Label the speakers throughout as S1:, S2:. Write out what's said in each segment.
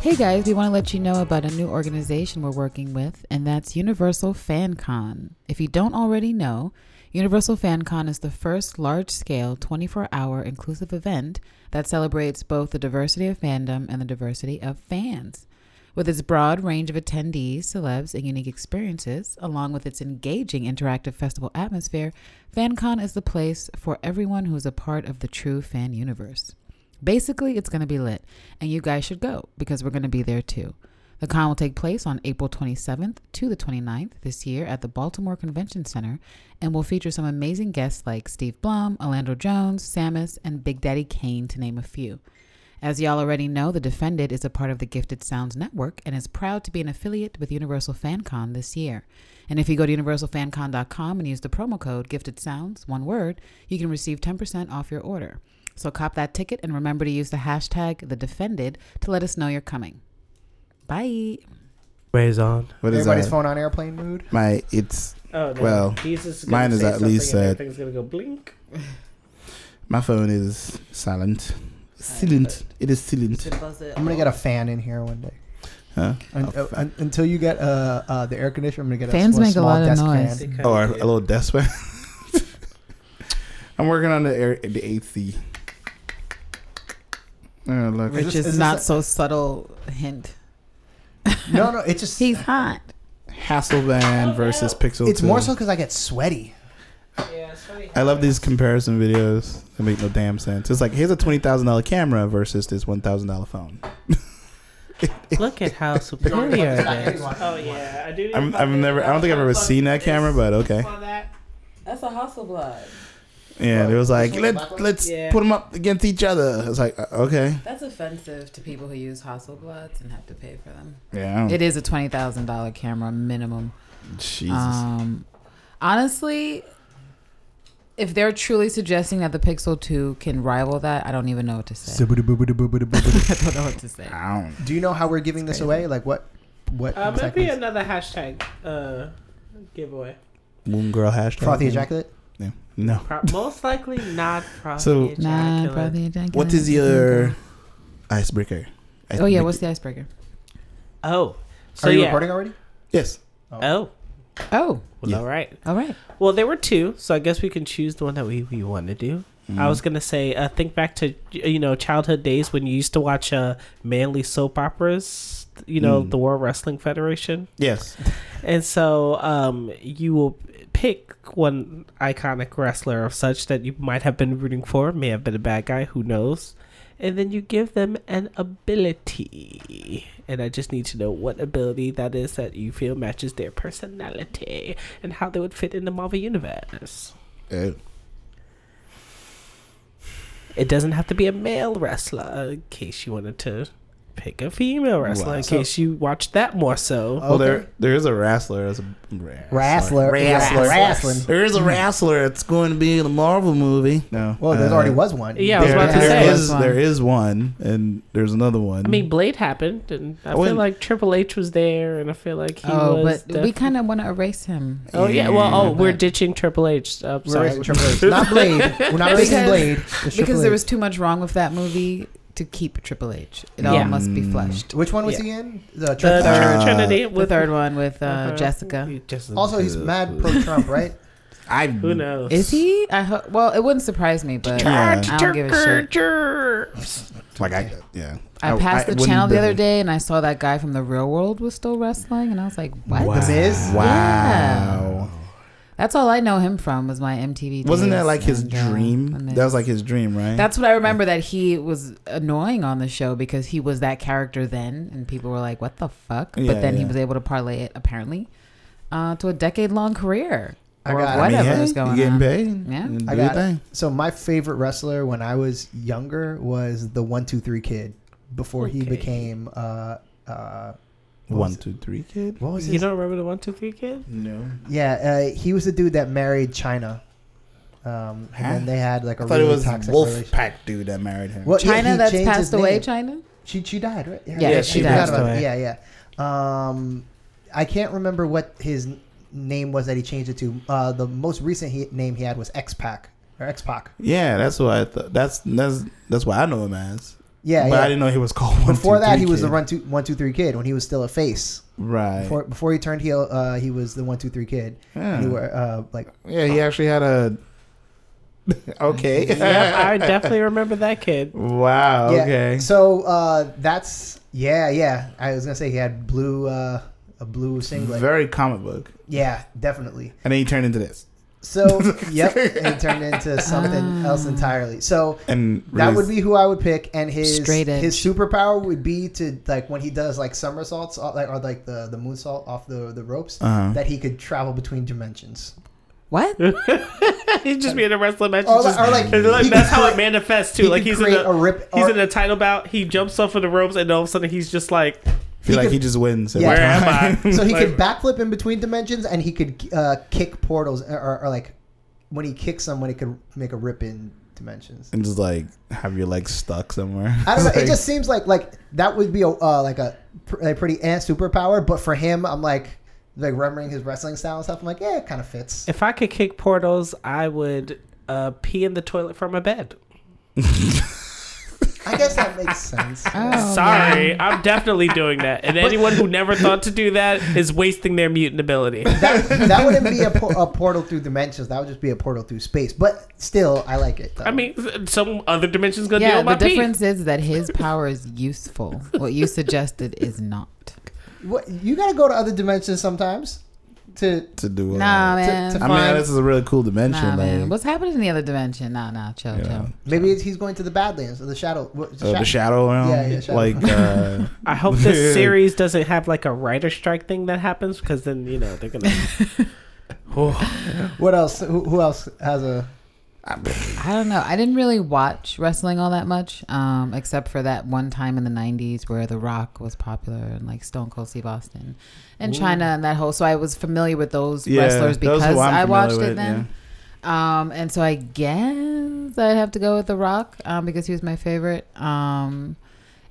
S1: Hey guys, we want to let you know about a new organization we're working with, and that's Universal FanCon. If you don't already know, Universal FanCon is the first large scale, 24 hour inclusive event that celebrates both the diversity of fandom and the diversity of fans. With its broad range of attendees, celebs, and unique experiences, along with its engaging interactive festival atmosphere, FanCon is the place for everyone who's a part of the true fan universe. Basically, it's going to be lit, and you guys should go because we're going to be there too. The con will take place on April 27th to the 29th this year at the Baltimore Convention Center and will feature some amazing guests like Steve Blum, Orlando Jones, Samus, and Big Daddy Kane, to name a few. As y'all already know, The Defended is a part of the Gifted Sounds Network and is proud to be an affiliate with Universal FanCon this year. And if you go to universalfancon.com and use the promo code Gifted Sounds, one word, you can receive 10% off your order. So cop that ticket and remember to use the hashtag The Defended to let us know you're coming. Bye.
S2: Raise on.
S3: What is
S4: Everybody's
S3: that?
S4: phone on airplane mood.
S3: My it's
S2: Oh, no.
S3: Well,
S2: he's just gonna
S3: mine is
S2: say
S3: at least,
S2: something and
S3: uh,
S2: everything's gonna go blink.
S3: my phone is silent. Silent. It is silent.
S4: I'm gonna get a fan in here one day.
S3: Huh?
S4: Un-
S3: A
S4: uh, un- until you get uh, uh, the air conditioner, I'm gonna get a
S1: Fans
S4: small,
S1: make a
S4: small
S1: lot of
S4: desk
S1: noise.
S4: fan.
S2: They kinda
S3: Or Oh, a
S2: did.
S3: little desk fan. I'm working on the air, the AC. Oh look.
S1: Which
S4: this-
S1: is,
S4: is this
S1: not
S4: a-
S1: so subtle hint.
S4: No, no, it's just
S1: He's hot.
S3: Hasselband versus Pixel.
S4: it's
S3: 2.
S4: more so because I get sweaty.
S2: Yeah, it's funny
S3: I
S2: how-
S3: love these comparison videos that make no damn sense. It's like here's a twenty thousand dollar camera versus this one thousand dollar phone.
S2: Look at how superior it is.
S4: Everyone.
S2: Oh yeah, I do.
S3: I'm, I've never. I don't think I've ever seen that camera, but okay.
S2: On that.
S5: That's a hustle blog.
S3: Yeah, it was like let let's
S2: Yeah.
S3: put them up against each other. It's like uh, okay.
S1: That's offensive to people who use Hasselblads and have to pay for them.
S3: Yeah. I don't-
S1: It is a twenty thousand dollar camera minimum.
S3: Jesus.
S1: Um, honestly, if they're truly suggesting that the Pixel Two can rival that, I don't even know what to say. I don't know what to say.
S3: I don't.
S4: Do you know how we're giving this away? Like what? What?
S2: Uh, maybe
S4: exactly is-
S2: another hashtag uh, giveaway.
S3: Moon girl hashtag.
S4: frothy ejaculate.
S3: Yeah. No.
S2: Pro- most likely not frothy
S3: So-
S2: ejaculate.
S1: Nah, brother, you don't
S3: What
S1: get
S3: is
S1: it.
S3: your icebreaker?
S1: Oh yeah,
S3: Icebreaker.
S1: what's the icebreaker?
S2: Oh, so
S4: Are you
S2: yeah.
S4: recording already?
S3: yes?
S2: Oh,
S1: Oh,
S2: well,
S3: Yeah.
S2: all right.
S1: all right.
S2: Well, there were two, so I guess we can choose the one that we, we want to do. I
S3: Mm.
S2: was gonna say, uh, think back to you know childhood days when you used to watch uh, manly soap operas. You know,
S3: Mm.
S2: the World Wrestling Federation,
S3: Yes.
S2: and so um, you will pick one iconic wrestler of such that you might have been rooting for, may have been a bad guy, who knows, and then you give them an ability. And I just need to know what ability that is that you feel matches their personality and how they would fit in the Marvel universe.
S3: Oh.
S2: It doesn't have to be a male wrestler uh, in case you wanted to pick a female wrestler
S3: Wow.
S2: in case you watched that more so.
S3: Well, there
S4: Okay.
S3: there is a wrestler. There's a wrestler.
S4: Wrestler.
S3: Wrestler.
S4: Wrestling.
S3: There is a wrestler. It's going to be in a Marvel movie. No.
S4: Well, there
S3: uh,
S4: already was one.
S2: yeah, I was
S3: There,
S2: about to
S3: there
S2: say.
S3: is there is one, and there's another one.
S2: I mean, Blade happened, and I feel
S3: When-
S2: like Triple H was there, and I feel like he
S1: oh,
S2: was.
S1: but we
S2: def-
S1: kind of want to erase him.
S2: Oh yeah, well, oh, we're
S1: but-
S2: ditching Triple H. Oh, I'm
S4: We're
S2: sorry.
S4: raising Triple H. Not Blade. We're not raising
S1: Because-
S4: Blade. It's Triple
S1: because there
S4: H.
S1: was too much wrong with that movie to keep Triple H. It all
S2: Yeah.
S1: must be
S3: Mm.
S1: flushed.
S4: Which one was
S2: Yeah.
S4: he in? The
S2: The
S4: Triple H.
S2: Tr-
S3: Uh,
S2: Trinity
S1: The
S2: with
S1: third one with uh,
S2: uh-huh.
S1: Jessica.
S2: Jessica.
S4: Also, he's mad pro Trump, right?
S3: uh, I
S2: who knows?
S1: Is he? I ho- well, it wouldn't surprise me, but
S3: Yeah.
S1: I don't give a shit.
S3: like I yeah.
S1: I passed the
S3: Oh, wouldn't
S1: channel the
S3: really-
S1: other day and I saw that guy from the real world was still wrestling, and I was like, "What?
S3: Wow.
S4: The Miz?
S3: Wow.
S1: That's all I know him from was my MTV."
S3: Wasn't
S1: days
S3: that like his
S1: and, uh,
S3: dream?
S1: and then-
S3: That was like his dream, right?
S1: That's what I remember that he was annoying on the show because he was that character then, and people were like, "What the fuck?"
S3: Yeah,
S1: but then he
S3: yeah.
S1: was able to parlay it apparently uh, to a decade-long career
S4: I
S1: or
S4: got- I mean,
S1: whatever
S3: hey,
S1: is
S3: you
S1: going
S3: getting
S1: on.
S3: paid?
S1: Yeah.
S3: You
S4: I
S3: do your
S4: got it.
S3: thing.
S4: So my favorite wrestler when I was younger was the one two three kid before he
S2: Okay.
S4: became uh uh what
S3: One,
S4: was it?
S3: two, three, kid.
S4: what was
S2: You
S4: his
S2: don't remember the one two three kid?
S3: No.
S4: yeah uh, he was the dude that married China um and
S3: Huh?
S4: then they had like a
S3: I thought
S4: really
S3: it was
S4: toxic relationship
S3: Wolfpack dude that married him.
S4: Well, yeah,
S1: China
S4: he
S1: that's
S4: changed his
S1: passed away.
S4: name.
S1: China.
S4: she she died right
S1: Yeah,
S2: Yeah, she
S4: I forgot
S2: passed
S4: about it.
S2: away.
S4: yeah yeah um I can't remember what his n- name was that he changed it to uh the most recent he, name he had was X Pac or X Pac
S3: Yeah, that's what I thought. That's that's that's what I know him as.
S4: Yeah,
S3: but
S4: yeah.
S3: I didn't know he was called one.
S4: Before
S3: Two,
S4: that,
S3: Three
S4: he was the
S3: Kid.
S4: run two one two three kid when he was still a face.
S3: Right.
S4: Before, before he turned heel, uh, he was the one two three kid.
S3: yeah.
S4: And he were uh, like
S3: yeah, he actually had a. okay.
S2: yep, I definitely remember that kid.
S3: Wow.
S4: yeah.
S3: Okay.
S4: So uh, that's yeah, yeah. I was gonna say he had blue uh, a blue singlet.
S3: Very comic book,
S4: yeah, definitely.
S3: and then he turned into this,
S4: So yep, it turned into something
S1: Ah.
S4: else entirely. So
S3: and
S4: that
S3: really-
S4: would be who I would pick, and his
S1: Straight edge.
S4: his superpower would be to like when he does like somersaults, uh, like or like the the moonsault off the the ropes,
S3: Uh-huh.
S4: that he could travel between dimensions.
S1: What?
S2: He'd just be in a wrestling match.
S4: Or,
S2: just-
S4: like- or, like,
S2: and, like,
S4: he
S2: that's
S4: could
S2: how
S4: create-
S2: it manifests too.
S4: he
S2: Like
S4: could
S2: he's in
S4: create
S2: a,
S4: a rip-
S2: he's
S4: or-
S2: in a title bout. He jumps off of the ropes, and all of a sudden he's just like,
S3: feel like
S4: could-
S3: he just wins. every
S4: Yeah.
S2: "Where
S3: time.
S2: am I?"
S4: So he
S2: Like,
S4: could backflip in between dimensions, and he could uh, kick portals, or, or, or like when he kicks someone, it could make a rip in dimensions.
S3: and just like have your legs stuck somewhere.
S4: I don't know.
S3: Like,
S4: it just seems like like that would be a uh, like a, pr- a pretty ant superpower, but for him, I'm like like remembering his wrestling style and stuff. I'm like, yeah, it kind of fits.
S2: If I could kick portals, I would uh, pee in the toilet from a bed.
S4: I guess that makes sense.
S1: Oh,
S2: Sorry, I'm definitely doing that. And anyone who never thought to do that is wasting their mutant ability.
S4: That, that wouldn't be a, por- a portal through dimensions. That would just be a portal through space. But still, I like it. Though.
S2: I mean, some other dimension's gonna deal
S1: Yeah,
S2: with my
S1: the
S2: pee.
S1: difference is that his power is useful. What you suggested is not.
S4: what, you got to go to other dimensions sometimes to
S3: to do. all
S1: Nah,
S3: that.
S1: man.
S4: to
S3: I mean,
S4: fine.
S3: this is a really cool dimension.
S1: Nah,
S3: like,
S1: man. What's happening in the other dimension? Nah, nah, chill,
S3: you
S1: chill.
S3: know,
S4: Maybe it's, he's going to the Badlands or the Shadow. What,
S3: uh, the shadow realm.
S4: Yeah, yeah, shadow
S3: Like, uh,
S2: I hope this series doesn't have like a writer strike thing that happens because then you know they're gonna. Oh,
S4: what else? Who, who else has a?
S1: I don't know. I didn't really watch wrestling all that much, um, except for that one time in the '90s where The Rock was popular and like Stone Cold Steve Austin and China and that whole. So I was familiar with those
S3: Yeah,
S1: wrestlers
S3: those
S1: because
S3: who I'm
S1: I
S3: familiar
S1: watched it
S3: with,
S1: then. Um, and so I guess I'd have to go with The Rock um, because he was my favorite. Um,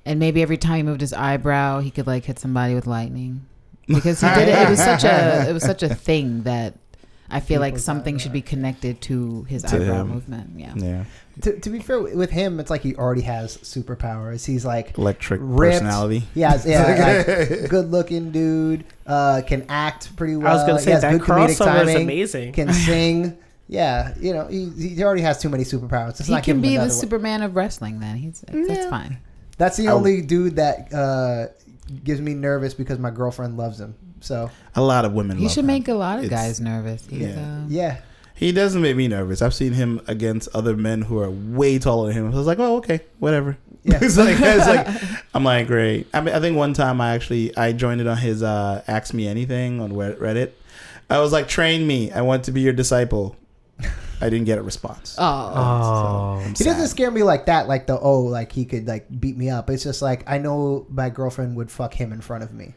S1: and maybe every time he moved his eyebrow, he could like hit somebody with lightning because he did it. It was such a it was such a thing that. I feel like
S4: People's
S1: something should be connected to his
S3: To
S1: eyebrow
S3: him.
S1: movement. Yeah.
S3: yeah,
S4: To, to be fair with him, it's like he already has superpowers. He's like
S3: electric
S4: Ripped.
S3: personality.
S4: he has yeah, like, good looking dude. Uh, can act pretty well.
S2: I was gonna
S4: He
S2: say
S4: has
S2: that
S4: good comedic
S2: crossover is
S4: timing,
S2: amazing.
S4: Can sing. Yeah, you know he, he already has too many superpowers. It's
S1: he
S4: not give
S1: can
S4: him
S1: be the
S4: another one.
S1: Superman of wrestling. Then he's it's, it's fine.
S4: That's the
S3: I-
S4: only dude that uh, gives me nervous because my girlfriend loves him. So
S3: A lot of women.
S1: He
S3: love
S1: should
S3: him.
S1: make a lot of
S3: It's-
S1: guys nervous. He's,
S3: yeah.
S1: uh,
S4: yeah,
S3: He doesn't make me nervous. I've seen him against other men who are way taller than him. I was like, oh, okay, whatever.
S4: Yeah.
S3: it's like, it's like, I'm like, great. I mean, I think one time I actually I joined it on his uh, Ask Me Anything on Wed- Reddit. I was like, train me. I want to be your disciple. I didn't get a response.
S1: Oh,
S2: Oh,
S3: I'm
S4: he
S3: sad.
S4: doesn't scare me like that. Like the oh, like he could like beat me up. It's just like I know my girlfriend would fuck him in front of me.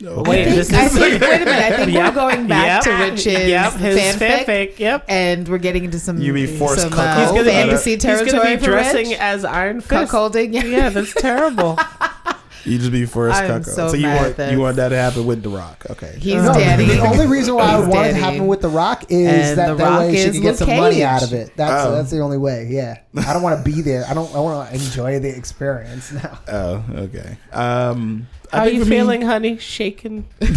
S3: No.
S1: I
S2: Wait,
S1: think,
S2: this
S1: I
S2: is-
S1: think- wait a minute. I think
S2: Yep.
S1: we're going back to Rich's
S2: Yep, his
S1: fanfic,
S2: fanfic. Yep.
S1: and we're getting into some
S3: You mean forced
S1: some,
S3: cuckold?
S1: uh,
S3: He's gonna be-
S1: fantasy territory
S2: He's gonna be
S1: for
S2: dressing
S1: Rich.
S2: as Iron Fist.
S1: cuckolding. Yeah.
S2: Yeah, that's terrible.
S3: You just be first
S1: I'm
S3: cuckold.
S1: so
S3: So, you
S1: mad
S3: want
S1: at this.
S3: you want that to happen with The Rock? Okay.
S1: He's
S4: No,
S1: daddy.
S4: The only reason why I
S1: He's
S4: would want it to
S1: daddy.
S4: happen with The Rock is
S1: And
S4: that
S1: The
S4: that
S1: Rock
S4: way she
S1: is
S4: can get
S1: Luke
S4: some
S1: Cage.
S4: money out of it. That's
S3: Oh.
S4: that's the only way. Yeah, I don't want to be there. I don't. I want to enjoy the experience now.
S3: oh, okay. Um, I
S2: How are
S3: think
S2: you
S3: for me-
S2: feeling, honey? Shaken.
S4: I,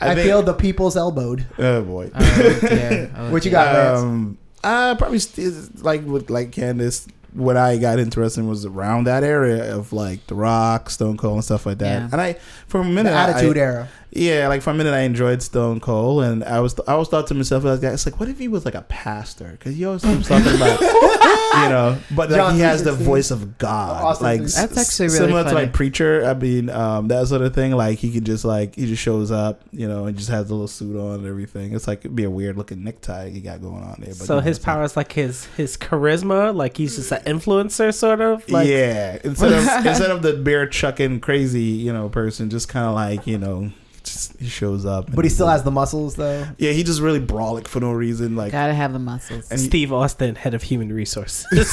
S3: think-
S4: feel the people's elbowed.
S3: Oh boy.
S1: Oh, dear. Oh,
S4: What you
S1: dear.
S4: got, Lance?
S3: Um, uh, probably st- like with like Candace. What I got interested in was around that area of like The Rock, Stone Cold, and stuff like that.
S1: Yeah.
S3: And I, for a minute,
S4: The attitude
S3: I,
S4: era.
S3: yeah, like for a minute, I enjoyed Stone Cold, and I was I always thought to myself like, it's like, what if he was like a pastor? Because he always keeps talking about, you know, but like
S4: John
S3: he has the
S4: 3:16.
S3: voice of God,
S4: Austin
S3: like
S4: 3:16.
S1: That's actually really
S3: similar to
S1: funny.
S3: like preacher. I mean, um, that sort of thing. Like he could just like he just shows up, you know, and just has a little suit on and everything. It's like it'd be a weird looking necktie he got going on there. But
S2: So
S3: you know,
S2: his
S3: it's like-
S2: power is like his his charisma. Like he's just an influencer, sort of. Like,
S3: yeah, instead of instead of the beer chucking crazy, you know, person, just kind of like you know, just he shows up, and-
S4: But he still has the muscles, though.
S3: Yeah, he just really brawlic for no reason. Like
S1: Gotta have the muscles.
S3: And-
S2: Steve Austin, head of human resources.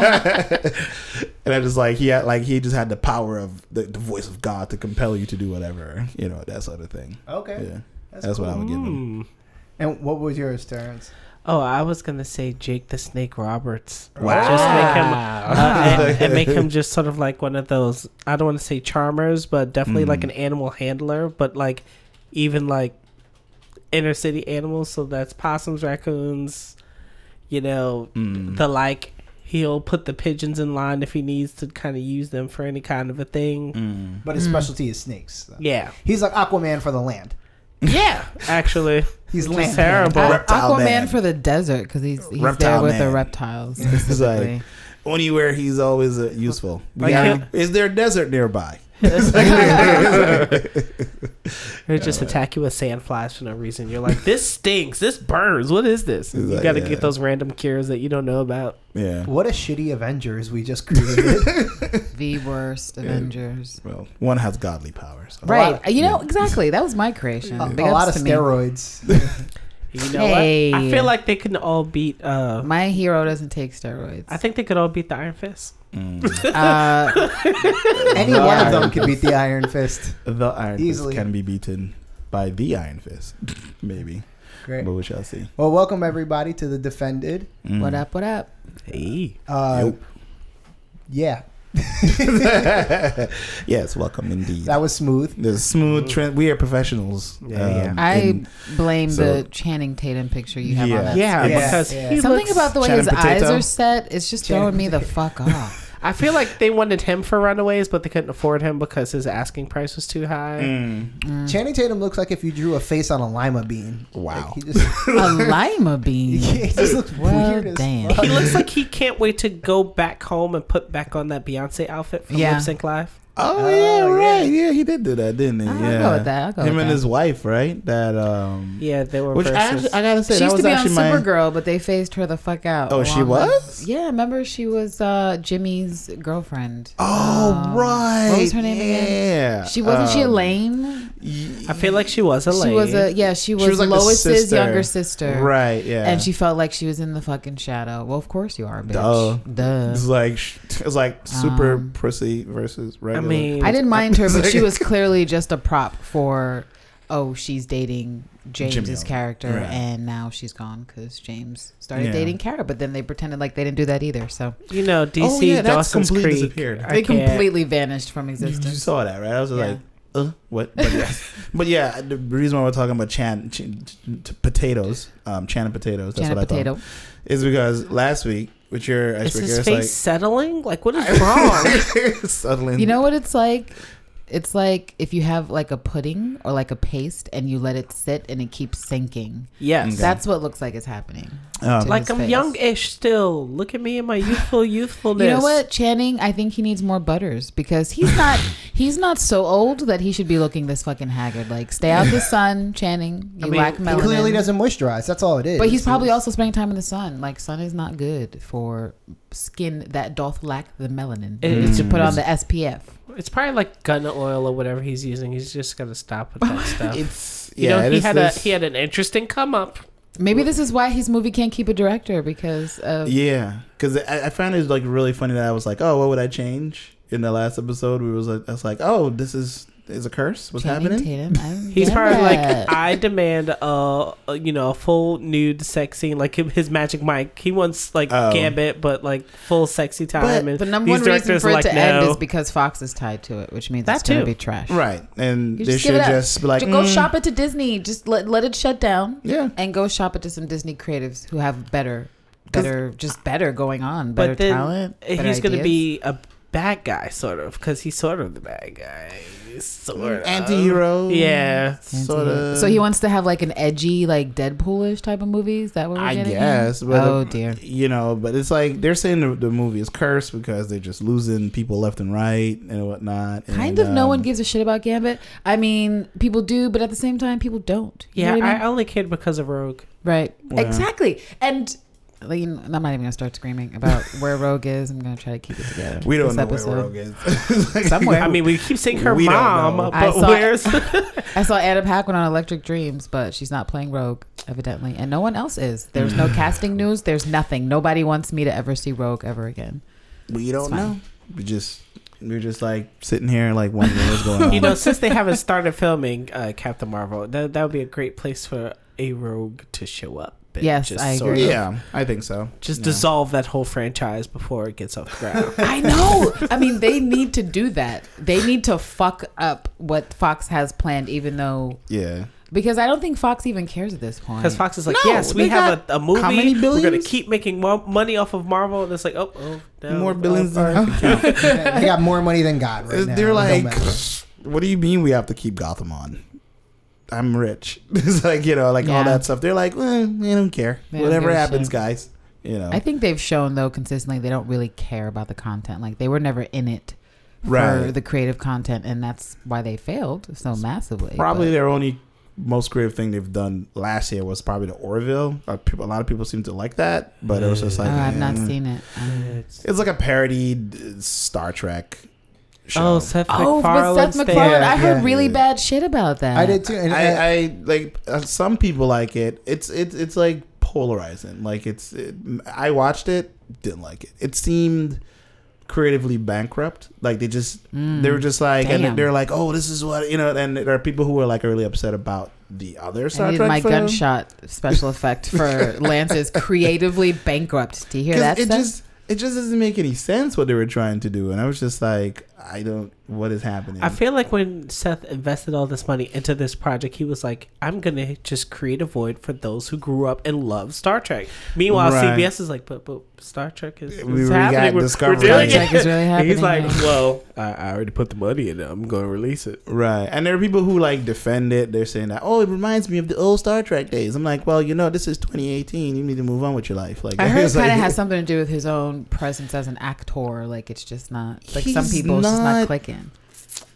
S3: and I just like he had like he just had the power of the, the voice of God to compel you to do whatever you know that sort of thing.
S4: Okay,
S3: Yeah, that's, what I would give him.
S2: Hmm.
S4: And what was yours, Terrence?
S2: Oh, I was gonna say Jake the Snake Roberts.
S3: Wow.
S2: Just make him
S1: Ah.
S2: uh, and, and make him just sort of like one of those. I don't want to say charmers, but definitely like
S3: Mm.
S2: an animal handler. But like even like inner city animals. So that's possums, raccoons. You know
S3: Mm.
S2: the like. He'll put the pigeons in line if he needs to kind of use them for any kind of a thing.
S3: Mm.
S4: But his specialty is snakes. so.
S2: Hmm. Yeah,
S4: He's like Aquaman for the land.
S2: yeah. Actually,
S4: He's
S2: Which
S4: land.
S2: is terrible.
S1: Aqu-
S3: Reptile
S1: Aquaman
S3: Man.
S1: for the desert because he's he's there
S3: Reptile
S1: with the
S3: Man.
S1: reptiles
S3: like-
S1: specifically.
S3: Only where he's always uh, useful. We
S2: Like
S3: gotta-
S2: him-
S3: is there a desert nearby?
S2: They just attack you with sandflies for no reason. You're like, this stinks. This burns. What is this?
S3: It's
S2: you
S3: like,
S2: got to
S3: yeah.
S2: get those random cures that you don't know about.
S3: Yeah.
S4: What a shitty Avengers we just created.
S1: the worst Avengers.
S3: Well, one has godly powers. so-
S1: Right.
S4: lot
S1: you know, exactly. That was my creation.
S4: a, a
S1: Big ups
S4: lot of
S1: to me.
S4: steroids.
S2: You know
S1: Hey.
S2: what? I feel like they can all beat. Uh,
S1: My hero doesn't take steroids.
S2: I think they could all beat the Iron Fist.
S3: Mm.
S1: Uh,
S4: Any one of them could beat the Iron Fist.
S3: the Iron
S4: Easily.
S3: Fist can be beaten by the Iron Fist, maybe.
S4: Great.
S3: But we shall see.
S4: Well, welcome everybody to the Defended.
S3: Mm.
S1: what up? What up?
S2: Hey.
S4: Uh,
S3: Yep.
S4: yeah,
S3: yes, welcome indeed.
S4: that was smooth.
S3: the smooth trend. We are professionals.
S2: Mm-hmm.
S3: um,
S2: Yeah, yeah.
S1: I
S3: in-
S1: blame
S3: Mm. so-
S1: the Channing Tatum picture you have
S3: Yeah.
S1: on that.
S2: Yeah,
S4: Yeah,
S2: because
S4: yeah.
S2: he
S1: Something
S2: looks-
S1: about the way
S3: Channing
S1: his eyes
S3: Potato.
S1: are set is just
S4: Channing
S1: throwing me the fuck off.
S2: I feel like they wanted him for Runaways, but they couldn't afford him because his asking price was too high.
S3: Mm.
S4: Channing Tatum looks like if you drew a face on a lima bean.
S3: Wow.
S4: Like, he just,
S1: a lima bean.
S4: he just looks
S1: Well,
S4: weird as
S1: damn.
S4: fuck.
S2: He looks like he can't wait to go back home and put back on that Beyonce outfit from
S1: Yeah.
S2: Lip Sync Live.
S3: Oh,
S4: Oh,
S3: yeah,
S4: yeah.
S3: right. Yeah, he did do that, didn't he?
S1: I'll
S3: yeah.
S1: go with that. I'll go
S3: Him
S1: with
S3: and
S1: that.
S3: his wife, right? That um.
S2: Yeah, they were.
S3: Which I,
S2: versus-
S3: actually, I gotta say,
S1: She
S3: that
S1: used
S3: was
S1: to be on
S3: actually my.
S1: Supergirl, but they phased her the fuck out.
S3: Oh, she
S1: along with-
S3: was?
S1: yeah, remember she was uh, Jimmy's girlfriend.
S3: Oh
S1: Um,
S3: right.
S1: What was her name again?
S3: Yeah.
S1: She wasn't she
S3: Um,
S1: Elaine?
S3: y-
S2: I feel like she was a lady.
S1: She was a yeah. She was,
S3: was like the
S1: Lois's
S3: sister.
S1: younger sister,
S3: Right. Yeah.
S1: And she felt like she was in the fucking shadow. Well, of course you are, bitch.
S3: Duh.
S1: Duh.
S3: It's like sh- it's like super
S1: Um,
S3: prissy versus
S2: I
S3: regular.
S2: mean,
S1: I didn't mind her, but she was clearly just a prop for. Oh, she's dating
S3: Jimmy
S1: James's
S3: Olsen.
S1: character,
S3: Right.
S1: and now she's gone because James started
S3: Yeah.
S1: dating Kara. But then they pretended like they didn't do that either. So
S2: You know, DC
S3: Oh, yeah, that's
S2: Dawson's
S3: completely
S2: Creek.
S3: disappeared.
S2: I
S1: they
S2: can't-
S1: completely vanished from
S3: you, you
S1: existence.
S3: saw that right? I was
S1: Yeah.
S3: like, uh, what? But yeah, but yeah, the reason why we're talking about Chan, Chan t- potatoes, um, Chan and potatoes. That's
S1: Janet
S3: what I
S1: Potato.
S3: thought. Is because last week with your
S2: Is
S3: icebreaker,
S2: his
S3: it's
S2: face
S3: like Mm.
S2: settling? Like, what is wrong?
S3: suddenly,
S1: You know what it's like? It's like if you have like a pudding or like a paste and you let it sit and it keeps sinking.
S2: yes.
S3: Okay.
S1: That's what looks like is happening.
S3: Um,
S1: to
S2: Like,
S1: his
S2: I'm
S1: face.
S2: youngish still. Look at me in my youthful youthfulness.
S1: You know what, Channing? I think he needs more butters because he's not he's not so old that he should be looking this fucking haggard. Like, stay out the sun, Channing. You
S2: I mean,
S1: lack
S2: he
S1: melanin.
S4: He clearly doesn't moisturize. That's all it is.
S1: But he's probably also spending time in the sun. Like, sun is not good for skin that doth lack the melanin.
S2: It-
S1: You need to
S3: Mm.
S1: put on the SPF.
S2: It's probably like gun oil or whatever he's using. He's just got to stop with that stuff.
S3: It's
S2: you
S3: yeah.
S2: know,
S3: it
S2: he
S3: is
S2: had
S3: this-
S2: a he had an interesting come up.
S1: Maybe this is why his movie can't keep a director because of
S3: Yeah, because I, I found it like really funny that I was like, oh, what would I change in the last episode? We was like, I was like, oh, this is is a curse. What's
S1: Channing
S3: happening?
S1: Tatum. I don't
S2: He's
S1: get
S2: probably
S1: that.
S2: like, "Ah, I demand a, a you know a full nude sex scene, like him, his Magic Mike. He wants like
S3: Oh.
S2: Gambit, but like full sexy time.
S3: But
S2: and
S1: the number
S2: these
S1: one reason
S2: directors
S1: for
S2: are
S1: it
S2: like,
S1: to end
S2: "No."
S1: is because Fox is tied to it, which means
S2: That
S1: it's going
S2: too.
S1: to be trash.
S3: Right, and
S1: You
S3: they
S1: just give
S3: should
S1: it up.
S3: just be like,
S1: Ju- go
S3: mm,
S1: shop it to Disney. Just let let it shut down
S3: Yeah,
S1: and go shop it to some Disney creatives who have better, better, just better going on, better
S2: but then
S1: talent.
S2: he's
S1: better
S2: gonna
S1: ideas.
S2: be a bad guy, sort of, because he's sort of the bad guy,
S1: Mm,
S2: sort of
S3: anti-hero.
S2: Yeah,
S3: sort of.
S1: So he wants to have like an edgy, like Deadpoolish type of movie. Is that what we're
S3: I
S1: getting? at?
S3: guess, but
S1: oh
S3: uh,
S1: dear.
S3: you know, but it's like they're saying the, the movie is cursed because they're just losing people left and right and whatnot.
S1: Kind
S3: and,
S1: of. no
S3: um,
S1: one gives a shit about Gambit. I mean, people do, but at the same time, people don't. You know
S2: yeah.
S1: what I mean?
S2: I only cared because of Rogue.
S1: Right.
S3: Wow.
S1: Exactly. And like, you know, I'm not even gonna start screaming about where Rogue is. I'm gonna try to keep it together.
S3: We don't
S1: this
S3: know
S1: episode.
S3: where Rogue is. Like,
S1: Somewhere.
S2: I mean, we keep saying her
S3: We don't
S2: mom,
S3: know.
S2: but
S1: I saw-
S2: where's
S1: I saw Anna Paquin on Electric Dreams, but she's not playing Rogue, evidently, and no one else is. There's no casting news. There's nothing. Nobody wants me to ever see Rogue ever again.
S3: we
S1: It's
S3: don't
S1: fine.
S3: know. We just we're just like sitting here like wondering what's going on.
S2: you know? Since they haven't started filming uh, Captain Marvel, that that would be a great place for a Rogue to show up. bit.
S1: Yes,
S2: just
S1: I
S2: sort
S1: agree.
S2: of-
S3: Yeah, I think so.
S2: Just
S3: Yeah.
S2: dissolve that whole franchise before it gets off the ground.
S1: I know. I mean, they need to do that. They need to fuck up what Fox has planned, even though
S3: Yeah.
S1: because I don't think Fox even cares at this point.
S2: Because Fox is like,
S3: No,
S2: yes, we
S3: they
S2: have
S3: got
S2: a, a movie.
S3: how many
S2: We're going
S3: billions?
S2: to keep making mo- money off of Marvel. And it's like, oh, oh no,
S3: More
S2: oh,
S3: billions than
S2: sorry.
S3: I can count.
S4: they got more money than God right now.
S3: They're
S4: It
S3: like,
S4: don't matter.
S3: what do you mean we have to keep Gotham on? I'm rich. it's like you know, like
S1: Yeah.
S3: all that stuff. They're like, eh, they don't care.
S1: They don't
S3: Whatever
S1: give a
S3: happens,
S1: shit.
S3: guys. You know,
S1: I think they've shown though consistently they don't really care about the content. Like they were never in it for
S3: Right.
S1: the creative content, and that's why they failed so massively.
S3: probably
S1: But-
S3: their only most creative thing they've done last year was probably the Orville. A, people, a lot of people seem to like that, but it was just
S1: Oh,
S3: like
S1: I've not
S3: eh.
S1: seen it. Um,
S2: It's-
S3: It's like a parodied uh, Star Trek. Show.
S2: Oh, Seth
S1: oh, but
S2: MacFarlane's
S1: Seth
S2: thing.
S1: MacFarlane,
S4: Yeah,
S1: I heard
S4: yeah.
S1: really bad shit about that.
S4: I did too. And, uh,
S3: I, I like uh, some people like it. It's it's it's like polarizing. Like it's it, I watched it, didn't like it. It seemed creatively bankrupt. Like they just they were just like
S1: Mm. Damn.
S3: and they're like, oh, this is what you know. And there are people who are like really upset about the other
S1: I
S3: Star
S1: needed
S3: Trek
S1: my
S3: film.
S1: gunshot special effect for Lance's creatively bankrupt. Do you hear
S3: 'Cause
S1: that?
S3: it
S1: Seth?
S3: just it just doesn't make any sense what they were trying to do. And I was just like, I don't what is happening.
S2: I feel like when Seth invested all this money into this project, he was like, I'm going to just create a void for those who grew up and love Star Trek. Meanwhile,
S3: Right.
S2: CBS is like, but, but Star Trek is
S3: We-
S2: it's
S3: we got
S2: happening. We're,
S3: Discovery.
S2: we're doing
S1: Star Trek
S2: it.
S1: is really
S2: And He's like,
S1: happening, yeah.
S2: well, I, I already put the money in it. I'm going to release it.
S3: Right. And there are people who like defend it. They're saying that, oh, it reminds me of the old Star Trek days. I'm like, well, you know, this is 2018. You need to move on with your life. Like,
S1: I heard it
S3: it's
S1: kind of
S3: like-
S1: has something to do with his own presence as an actor. Like it's just not like some
S3: He's
S1: people it's just not
S3: not-
S1: clicking.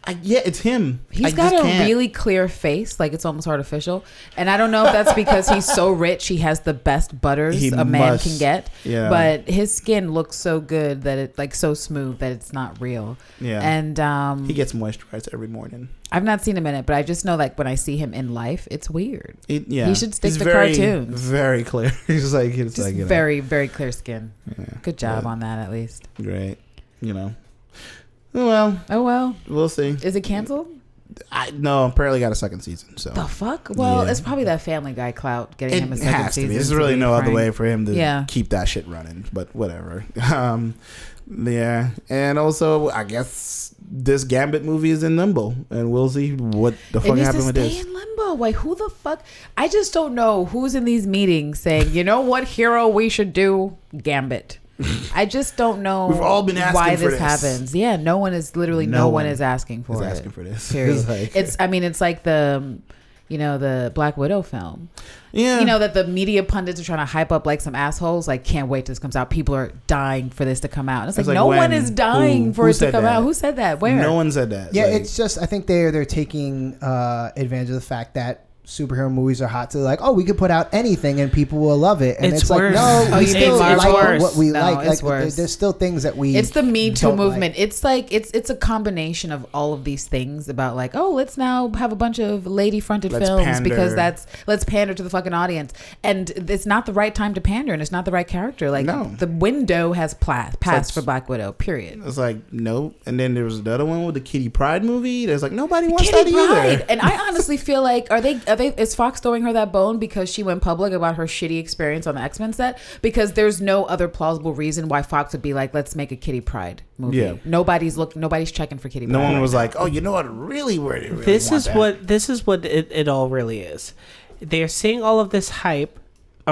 S3: I, yeah, it's him.
S1: He's
S3: I
S1: got
S3: just
S1: a
S3: can't.
S1: really clear face, like it's almost artificial. And I don't know if that's because he's so rich, he has the best butters
S3: He
S1: a man
S3: must.
S1: can get.
S3: Yeah.
S1: But his skin looks so good that it like so smooth that it's not real.
S3: Yeah.
S1: And um,
S3: he gets moisturized every morning.
S1: I've not seen him in it, but I just know like when I see him in life, it's weird.
S3: It, yeah.
S1: He should stick
S3: He's
S1: to
S3: very,
S1: cartoons.
S3: Very clear. He's like, it's
S1: Just
S3: like, you know,
S1: very, very clear skin.
S3: yeah,
S1: Good job
S3: Yeah.
S1: on that, at least.
S3: great. You know. Well,
S1: Oh well,
S3: we'll see.
S1: is it canceled?
S3: I no, apparently got a second season. So
S1: The fuck? Well,
S3: Yeah.
S1: it's probably that Family Guy clout getting
S3: it
S1: him a second
S3: has to
S1: season.
S3: be. There's really
S1: be
S3: no other
S1: frank.
S3: way for him to
S1: Yeah.
S3: keep that shit running. But whatever. Um, yeah, and also I guess this Gambit movie is in limbo, and we'll see what the
S1: It
S3: fuck
S1: needs to
S3: happened with
S1: stay
S3: this.
S1: in limbo. Like who the fuck? I just don't know who's in these meetings saying, you know what hero we should do, Gambit. I just don't know.
S3: We've all been asking
S1: why
S3: for
S1: this,
S3: this.
S1: happens. Yeah, no one is literally no,
S3: No
S1: one,
S3: one
S1: is asking for
S3: is
S1: it.
S3: asking for this.
S1: Period. It's,
S3: It's like-
S1: I mean, it's like the, um, you know, the Black Widow film.
S3: Yeah,
S1: You know that the media pundits are trying to hype up like some assholes. Like, can't wait till this comes out. People are dying for this to come out. And it's,
S3: It's
S1: like,
S3: like,
S1: no
S3: when?
S1: one is dying
S3: Who-
S1: for
S3: who
S1: it to
S3: said
S1: come
S3: that?
S1: out. Who said that? Where?
S3: no one said that.
S4: yeah,
S3: Like,
S4: it's just I think they're they're taking uh, advantage of the fact that superhero movies are hot. So they're like, oh, we could put out anything and people will love it. And
S2: It's
S4: it's, like,
S2: worse.
S4: no,
S1: Oh,
S4: we
S1: you
S4: still
S1: mean it's
S4: like
S1: worse.
S4: what we
S1: No,
S4: like.
S1: it's
S4: Like there-
S1: worse.
S4: there's still things that we.
S1: it's the me too
S4: don't like.
S1: movement it's like it's it's a combination of all of these things about like oh let's now have a bunch of lady fronted
S3: Let's
S1: films
S3: pander.
S1: because that's let's pander to the fucking audience and it's not the right time to pander and it's not the right character like
S3: No.
S1: the window has pla- passed
S3: That's-
S1: for black widow period
S3: It's like nope. And then there was another one with the Kitty Pride movie. There's like nobody wants
S1: Kitty
S3: that
S1: Pride,
S3: either.
S1: and I honestly feel like are they are they is Fox throwing her that bone because she went public about her shitty experience on the X Men set? Because there's no other plausible reason why Fox would be like, let's make a Kitty Pride movie.
S3: Yeah.
S1: nobody's looking, nobody's checking for Kitty.
S3: No
S1: Pryde.
S3: one was like, oh, you know what? Really, where they really
S2: this
S3: want
S2: is
S3: that.
S2: what this is what it, it all really is they're seeing all of this hype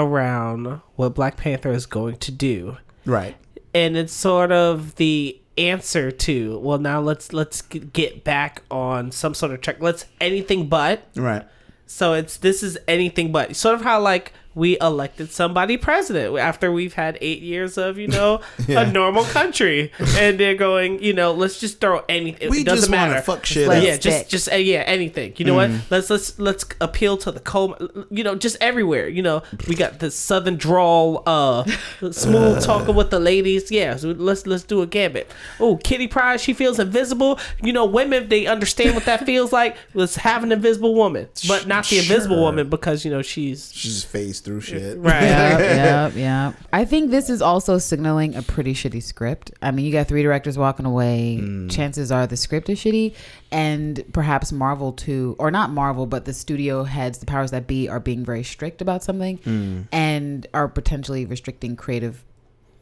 S2: around what black panther is going to do
S3: right.
S2: and it's sort of the answer to well now let's let's g- get back on some sort of track let's anything but
S3: Right.
S2: so it's this is anything but sort of how like we elected somebody president after we've had eight years of you know
S3: Yeah.
S2: a normal country and they're going you know let's just throw anything
S3: We
S2: it doesn't
S3: just wanna
S2: matter
S3: fuck shit
S1: like-
S3: up.
S2: yeah,
S1: Stick.
S2: just just uh, yeah, anything. You know what? Let's let's let's appeal to the coal. You know, just everywhere. You know, we got the southern drawl, uh, smooth talking with the ladies. Yeah, so let's let's do a gambit. Oh, Kitty Pride, she feels invisible. You know, women they understand what that feels like. Let's have an invisible woman, but not the invisible
S3: Sure.
S2: invisible woman because you know she's
S3: She's phase through shit.
S2: Right.
S1: yep, yep, yep. I think this is also signaling a pretty shitty script. I mean, you got three directors walking away.
S3: Mm.
S1: Chances are the script is shitty, and perhaps Marvel too, or not Marvel, but the studio heads, the powers that be, are being very strict about something,
S3: Mm.
S1: and are potentially restricting creative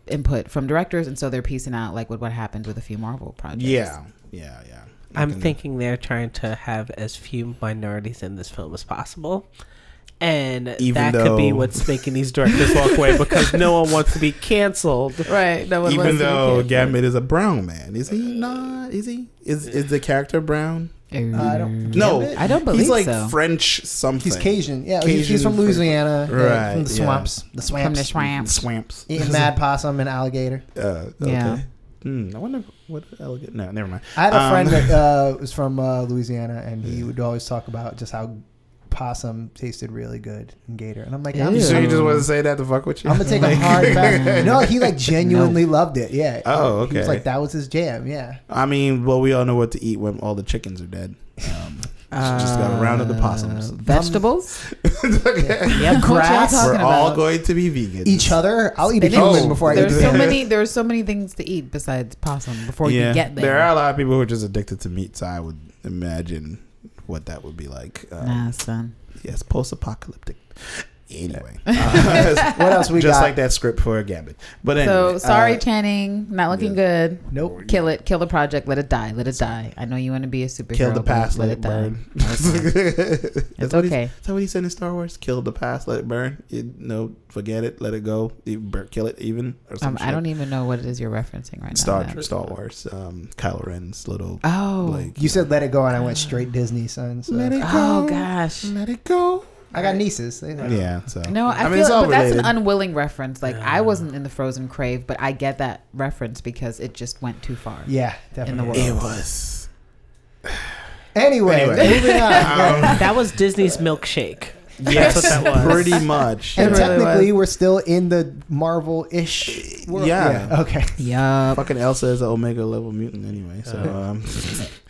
S1: input from directors, and so they're piecing out like what what happened with a few Marvel projects.
S3: Yeah. Yeah. Yeah.
S2: I'm
S3: Looking-
S2: thinking they're trying to have as few minorities in this film as possible. And
S3: Even
S2: that could be
S3: though-
S2: what's making these directors walk away because no one wants to be canceled.
S1: Right. No
S3: Even though Gambit is a brown man, is he not? Is he? Is is the character brown?
S4: Uh, I don't-
S3: No,
S1: Mm.
S4: Gambit?
S1: I don't believe
S3: he's like
S1: so.
S3: French something.
S4: He's Cajun. Yeah, he's, he's
S3: Cajun
S4: from
S3: for-
S4: Louisiana. yeah,
S3: Right,
S4: From the
S3: yeah.
S4: swamps. The swamps.
S1: from the swamps.
S3: Swamps.
S4: Eating mad possum and alligator.
S3: Uh, okay.
S1: Yeah.
S3: Hmm, I wonder what elegant. No, never mind.
S4: I had a
S3: Um,
S4: friend that uh, was from uh, Louisiana, and he would always talk about just how possum tasted really good and gator. And I'm like, I'm,
S1: Ew.
S3: So you
S4: I'm,
S3: just want to say that to fuck with you?
S4: I'm gonna take a
S3: Like-
S4: hard pass. No, he like genuinely loved it. Yeah.
S3: Oh,
S4: He was
S3: okay.
S4: like that was his jam. Yeah.
S3: I mean, well, we all know what to eat when all the chickens are dead. Um, just
S2: Uh,
S3: got a round of the possums.
S1: Uh, Vegetables.
S3: okay.
S1: Yeah,
S4: Grass.
S3: We're all going to be vegans.
S4: Each other. I'll eat a
S1: Spinach.
S4: human
S3: Oh,
S4: before I eat
S1: There's so
S4: them.
S1: many. There's so many things to eat besides possum before you get there.
S3: are a lot of people who are just addicted to meat, so I would imagine what that would be like. Um,
S1: Nah, son.
S3: Yes, post-apocalyptic. Anyway,
S4: What else we
S3: just
S4: got?
S3: like that script for a gambit. But anyway,
S1: So sorry,
S3: uh,
S1: Channing. Not looking good.
S4: Nope.
S1: Kill it. Kill the project. Let it die. Let it die. I know you want to be a superhero.
S3: kill the
S1: but
S3: past, let it
S1: die.
S3: burn. it's
S1: okay.
S3: Is that what he said in Star Wars? Kill the past, let it burn. You, no, forget it, let it go. You bur- kill it even. Or some
S1: Um, I
S3: shit.
S1: don't even know what it is you're referencing right
S3: Star
S1: now. man.
S3: Star Wars. Um, Kylo Ren's little
S1: Oh.
S3: like
S4: You said let it go, and I went straight Disney, son. So.
S3: let it go.
S1: oh gosh.
S3: Let it go.
S4: I got nieces. They know.
S3: Yeah. So
S1: No, I,
S3: mean,
S1: feel
S3: it's all
S1: but that's an
S3: related.
S1: unwilling reference. Like I wasn't in the Frozen crave, but I get that reference because it just went too far.
S4: Yeah, definitely.
S1: In the world.
S3: It was.
S4: Anyway,
S3: Anyway.
S4: moving on.
S3: Um,
S2: That was Disney's milkshake.
S3: yes,
S2: That's what that was.
S3: pretty much.
S4: And
S1: It really
S4: technically, we're still in the Marvel-ish world.
S3: Uh, Yeah.
S4: Okay.
S1: Yup.
S3: Fucking Elsa is an Omega level mutant anyway, so um,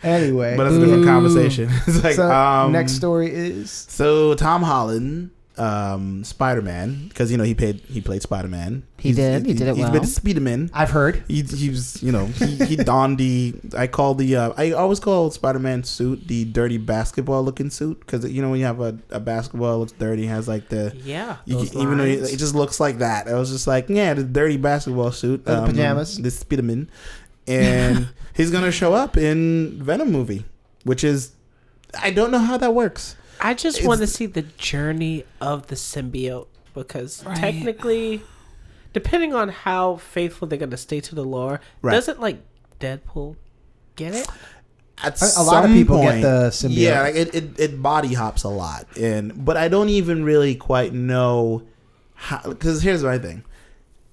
S4: Anyway,
S3: but that's a different
S1: Ooh.
S3: conversation. it's like
S4: so
S3: um,
S4: next story is
S3: So Tom Holland, um, Spider Man, because you know he played he played Spider Man.
S1: He did. He did it well.
S3: He's been Spider Man.
S4: I've heard.
S3: He, he was, you know, he, he donned the. I call the. Uh, I always call Spider Man suit the dirty basketball looking suit because you know when you have a, a basketball it looks dirty has like the.
S2: Yeah.
S3: You,
S2: those
S3: can- even though it
S2: lines.
S3: it just looks like that, I was just like, yeah, the dirty basketball suit, um,
S4: Or the pajamas.
S3: the Spider Man, and he's gonna show up in Venom movie, which is, I don't know how that works.
S2: I just
S3: It's-
S2: want to see the journey of the symbiote because
S1: Right.
S2: technically, depending on how faithful they're going to stay to the lore,
S3: Right.
S2: doesn't like Deadpool get it?
S3: At
S4: A- a lot of
S3: some
S4: people get the symbiote.
S3: Yeah, like it, it, it body hops a lot, and but I don't even really quite know how. Because here's my thing: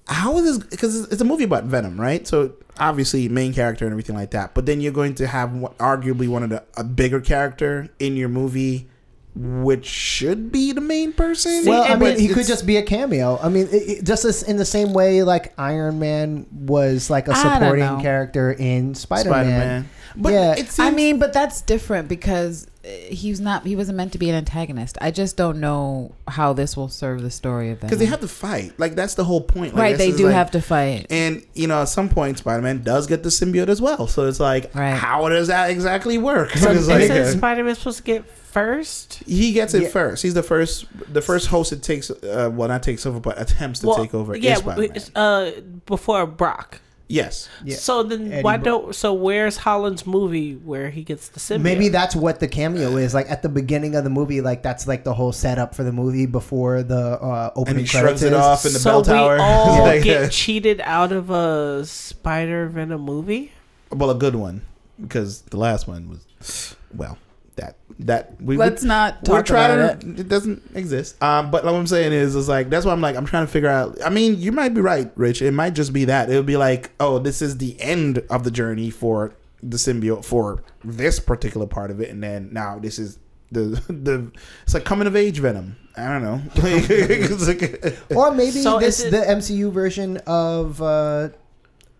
S3: how is this? Because it's a movie about Venom, right? So obviously main character and everything like that. But then you're going to have one- arguably one of the a bigger character in your movie, which should be the main person.
S4: Well, I
S3: But
S4: mean, he could
S3: it's-
S4: just be a cameo. I mean, it, it- just as, in the same way, like Iron Man was like a
S1: I don't
S4: supporting
S1: know.
S4: character in Spider-Man.
S3: Spider-Man. But
S4: Yeah.
S3: it seems
S1: I mean, but that's different because uh, he's not. He wasn't meant to be an antagonist. I just don't know how this will serve the story of them.
S3: because they have to fight. Like that's the whole point. Like,
S1: right,
S3: this
S1: they
S3: is
S1: do
S3: like-
S1: have to fight.
S3: And you know, at some point, Spider Man does get the symbiote as well. So it's like,
S1: Right.
S3: how does that exactly work? It's
S2: Isn't
S3: like,
S2: Spider Man supposed to get first?
S3: he gets it
S4: Yeah.
S3: first. He's the first, the first host that takes, uh, well, not takes over, but attempts to take over.
S2: Yeah,
S3: is
S2: w-
S3: Spider-Man.
S2: it's, uh, before Brock.
S3: yes.
S4: Yeah.
S2: So then,
S4: Eddie
S2: why
S4: Brock.
S2: don't? So where's Holland's movie where he gets the symbiote?
S4: Maybe that's what the cameo is. Like at the beginning of the movie, like that's like the whole setup for the movie before the uh,
S3: And
S4: opening
S3: he
S4: credits.
S3: shrugs it
S4: is.
S3: off in the
S2: so
S3: bell tower.
S2: we all
S3: Like,
S2: get cheated out of a Spider Venom movie.
S3: well, a good one because the last one was, well, that that we
S1: Let's not talk
S3: we're trying
S1: about it.
S3: to, it. doesn't exist. Um, but what I'm saying is, is like that's why I'm like I'm trying to figure out. I mean, you might be right, Rich. It might just be that it'll be like, oh, this is the end of the journey for the symbiote for this particular part of it, and then now this is the the it's like coming of age venom. I don't know. It's like-
S4: Or maybe
S2: So
S4: this
S2: is it-
S4: the MCU version of uh,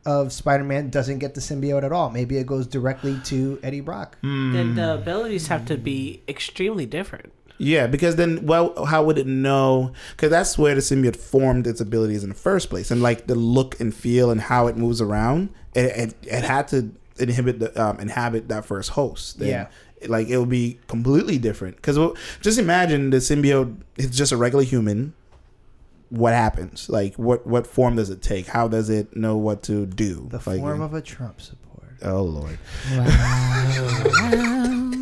S4: of Spider-Man doesn't get the symbiote at all. Maybe
S3: Hmm.
S4: it goes directly to Eddie Brock.
S2: Then the abilities have to be extremely different.
S3: Yeah, because then, well, how would it know? Because that's where the symbiote formed its abilities in the first place, and like the look and feel and how it moves around, it it, it had to inhibit the um, inhabit that first host. Then,
S4: Yeah.
S3: like it would be completely different. Because just imagine the symbiote is just a regular human. What happens? Like, what what form does it take? How does it know what to do?
S4: The
S3: like,
S4: form of a Trump supporter.
S3: oh lord,
S1: Wow.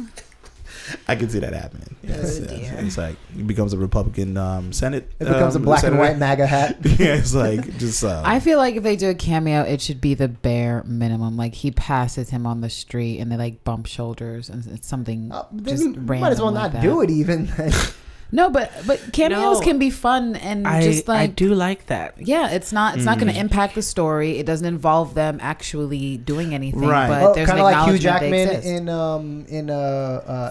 S3: I can see that happening. Yes,
S5: Oh,
S3: yes.
S5: dear.
S3: it's like it becomes a Republican um, Senate.
S4: It becomes
S3: um,
S4: a black and
S3: senator.
S4: white MAGA hat.
S3: yeah, it's like just uh,
S1: I feel like if they do a cameo, it should be the bare minimum. Like he passes him on the street and they like bump shoulders and it's something
S3: Oh,
S4: Uh, then
S1: just
S4: you
S1: random.
S4: might as well
S1: like
S4: not
S1: that.
S4: do it even.
S1: No, but but cameos
S2: No.
S1: can be fun and
S2: I,
S1: just like
S2: I do like that.
S1: Yeah, it's not it's not
S3: Hmm.
S1: going to impact the story. It doesn't involve them actually doing anything.
S3: Right.
S1: But
S4: oh,
S1: there's
S4: kind
S1: an
S4: of like Hugh
S1: acknowledgement
S4: Jackman
S1: they exist.
S4: in um in uh,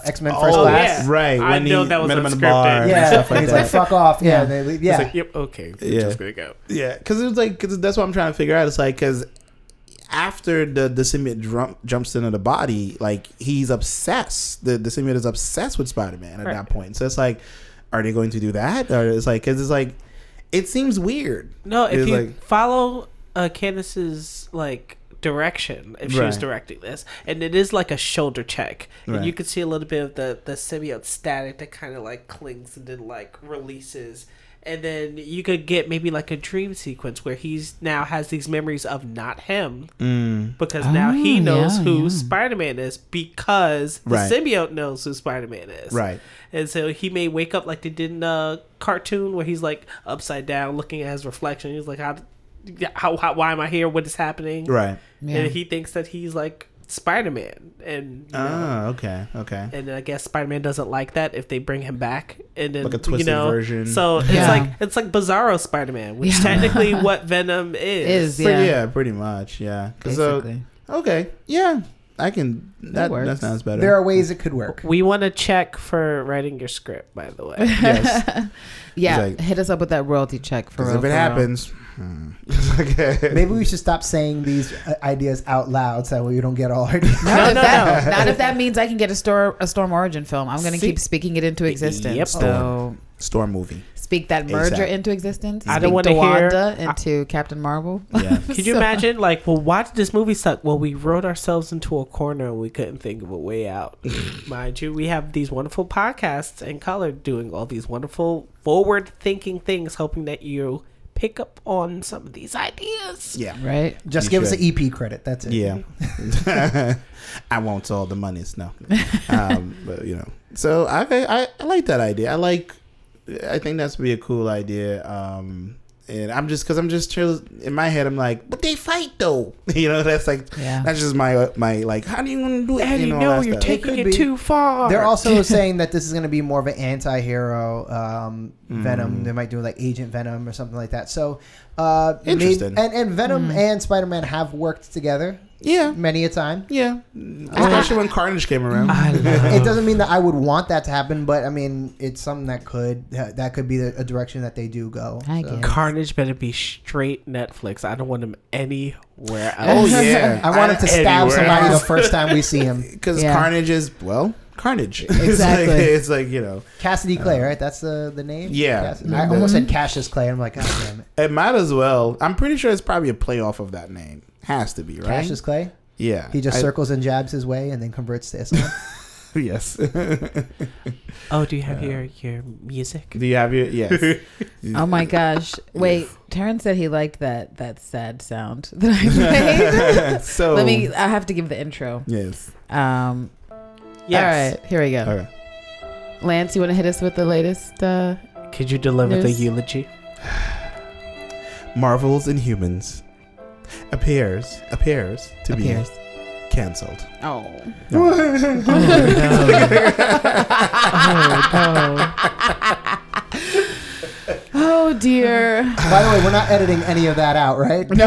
S4: uh X Men
S3: Oh,
S4: First
S3: yeah.
S4: Class.
S3: right.
S2: I
S3: when
S2: know
S3: he
S2: that was
S3: met him in the
S2: unscripted.
S3: bar
S4: Yeah,
S3: and stuff
S4: and
S3: like
S4: he's
S3: that.
S4: like fuck off. Yeah,
S1: Yeah.
S4: they leave. Yeah,
S2: Yep. Okay. We're
S3: Yeah.
S2: just gonna go.
S3: Yeah, because it was like cause that's what I'm trying to figure out. It's like because after the the symbiote jump, jumps into the body, like he's obsessed. The the symbiote is obsessed with Spider Man at
S2: Right.
S3: that point. So it's like, are they going to do that? Or it's like because it's like it seems weird.
S2: No, if
S3: It's
S2: you
S3: like-
S2: follow uh, Candace's like direction, if she was
S3: Right.
S2: directing this, and it is like a shoulder check, and you
S3: Right.
S2: can see a little bit of the the symbiote static that kind of like clings and then like releases. And then you could get maybe like a dream sequence where he's now has these memories of not him
S3: Mm.
S2: because now he
S1: Oh,
S2: knows
S1: yeah,
S2: who
S1: yeah.
S2: Spider Man is because the
S3: Right.
S2: symbiote knows who Spider Man is.
S3: Right.
S2: And so he may wake up like they did in a cartoon where he's like upside down looking at his reflection. He's like, how, how, how why am I here? What is happening?
S3: Right.
S1: Yeah.
S2: And he thinks that he's like Spider Man. And, you know,
S3: Oh, okay. Okay.
S2: and I guess Spider Man doesn't like that if they bring him back. And then,
S3: Like a
S2: you
S3: twisted
S2: know,
S3: version.
S2: So it's
S1: Yeah.
S2: like, it's like Bizarro Spider Man, which
S1: Yeah.
S2: technically what Venom is.
S1: Is
S3: But
S1: yeah,
S3: yeah. pretty much. Yeah. 'Cause, uh,
S1: basically.
S3: okay. Yeah. I can. That, that
S1: works.
S3: sounds better.
S4: there are ways it could work.
S2: We want to check for writing your script, by the way.
S3: yes.
S1: yeah,
S3: like-
S1: hit us up with that royalty check for
S3: Because
S1: real.
S3: if it
S1: for real.
S3: happens, hmm. okay.
S4: Maybe we should stop saying these uh, ideas out loud so that way we don't get all our. Ideas.
S1: Not,
S2: No,
S1: if
S2: no,
S1: that,
S2: no.
S1: not if that means I can get a storm a storm origin film. I'm going to
S2: See-
S1: keep speaking it into existence.
S2: Yep.
S1: So
S3: Storm movie.
S1: speak that merger
S3: ASAP.
S1: into existence.
S2: I don't
S1: Speak
S2: wanna hear-
S1: Dawanda into Captain Marvel.
S3: Yeah.
S2: Could you
S1: So-
S2: imagine? Like, well, why did this movie suck? Well, we wrote ourselves into a corner and we couldn't think of a way out. Mind you, we have these wonderful podcasts and color doing all these wonderful forward thinking things, hoping that you pick up on some of these ideas.
S3: yeah.
S1: Right?
S4: Just
S3: You
S4: give us
S3: should.
S4: an EP credit. That's it.
S3: Yeah. I want all the monies. No. Um, but, you know. So, okay. I, I like that idea. I like, I think that's be a cool idea. Um, and I'm just, because I'm just chill. In my head, I'm like, but they fight though. You know, that's like,
S1: Yeah.
S3: that's just my, my, like, how do you want to do it?
S2: And you
S3: all
S2: know,
S3: that
S2: you're
S3: stuff.
S2: taking
S4: could
S2: it
S4: be.
S2: too far.
S4: They're also saying that this is going to be more of an anti-hero um,
S3: Mm.
S4: Venom. They might do like Agent Venom or something like that. So, uh, may-
S3: Interesting.
S4: and and Venom
S1: Mm.
S4: and Spider-Man have worked together
S3: Yeah.
S4: many a time.
S3: Yeah. Especially when Carnage came around.
S4: It doesn't mean that I would want that to happen, but I mean, it's something that could that could be the, a direction that they do go.
S1: I get it.
S2: Carnage better be straight Netflix. I don't want him anywhere
S3: oh,
S2: else.
S3: yeah.
S4: I want him to stab
S3: Anywhere
S4: somebody the
S3: else.
S4: first time we see him.
S3: because
S1: Yeah.
S3: Carnage is well, Carnage. it's, like,
S1: Exactly.
S3: it's like you know,
S4: Cassidy Clay, right? That's the the name.
S3: Uh, Yeah.
S4: Cassidy. I almost said Cassius Clay. I'm like, God damn it,
S3: it might as well. I'm pretty sure it's probably a playoff of that name. Has to be right.
S4: Cassius Clay.
S3: yeah,
S4: He just
S3: I-
S4: circles and jabs his way and then converts to Islam.
S3: yes.
S2: Oh, do you have your your music?
S3: Do you have your yes?
S1: Oh my gosh. Wait, Terrence said he liked that that sad sound that I made.
S3: so
S1: Let me I have to give the intro.
S3: Yes.
S1: Um
S2: Yes.
S1: all right, here we go.
S3: Okay.
S1: Lance, you wanna hit us with the latest uh
S2: Could you deliver the
S1: There's-
S2: eulogy?
S3: Marvels and Humans appears appears to
S1: appears?
S3: be canceled.
S1: Oh. Oh dear.
S4: By the way, we're not editing any of that out, right?
S1: No.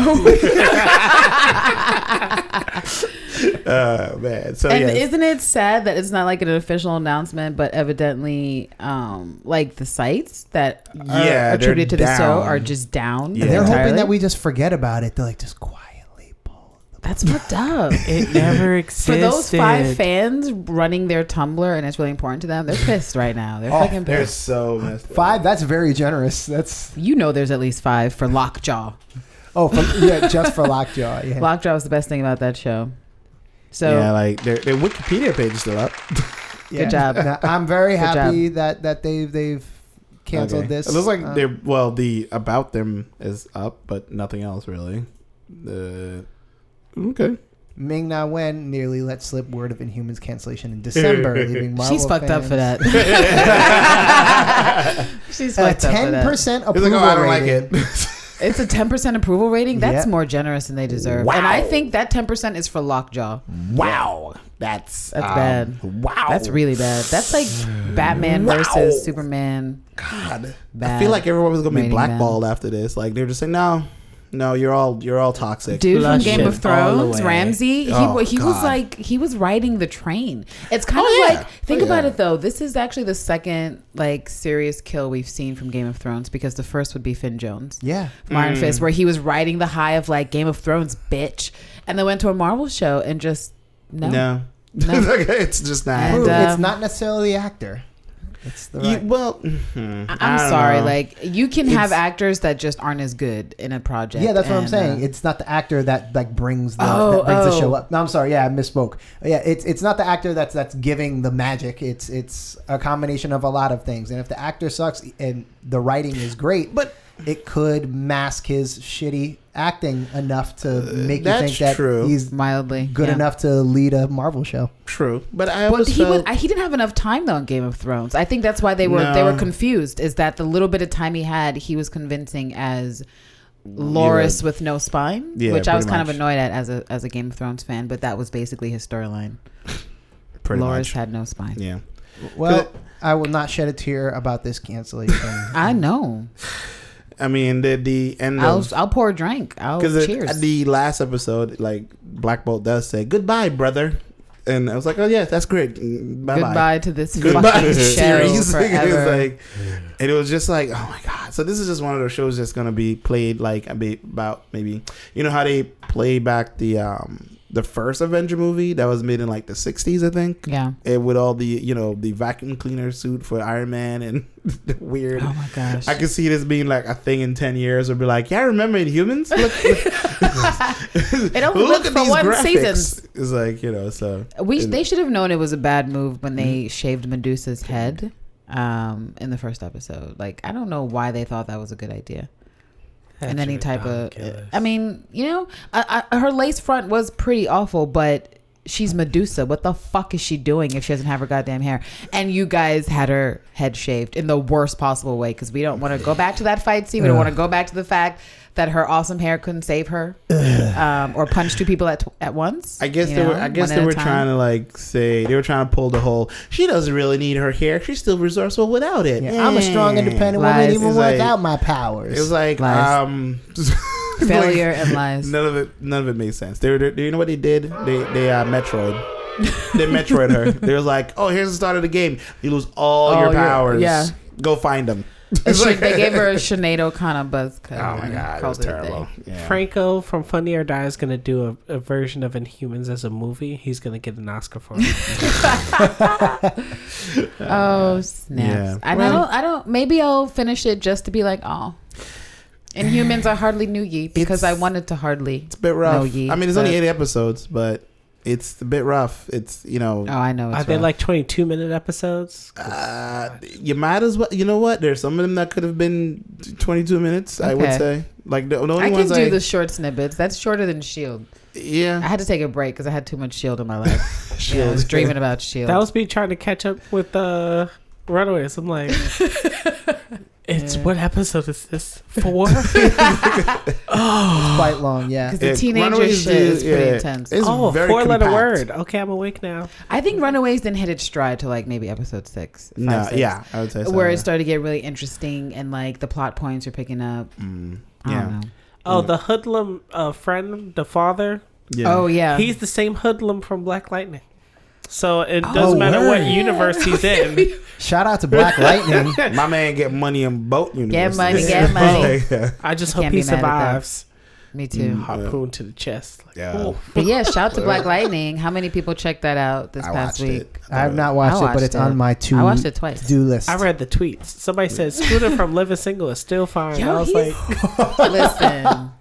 S3: Uh, man. So
S1: and
S3: yes.
S1: isn't it sad that it's not like an official announcement, but evidently, um, like the sites that are
S3: Yeah,
S1: attributed to
S3: they're
S1: the show
S3: down.
S1: are just down.
S3: Yeah.
S4: They're hoping
S1: entirely?
S4: that we just forget about it. They're like, just quietly pull the
S1: That's fucked up.
S2: It never existed.
S1: For those five fans running their Tumblr and it's really important to them, they're pissed right now. They're
S3: Oh,
S1: fucking
S3: they're
S1: pissed.
S3: so messed up.
S4: Five. That's very generous. That's
S1: You know there's at least five for Lockjaw.
S4: oh for, yeah, just for Lockjaw. Yeah.
S1: Lockjaw was the best thing about that show. So
S3: yeah, like their, their Wikipedia page is still up.
S4: Yeah.
S1: Good job.
S4: Now, I'm very
S1: Good
S4: happy that that they've they've canceled
S3: Okay.
S4: this.
S3: It looks like
S4: Uh,
S3: they're well, the about them is up, but nothing else really. The okay,
S4: Ming Na Wen nearly let slip word of Inhumans cancellation in December, leaving Marvel
S1: she's fucked up for
S4: fans
S1: that. she's
S4: A
S1: fucked up for
S4: uh, ten
S1: that.
S4: percent
S3: it's
S4: approval
S3: like oh, I don't like
S4: rating.
S3: it.
S1: It's a ten percent approval rating. That's
S4: Yeah.
S1: more generous than they deserve. And I think that ten percent is for Lockjaw.
S3: wow, that's um,
S1: That's bad.
S3: Wow,
S1: That's really bad. That's like Batman
S3: Wow.
S1: versus Superman.
S3: God. I
S1: bad
S3: feel like everyone was gonna be
S1: rating, man.
S3: blackballed after this. Like they were just saying, no, no, you're all you're all toxic.
S1: Dude from
S2: Flush
S1: Game
S2: it
S1: of
S2: all
S1: Thrones,
S2: away.
S1: Ramsey. He,
S3: Oh,
S1: wa- he was
S3: God.
S1: like he was riding the train. It's kind
S3: Oh,
S1: of
S3: yeah.
S1: like think
S3: Oh,
S1: about
S3: yeah.
S1: it though. This is actually the second like serious kill we've seen from Game of Thrones because the first would be Finn Jones.
S4: Yeah.
S3: Mm.
S1: from Iron Fist, where he was riding the high of like Game of Thrones, bitch, and then went to a Marvel show and just no.
S3: No,
S1: No.
S3: it's just not.
S1: And,
S4: Ooh,
S1: uh,
S4: it's not necessarily the actor. It's the
S3: You-
S4: right.
S3: well, hmm,
S1: I- I'm sorry.
S3: like.
S1: Like you can have
S3: It's-
S1: actors that just aren't as good in a project.
S4: yeah, that's what I'm
S1: and,
S4: saying.
S1: uh,
S4: It's not the actor that like brings the
S1: Oh,
S4: that brings the show
S1: oh.
S4: up. No, I'm sorry. Yeah, I misspoke. Yeah, it's it's not the actor that's that's giving the magic. It's it's a combination of a lot of things. And if the actor sucks and the writing is great,
S3: But-
S4: it could mask his shitty acting enough to make you
S3: that's
S4: think that
S3: true.
S4: he's
S1: mildly
S4: good
S1: yeah.
S4: enough to lead a Marvel show.
S3: True, but I
S1: But
S3: always
S1: he was,
S3: felt
S1: I- he didn't have enough time though in Game of Thrones. I think that's why they were they
S3: No.
S1: were confused. Is that the little bit of time he had, he was convincing as Loris with no spine,
S3: Mm, Yeah,
S1: which I was
S3: pretty
S1: kind
S3: much.
S1: of annoyed at as a as a Game of Thrones fan. But that was basically his storyline.
S3: pretty
S1: Loris
S3: much.
S1: had no spine.
S3: yeah,
S4: Well, I will not shed a tear about this cancellation.
S1: I know.
S3: I mean the the end
S1: I'll
S3: of
S1: I'll pour a drink. I'll
S3: because
S1: Oh, cheers.
S3: the last episode, like Black Bolt does say goodbye, brother, and I was like, oh yeah, that's great. Bye bye.
S1: Goodbye to this
S3: Goodbye
S1: fucking show
S3: series. it was
S1: forever.
S3: like, and it was just like, oh my god. So this is just one of those shows that's gonna be played like a bit about maybe you know how they play back the um the first Avenger movie that was made in like the sixties, I think.
S1: yeah.
S3: and with all the you know the vacuum cleaner suit for Iron Man and the weird.
S1: Oh my gosh.
S3: I could see this being like a thing in ten years, or be like, yeah, I remember in humans. Look, look,
S1: it only lived for one season.
S3: It's like you know, so
S1: We
S3: and-
S1: they should have known it was a bad move when they shaved Medusa's head um, in the first episode. Like I don't know why they thought that was a good idea. and any type of,
S2: eh,
S1: I mean, you know, I, I, her lace front was pretty awful, but she's Medusa. What the fuck is she doing if she doesn't have her goddamn hair? And you guys had her head shaved in the worst possible way because we don't want to go back to that fight scene. We don't want to go back to the fact that her awesome hair couldn't save her um, or punch two people at t- at once.
S3: I guess
S1: you
S3: they were.
S1: know,
S3: I guess
S1: one
S3: they
S1: at a
S3: were
S1: time.
S3: trying to like say they were trying to pull the whole. She doesn't really need her hair. She's still resourceful without it.
S4: Yeah, I'm a strong,
S3: Yeah.
S4: independent
S1: Lies.
S4: woman, even
S3: It's like-
S4: without my
S3: It was
S4: powers.
S3: like
S1: Lies.
S3: um
S1: failure
S3: like,
S1: and lies.
S3: None of it. None of it made sense. They were. They, you know what they did? They they uh, Metroid. they Metroid her. They was like, "Oh, here's the start of the game. You lose all
S1: All your-
S3: your powers.
S1: Oh, yeah.
S3: Go find them."
S1: She- they gave her a Sinead O'Connor buzz cut.
S3: Oh my
S1: and
S3: god, it
S1: called
S3: was
S1: a day.
S3: terrible. Yeah.
S2: eh. Franco from Funny or Die is gonna do a, a version of Inhumans as a movie. He's gonna get an Oscar for it.
S1: Oh snaps!
S3: Yeah.
S1: I
S3: Well-
S1: don't. I don't. Maybe I'll finish it just to be like, oh. Inhumans, I hardly knew ye because I
S3: It's-
S1: wanted to hardly.
S3: It's a bit rough.
S1: No, ye,
S3: I mean, it's only
S1: but-
S3: eight episodes, but it's a bit rough. It's you know.
S1: Oh, I know. It's
S2: Are they
S1: rough.
S2: like twenty-two minute episodes?
S3: Uh, you might as well. You know what? There's some of them that could have been 22 minutes. I would
S1: Okay.
S3: say, like the, the only
S1: I can
S3: ones
S1: do
S3: I
S1: the short snippets. That's shorter than Shield. E I
S3: yeah.
S1: had to take a break because I had too much Shield in my life.
S3: E
S1: Yeah, I E was dreaming about Shield.
S2: That was me trying to catch up with uh, Runaways. I'm like, it's
S1: Yeah.
S2: what episode is this? Four?
S4: It's quite long, yeah.
S1: because the
S3: Yeah,
S1: teenager
S3: Runaways
S1: shit is
S3: is-
S1: pretty
S3: yeah.
S1: intense.
S3: It's
S2: oh,
S3: very
S2: four letter
S3: compact.
S2: word. Okay, I'm awake now.
S1: I think Runaways didn't hit its stride to like maybe episode six. five,
S3: No,
S1: six.
S3: yeah, I would say so,
S1: where
S3: yeah.
S1: it started to get really interesting and like the plot points are picking up.
S3: Mm,
S1: I
S3: yeah.
S1: don't know.
S2: Oh,
S1: Mm.
S2: the hoodlum uh, friend, the father.
S3: yeah.
S1: Oh yeah,
S2: He's the same hoodlum from Black Lightning. So it
S1: Oh,
S2: doesn't matter what
S1: word.
S2: universe he's in.
S4: Shout out to Black Lightning.
S3: My man get money in boat universities.
S1: money, get money.
S3: yeah.
S2: I just
S1: I
S2: hope
S1: can't
S2: he
S1: be mad at that.
S2: survives.
S1: Me
S3: Mm,
S1: too.
S4: Mm.
S2: harpoon to the chest. Like,
S6: Yeah.
S2: oh,
S1: But yeah, shout to Black Lightning. How many people checked that out this
S6: I
S1: past
S6: watched
S1: week?
S6: it. I
S4: I
S3: Uh,
S4: have
S6: thought
S4: not watched,
S1: I
S4: it, but it's on my
S1: I
S4: to
S1: watched it twice.
S4: do list.
S2: I read the tweets. Somebody said Scooter from Living Single is still fine.
S1: Yo,
S2: I was
S1: he's-
S2: like,
S1: Listen,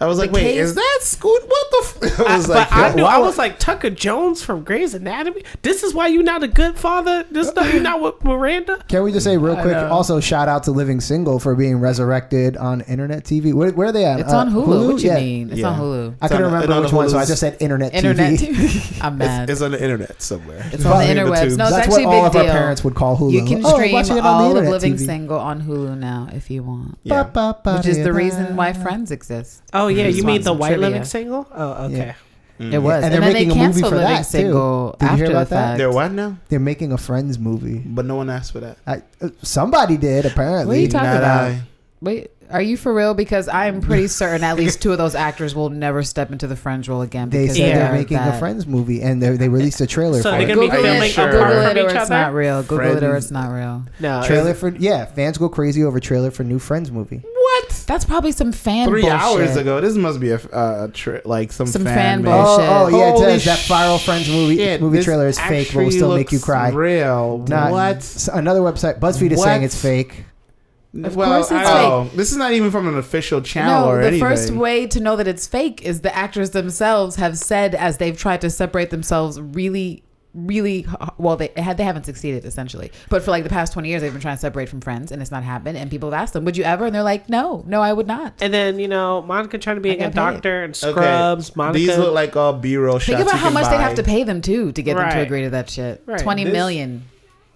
S3: I was like,
S1: The
S3: wait,
S1: case-
S3: is that Scoot? What the? F-? I
S2: I,
S3: was
S2: but
S3: like,
S2: I knew
S3: why
S2: I
S3: would-
S2: was like Tucker Jones from Grey's Anatomy. This is why you not a good father. This is why you not with Miranda.
S4: Can we just say real quick?
S2: know.
S4: Also, shout out to Living Single for being resurrected on internet TV. Where, where are they at?
S1: it's
S4: Uh,
S1: on Hulu. What you
S4: Yeah.
S1: mean? It's on
S3: Yeah.
S1: Hulu.
S4: I
S3: It's
S4: couldn't
S3: on- it's
S4: remember
S3: on
S4: which one, so I
S3: Hulu's
S4: just said internet,
S1: Internet.
S4: TV.
S1: TV. I'm mad. It's,
S3: it's, it's on the internet somewhere.
S1: on the
S4: probably
S3: in the
S1: interwebs.
S3: tubes.
S1: No, it's
S4: That's
S1: actually
S4: what
S1: a
S4: all
S1: big
S4: of
S1: deal.
S4: our parents would call Hulu.
S1: you can
S4: Oh, I'm
S1: stream
S4: watching it on the
S1: all of
S4: internet
S1: Living
S4: TV.
S1: Single on Hulu now if you want,
S3: Yeah.
S4: Ba, ba, ba,
S1: which is the
S4: da,
S1: reason
S4: da.
S1: why Friends exists.
S2: Oh yeah,
S1: Just
S2: you
S1: want
S2: mean the
S1: some
S2: white
S1: trivia.
S2: living single? Oh okay.
S4: Yeah.
S3: Mm-hmm.
S1: It was,
S4: And
S1: and, then
S4: they're
S1: they
S4: making a movie
S1: canceled
S4: for
S1: Living
S4: that, too.
S1: Single
S4: Did you
S1: after
S4: hear
S1: the
S4: about that?
S1: fact.
S3: They're what now?
S4: They're making a Friends movie.
S3: But no one asked for that.
S4: I, uh, somebody
S1: What are
S4: did
S1: you
S4: apparently.
S1: talking
S3: Not
S1: about?
S3: I.
S1: Wait, are you for real? Because I am pretty certain at least two of those actors will never step into the Friends role again.
S4: They
S1: because
S4: said
S2: Yeah.
S4: they're making a
S1: that.
S4: Friends movie, and they they released a trailer.
S2: So
S4: for
S2: they're
S4: it.
S2: gonna be
S1: Google
S2: filming
S1: it,
S3: sure.
S2: apart
S1: Google
S2: from
S1: it or
S2: each
S1: it's
S2: other.
S1: not real. Google it or
S3: Friends.
S1: it's not real.
S2: No,
S4: trailer for yeah, fans go crazy over trailer for new Friends movie.
S3: What?
S1: That's probably some fan
S3: Three
S1: bullshit.
S3: hours ago. This must be a f- uh, tri- like some,
S1: Some fan
S3: fan, made.
S1: bull-
S3: Oh,
S4: Oh, oh yeah, it
S3: Holy
S4: says that viral Friends movie
S3: shit,
S4: movie
S3: this
S4: trailer is fake, but will
S3: actually
S4: still make you
S3: looks
S4: cry.
S3: Real?
S4: Not-
S3: what?
S4: s- Another website, BuzzFeed is saying
S3: What?
S4: it's fake.
S1: Of
S3: well,
S1: course it's
S3: I- oh, this is not even from an official channel
S1: no,
S3: or
S1: the
S3: anything.
S1: first way to know that it's fake is the actors themselves have said as they've tried to separate themselves really really h- well they had they haven't succeeded essentially but for like the past 20 years they've been trying to separate from friends and it's not happened and people have asked them would you ever and they're like no no i would not
S2: And then you know Monica trying to be
S1: I
S2: a good
S1: got paid.
S2: doctor and
S3: Okay,
S2: Scrubs. Monica.
S3: These look like all B-roll shots.
S1: think about
S3: you
S1: how
S3: can
S1: much
S3: buy.
S1: they'd have to pay them too to get them to
S2: Right.
S1: agree to that shit
S2: Right.
S1: Twenty
S3: This-
S1: million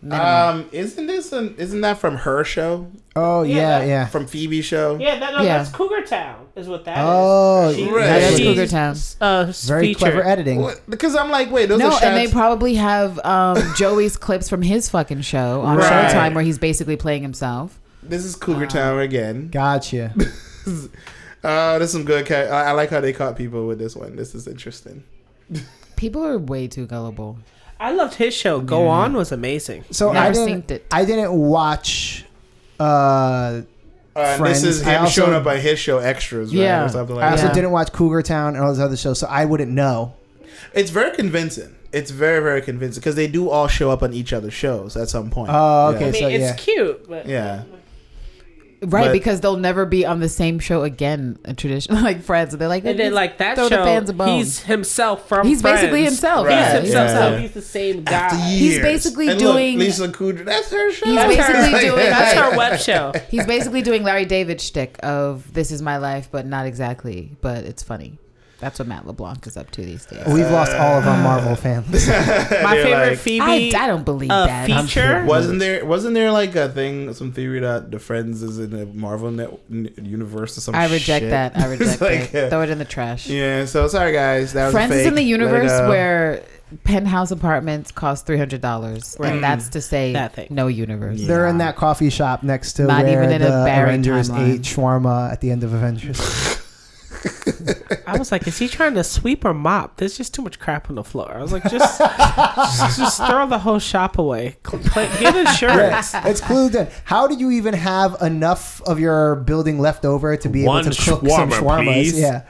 S1: minimum.
S3: Um, isn't this an, isn't that from her show?
S4: Oh
S2: Yeah,
S4: yeah,
S2: that-
S4: yeah.
S3: From Phoebe's show?
S2: yeah, that, no,
S1: Yeah.
S2: that's Cougar Town is what that is.
S4: Oh,
S2: She-
S3: Right. Yeah, that's
S2: she's,
S1: Cougar Town.
S2: Uh,
S4: Very
S2: featured.
S4: clever editing.
S3: What- Because I'm like, wait, those
S1: no,
S3: are shots.
S1: and they probably have um, Joey's clips from his fucking show on
S3: Right.
S1: Showtime where he's basically playing himself.
S3: this is Cougar Town again.
S4: Gotcha.
S3: Oh, this is some good. Ca- I, I like how they caught people with this one. This is interesting.
S1: People are way too gullible.
S2: I loved his show. Go on was amazing.
S4: So
S1: Never
S4: I
S1: synced
S4: didn't.
S1: it.
S4: I didn't watch. Uh,
S3: Uh, and this
S4: Friends.
S3: is
S4: I
S3: him
S4: also-
S3: showing up on his show extras, right?
S1: Yeah.
S3: Or something
S4: I
S3: like
S4: also
S1: Yeah.
S3: that.
S4: didn't watch Cougar Town and all those other shows, so I wouldn't know.
S3: It's very convincing. It's very, very convincing because they do all show up on each other's shows at some point.
S4: Oh,
S3: Yeah.
S4: okay.
S2: I mean,
S4: so
S2: it's
S4: yeah.
S2: cute, but
S3: Yeah.
S1: Right,
S3: But-
S1: because they'll never be on the same show again. A tradition like Friends, they're like,
S2: and then like that
S1: throw
S2: show,
S1: the fans a bone.
S2: he's himself from.
S1: He's basically
S2: Friends.
S1: himself,
S3: Right.
S2: He's
S1: yeah.
S2: himself.
S3: Yeah.
S2: So he's the same guy.
S1: He's basically
S3: And look,
S1: doing-
S3: Lisa Kudrow. That's her show.
S1: He's
S2: That's
S1: basically
S2: her,
S1: doing-
S2: That's her web show.
S1: He's basically doing Larry David shtick of "This is my life," but not exactly. But it's funny. That's what Matt LeBlanc is up to these days.
S4: We've lost all of our Marvel fans.
S2: My
S3: They're
S2: favorite
S3: like-
S1: I,
S2: Phoebe
S1: I don't believe
S2: uh,
S1: that. I'm-
S2: feature.
S3: Wasn't there? Wasn't there like a thing? Some theory that the Friends is in the Marvel net, n- universe or some.
S1: I reject
S3: shit?
S1: that. I
S3: It's
S1: reject
S3: like,
S1: it.
S3: uh,
S1: Throw it in the trash.
S3: Yeah. So sorry, guys. That was
S1: Friends
S3: a
S1: is in
S3: fake.
S1: the
S3: Let it
S1: universe
S4: uh,
S3: go.
S1: where penthouse apartments cost three hundred dollars,
S2: Right.
S1: and that's to say
S2: Mm-hmm. That thing.
S1: no universe.
S3: Yeah.
S4: They're in that coffee shop next to
S1: Not
S4: where
S1: even in a
S4: the
S1: Barry
S4: Avengers
S1: timeline.
S4: ate shawarma at the end of Avengers.
S2: I was like, is he trying to sweep or mop? There's just too much crap on the floor. I was like, just just, just throw the whole shop away. Compl- Get insurance.
S4: it's clued in. How do you even have enough of your building left over to be
S6: One
S4: able to cook some
S6: shawarma,
S4: shawarmas?
S6: please.
S4: Yeah.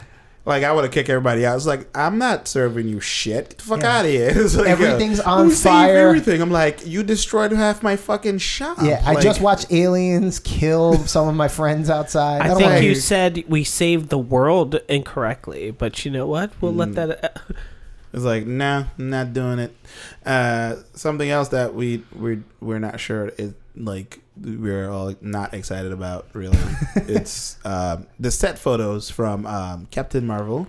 S3: Like I would have kicked everybody out. It's like I'm not serving you shit. Get the fuck
S4: Yeah.
S3: out of here. It's like, uh,
S4: Everything's on
S3: who saved
S4: fire.
S3: Everything. I'm like, you destroyed half my fucking shop.
S4: Yeah, I
S3: Like,
S4: just watched Aliens kill some of my friends outside. I,
S2: I
S4: don't
S2: think
S4: like
S2: you said we saved the world incorrectly, but you know what? We'll
S3: Mm.
S2: let that. uh,
S3: It's like, nah, I'm not doing it. Uh, something else that we we we're not sure is like we're all not excited about really. it's um, the set photos from um, Captain Marvel.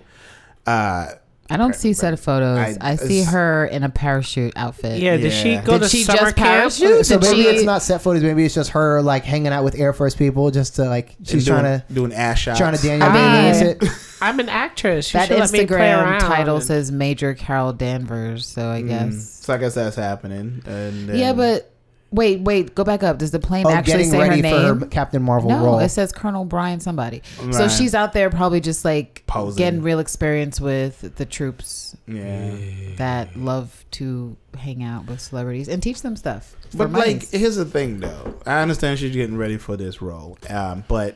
S3: Uh,
S1: I don't see set of photos. I,
S3: I-
S1: see
S3: it's-
S1: her in a parachute outfit.
S2: Yeah, did she
S3: Yeah.
S2: go
S1: Did
S2: to
S1: she
S2: summer
S1: just
S2: camp?
S1: parachute?
S4: So
S1: Did
S4: maybe
S1: she?
S4: it's not set footage. Maybe it's just her like hanging out with Air Force people, just to like she's
S3: doing,
S4: trying to
S3: doing ass shots.
S4: trying to Daniel
S1: I
S4: Day-Lewis
S1: mean-
S4: it.
S2: I'm an actress. You
S1: that
S2: should let me play
S1: Instagram
S2: around.
S1: title
S2: And-
S1: says Major Carol Danvers, so
S4: Mm,
S1: I guess.
S3: Mm, So I guess that's happening. And then-
S1: Yeah, but wait, wait, go back up. Does the plane
S4: Oh,
S1: actually
S4: getting
S1: say her
S4: ready
S1: name?
S4: for her Captain Marvel
S1: no,
S4: role.
S1: it says Colonel Brian somebody. So
S3: Right.
S1: she's out there probably just like
S3: Posing.
S1: getting real experience with the troops
S3: yeah.
S1: that love to hang out with celebrities and teach them stuff. for
S3: But like,
S1: monies.
S3: here's the thing, though. I understand she's getting ready for this role, um, but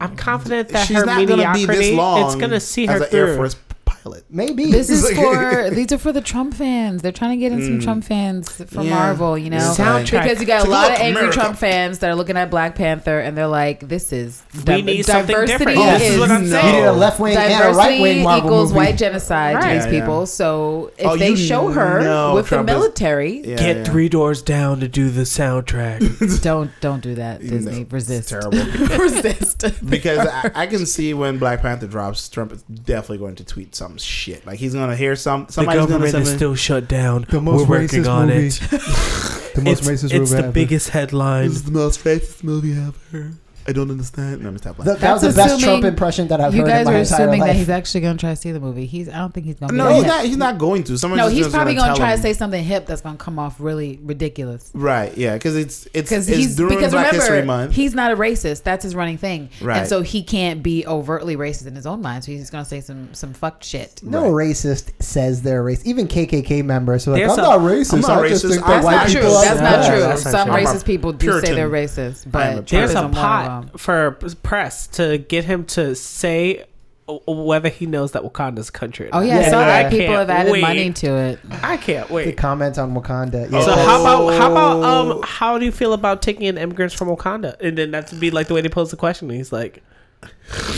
S2: I'm confident that
S3: She's
S2: her
S3: not going to be
S2: mediocrity
S3: this long.
S2: it's gonna see her
S3: as an
S2: through.
S3: Air Force pilot.
S4: Maybe
S1: This is
S3: like-
S1: for these are for the Trump fans. They're trying to get in some
S3: Mm.
S1: Trump fans from
S3: Yeah.
S1: Marvel, you know.
S3: This is how-
S2: Soundtrack.
S1: because you got a
S3: Take a
S1: lot of
S3: look,
S1: angry
S3: America.
S1: Trump fans that are looking at Black Panther and they're like, "This is
S2: we
S1: di-
S2: need something different.
S3: Oh,
S4: is-
S2: this is what I'm
S3: no.
S4: you did a
S2: saying.
S4: left wing and a right
S1: diversity
S4: wing Marvel
S1: equals
S4: movie.
S1: white genocide
S2: Right.
S1: to these
S3: Yeah, yeah.
S1: people. So if
S3: Oh,
S1: they
S3: you
S1: show her
S3: know
S1: with
S3: Trump
S1: the
S3: is-
S1: military,
S3: Yeah,
S2: Get
S3: yeah.
S2: three doors down to do the soundtrack.
S1: don't don't do that.
S3: You
S1: Disney
S3: know, It's
S1: resist,
S3: terrible.
S1: resist.
S3: because I, I can see when Black Panther drops, Trump is definitely going to tweet some shit. Like he's going to hear some
S2: the
S3: somebody's going to
S2: government
S3: send
S2: is
S3: him-
S2: still shut down.
S6: The most
S2: We're working
S6: racist
S2: on
S6: movie.
S2: it.
S6: The most
S2: it's
S6: racist
S2: it's
S6: movie
S2: the
S6: ever.
S2: biggest headline.
S3: the most racist movie ever. I don't understand. No, let me stop.
S4: Th- that was the
S1: That's
S4: best
S1: assuming-
S4: Trump impression that I've
S1: you
S4: heard
S1: guys
S4: in my
S1: are
S4: entire
S1: assuming that
S4: life.
S1: he's actually going to try to see the movie. He's I don't think he's going to.
S3: No,
S1: be
S3: he's
S1: that hip.
S3: not. He's not going to. Someone's
S1: No,
S3: just
S1: he's probably
S3: going to
S1: try
S3: tell
S1: to
S3: him.
S1: say something hip that's going to come off really ridiculous.
S3: Right. Yeah. Because it's it's
S1: Because
S3: it's
S1: he's
S3: during
S1: because
S3: Black History
S1: remember
S3: Month.
S1: he's not a racist. That's his running thing,
S3: Right.
S1: and so he can't be overtly racist in his own mind. So he's going to say some some fucked shit.
S4: no racist says they're racist. Even KKK members are like,
S2: There's
S4: I'm
S2: a-
S4: not racist.
S3: I'm not
S4: I just
S3: racist.
S4: think
S3: I'm
S4: that
S1: That's
S3: White
S1: not
S4: white
S1: true.
S4: people
S3: people-
S1: That's
S4: are
S1: not
S2: Yeah,
S1: true.
S2: that's not
S1: Some
S2: true.
S1: racist people do say
S3: Puritan.
S1: they're racist,
S3: I'm a
S1: but
S2: There's
S1: Trump
S2: a
S1: is one of them.
S2: pot for press to get him to say whether he knows that Wakanda's a country. or
S1: Oh
S2: not.
S1: yeah, I
S4: Yeah.
S1: saw that
S2: I
S1: people
S2: can't
S1: have added
S2: wait.
S1: money to it.
S2: I can't
S4: The
S2: wait.
S4: comment "Oh, on Wakanda. Yeah.
S2: So how about how about um
S3: Oh.
S2: how do you feel about taking in immigrants from Wakanda? And then that's be like the way they pose the question. And he's like,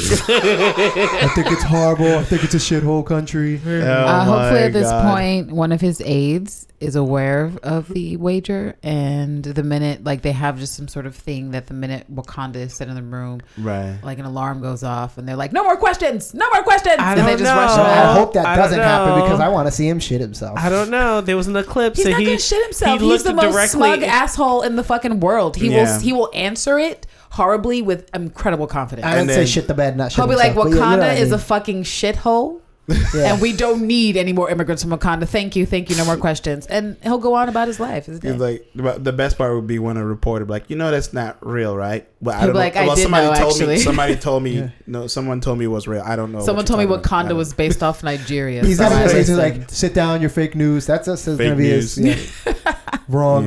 S6: I think it's horrible. I think it's a shithole country.
S3: Oh
S1: uh, hopefully, at this point, one of his aides is aware of, of the wager, and the minute like they have just some sort of thing that the minute Wakanda is set in the room,
S3: Right.
S1: like an alarm goes off, and they're like, "No more questions! No more questions!"
S2: I
S1: and they
S2: don't
S1: just rush
S2: know.
S1: him
S4: I
S1: out.
S4: hope that
S2: Oh, I don't
S4: doesn't happen
S2: know.
S4: because I want to see him shit himself.
S2: I don't know. There was an eclipse.
S1: He's
S2: and
S1: not
S2: he,
S1: gonna shit himself.
S2: He
S1: He's
S2: looked
S1: the most
S2: directly.
S1: smug asshole in the fucking world. He
S3: Yeah.
S1: will he will answer it horribly with incredible confidence.
S4: I
S3: And
S4: didn't say
S3: then-
S4: shit the bed, not shit.
S1: He'll be like,
S4: himself, but yeah, you know
S1: Wakanda
S4: what I
S1: is a
S4: mean.
S1: fucking shithole.
S4: Yeah.
S1: And we don't need any more immigrants from Wakanda. Thank you, thank you. No more questions. And he'll go on about his life. His day.
S3: He's like but the best part would be when a reporter be like, you know, that's not real, right? Well,
S1: He'll be like, I did know,
S3: told
S1: actually.
S3: me. Somebody told me.
S6: Yeah.
S3: No, someone told me it was real. I don't know.
S1: Someone
S3: Oh, what
S1: told me
S3: you're talking about.
S1: Wakanda was based off Nigeria.
S4: He's
S1: So
S4: not
S1: I
S4: gonna say
S1: listened.
S4: something like, "Sit down, your fake news." That's that's
S3: Fake
S4: going to be his
S3: news.
S4: yeah,
S3: I don't
S6: Wrong.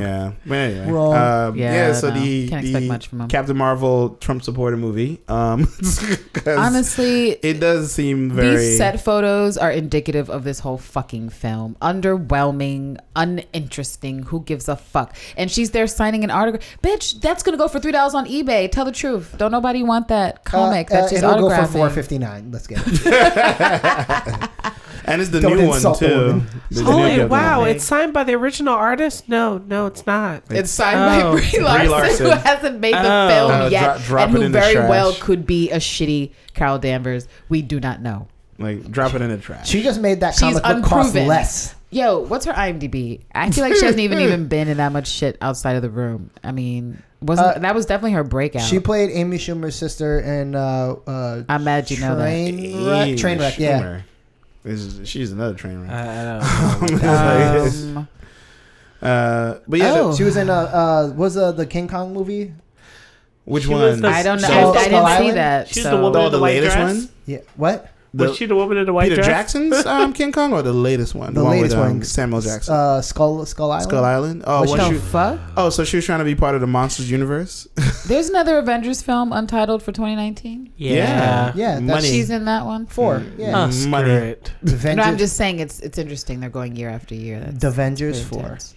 S3: know. Yeah. But anyway.
S4: Wrong.
S3: Um, yeah.
S1: Yeah,
S3: so
S1: no.
S3: the,
S1: Can't
S3: the
S1: expect much from him.
S3: Captain Marvel Trump supporter movie. Um, 'cause
S1: Honestly,
S3: it does seem very
S1: These set photos are indicative of this whole fucking film. Underwhelming, uninteresting. Who gives a fuck? And she's there signing an autograph. Bitch, that's gonna go for three dollars on eBay. Tell the truth. Don't nobody want that comic
S4: Uh, uh,
S1: that she's
S4: it'll go
S1: autographing.
S4: for four fifty nine. Let's get it.
S3: and it's the
S4: Don't
S3: new one
S4: insult the
S3: too.
S4: woman.
S3: The new
S2: Holy
S3: Captain
S2: wow!
S3: Marvel.
S2: It's signed by the original artist. No, no, it's not.
S1: It's signed by
S2: Oh.
S1: Brie Larson,
S3: Larson.
S1: who hasn't made the
S2: Oh.
S1: film
S3: Uh,
S1: yet,
S3: dro- drop
S1: and
S3: it
S1: who
S3: in the
S1: very
S3: trash.
S1: well could be a shitty Carol Danvers. We do not know.
S3: Like drop it in the trash.
S4: She just made that
S1: She's
S4: comic book cost
S1: unproven.
S4: less.
S1: Yo, what's her IMDb? I feel like she hasn't even even been in that much shit outside of the room. I mean, wasn't
S4: Uh,
S1: that was definitely her breakout?
S4: She played Amy Schumer's sister in uh, uh,
S1: I'm mad you know that.
S4: Train Wreck. Train wreck. Yeah.
S3: Schumer. This is, she's another train wreck.
S2: I don't know.
S1: Um,
S3: Uh, but yeah,
S1: Oh.
S4: She was in uh, uh was uh, the King Kong movie.
S3: which
S2: She was
S3: one?
S2: the-
S1: I don't know.
S3: So-
S1: I, I
S4: Skull
S1: didn't see
S4: Island?
S1: that.
S2: She's
S1: so.
S2: the woman in
S3: Oh,
S2: the,
S3: the
S2: white
S3: latest
S2: dress.
S3: one?
S4: Yeah, what?
S3: The-
S2: was she the woman in the white
S3: Peter
S2: dress?
S3: Jackson's um, King Kong or the latest one?
S4: The
S3: one
S4: latest
S3: with, um,
S4: one.
S3: Samuel Jackson.
S4: Uh, Skull Skull Island.
S3: Skull Island. Oh,
S4: What's
S3: when
S1: What the
S3: she-
S1: fuck?
S3: oh, so she was trying to be part of the monsters universe.
S1: There's another Avengers film untitled for 2019.
S2: Yeah.
S4: Yeah, that's
S3: money.
S1: She's in that one.
S4: Four.
S3: Hmm.
S4: Yeah.
S2: Oh,
S3: Money.
S2: screw it.
S4: The Avengers,
S1: No, I'm just saying it's it's interesting. They're going year after year. That's
S4: The Avengers
S1: pretty
S4: four.
S1: intense.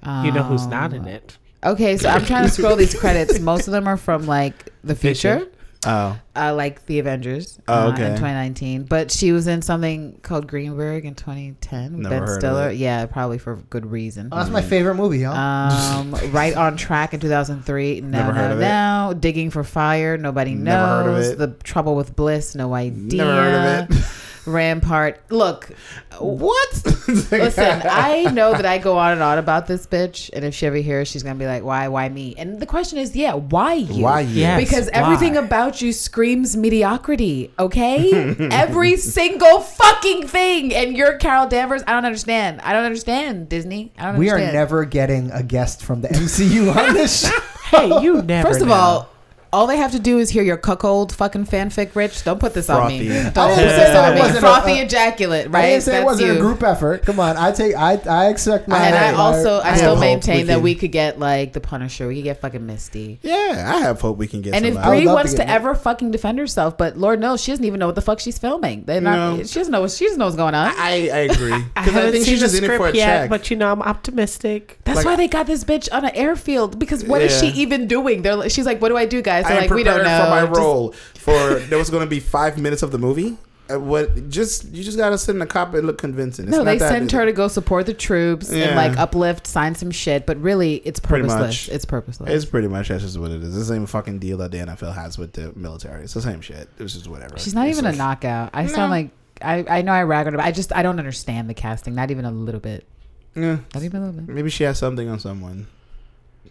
S3: yeah.
S2: You know who's
S1: Um,
S2: not in it?
S1: Okay, so I'm trying to scroll these credits. Most of them are from like the
S2: Vision.
S1: future,
S3: Oh,
S1: uh, like the Avengers
S3: Oh,
S1: uh,
S3: okay.
S1: in 2019. But she was in something called Greenberg in 2010.
S3: Never
S1: ben
S3: heard of
S1: Stiller.
S3: it.
S1: Yeah, probably for good reason.
S4: Oh, that's my favorite movie, y'all.
S1: Um, right on track in 2003. Now,
S3: Never
S1: now,
S3: heard of it.
S1: now. Digging for fire. Nobody
S3: Never heard of
S1: knows.
S3: it.
S1: The trouble with bliss. No idea.
S3: never heard of it.
S1: Rampart. Look,
S3: what?
S1: listen. I know that I go on and on about this bitch, and if she ever hears, she's gonna be like, "Why? Why me?" And the question is, yeah, why you?
S3: Why you?
S2: Yeah.
S1: Because
S2: Yes,
S1: everything
S2: why?
S1: about you screams mediocrity, okay? Every single fucking thing. And you're Carol Danvers. I don't understand. I don't understand, Disney. I don't
S4: we are
S1: understand.
S4: never getting a guest from the MCU on this show.
S2: Hey, you never.
S1: First of
S2: know.
S1: all, All they have to do is hear your cuckold fucking fanfic, Rich. Don't put this on me.
S3: Frothy.
S1: Don't
S4: I
S1: put
S4: didn't
S1: this
S4: say that
S1: on
S4: it
S1: me.
S4: wasn't a-
S1: Frothy
S4: a-
S1: ejaculate,
S4: I
S1: right?
S4: didn't say it wasn't a group effort. Come on, I take I I expect my.
S1: and I
S4: my-
S1: also, I
S3: I
S1: still
S3: have hope we
S1: maintain that
S3: can-
S1: we could get like the Punisher. We could get fucking Misty.
S3: Yeah, I have hope we can get.
S1: And if
S3: somebody.
S4: would
S1: Brie
S4: love to
S1: wants to,
S4: get Misty.
S1: ever fucking defend herself, but Lord knows she doesn't even know what the fuck she's filming. They're not,
S3: No.
S1: She doesn't know. what- She doesn't know what's going on.
S3: I, I agree because I,
S2: haven't
S3: think
S2: seen the
S3: she's just in it for a
S2: script yet,
S3: check.
S2: But you know, I'm optimistic.
S1: That's
S3: Like-
S1: why they got this bitch on an airfield because what is
S3: Yeah.
S1: she even doing? They're like, she's like, what do I do, guys?
S3: I
S1: They're
S3: am
S1: like, we
S3: prepared
S1: don't know.
S3: for my
S1: Just-
S3: role. For there was going to be five minutes of the movie. Uh, what? Just you just got to sit in the cop and look convincing. It's
S1: no,
S3: not
S1: they
S3: that-
S1: send her to go support the troops and
S3: Yeah.
S1: like uplift, sign some shit, but really it's
S3: Pretty
S1: purposeless.
S3: much.
S1: It's purposeless.
S3: It's pretty much that's just what it is. It's the same fucking deal that the NFL has with the military. It's the same shit. It's just whatever.
S1: She's not
S3: It's
S1: even a
S3: like-
S1: knockout. I sound like I, I know I rag on her, but I just I don't understand the casting. Not even a little bit.
S3: Yeah,
S1: Not even a little bit.
S3: maybe she has something on someone.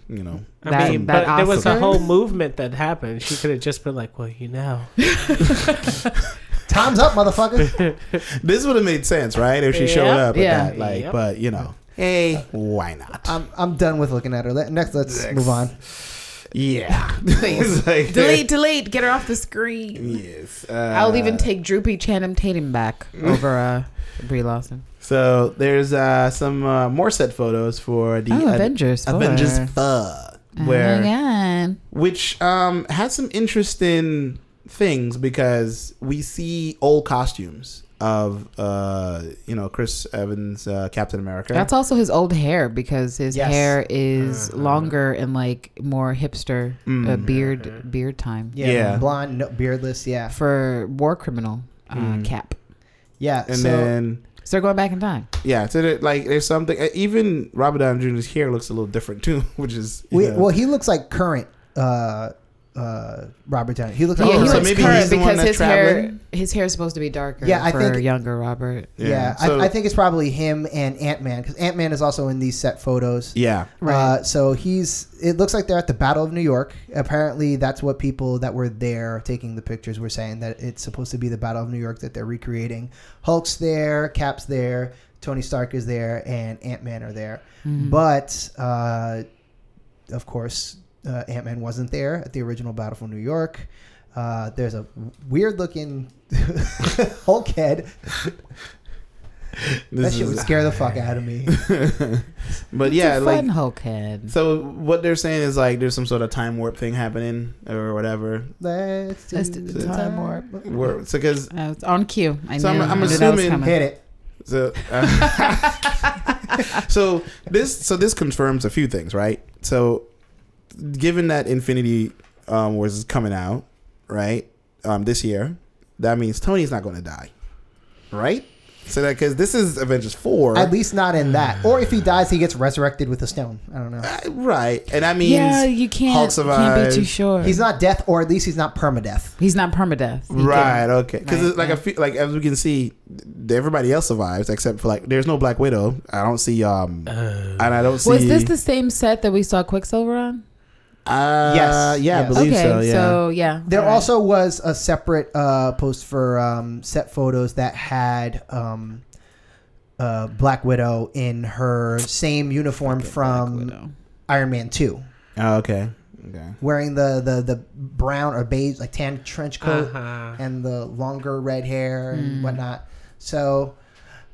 S3: You know,
S2: I
S1: That-
S2: mean,
S1: that
S2: but there was a
S1: Oscar.
S2: whole movement that happened. She could have just been like, "Well, you know,
S4: time's up, motherfucker.
S3: this would have made sense, right? If she showed
S2: Yep.
S3: up,
S1: Yeah.
S3: at that, like,
S2: Yep.
S3: but you know, hey, why not?
S4: I'm I'm done with looking at her. Let- Next, let's
S3: Next.
S4: move on.
S3: Yeah,
S1: Please.
S3: It's like-
S1: delete, delete, get her off the screen.
S3: Yes, uh,
S1: I'll even take Droopy Channing Tatum back over uh Brie Lawson.
S3: So there's uh, some uh, more set photos for the
S1: Oh,
S3: Ad-
S1: Avengers Uh, 4.
S3: Avengers Fuh, where
S1: oh my God.
S3: which um, has some interesting things because we see old costumes of uh, you know Chris Evans uh, Captain America.
S1: That's also his old hair because his
S4: Yes.
S1: hair is
S3: Mm-hmm.
S1: longer and like more hipster uh, beard beard time
S4: Yeah,
S3: Mm. Yeah.
S4: blonde, no, beardless. Yeah,
S1: for war criminal uh,
S3: Mm.
S1: cap.
S4: yeah.
S3: and
S4: so
S3: then
S1: So they're going back in time.
S3: yeah, so there, like there's something. uh, Even Robert Downey Jr.'s hair looks a little different too, which is you
S4: we,
S3: know.
S4: well, he looks like current uh, uh, Robert Downey. He looks like
S1: yeah, he
S3: so
S1: looks
S3: maybe
S1: current
S3: he's the one
S1: because
S3: that's
S1: his hair
S3: traveling?
S1: his hair is supposed to be darker.
S4: Yeah, I
S1: for
S4: think-
S1: younger Robert.
S4: Yeah,
S3: so-
S4: I, I think it's probably him and Ant Man because Ant Man is also in these set photos.
S3: yeah.
S4: Uh, so he's. It looks like they're at the Battle of New York. Apparently, that's what people that were there taking the pictures were saying that it's supposed to be the Battle of New York that they're recreating. Hulk's there, Cap's there, Tony Stark is there, and Ant Man are there.
S1: Mm-hmm.
S4: But uh, of course, uh, Ant Man wasn't there at the original Battle for New York. Uh, there's a weird looking Hulk head. That
S3: This
S4: shit
S3: is-
S4: would scare the fuck out of me.
S3: but
S1: It's
S3: yeah,
S1: a
S3: like
S1: fun Hulk head.
S3: So what they're saying is like there's some sort of time warp thing happening or whatever.
S4: Let's do
S1: Let's do the time warp.
S3: Where, so because
S1: Uh, it's on cue. I
S3: So
S1: knew.
S3: I'm- I'm
S1: I knew that was
S3: assuming-
S1: coming.
S4: Hit it.
S3: so, uh, so this so this confirms a few things, right? So given that Infinity um, was coming out right um, this year, that means Tony's not going to die, right? So that because this is Avengers four,
S4: At least not in that. Or if he dies, he gets resurrected with a stone. I don't know.
S3: Uh, right? And that means
S1: yeah, you
S3: Hulk
S1: can't, you can't
S3: survives.
S1: be too sure.
S4: He's
S1: He's not,
S4: not death, or at least he's not permadeath.
S1: he's not permadeath. He
S3: Right. Okay. Because
S1: Right,
S3: it's like a
S1: right.
S3: few, like as we can see, th- everybody else survives except for like there's no Black Widow. I don't see um,
S2: Uh,
S3: and I don't see.
S1: Can, was this the same set that we saw Quicksilver on?
S3: Uh,
S4: Yes.
S3: yes. Yeah,
S4: Yes.
S3: I believe
S1: okay,
S3: so. Yeah.
S1: yeah.
S4: There
S1: All right.
S4: also was a separate uh, post for um, set photos that had um, uh, Black Widow in her same uniform
S1: Black
S4: from
S1: Widow.
S4: Iron Man Two,
S3: Oh, okay. Okay.
S4: wearing the, the the brown or beige like tan trench coat
S2: uh-huh.
S4: and the longer red hair and whatnot. So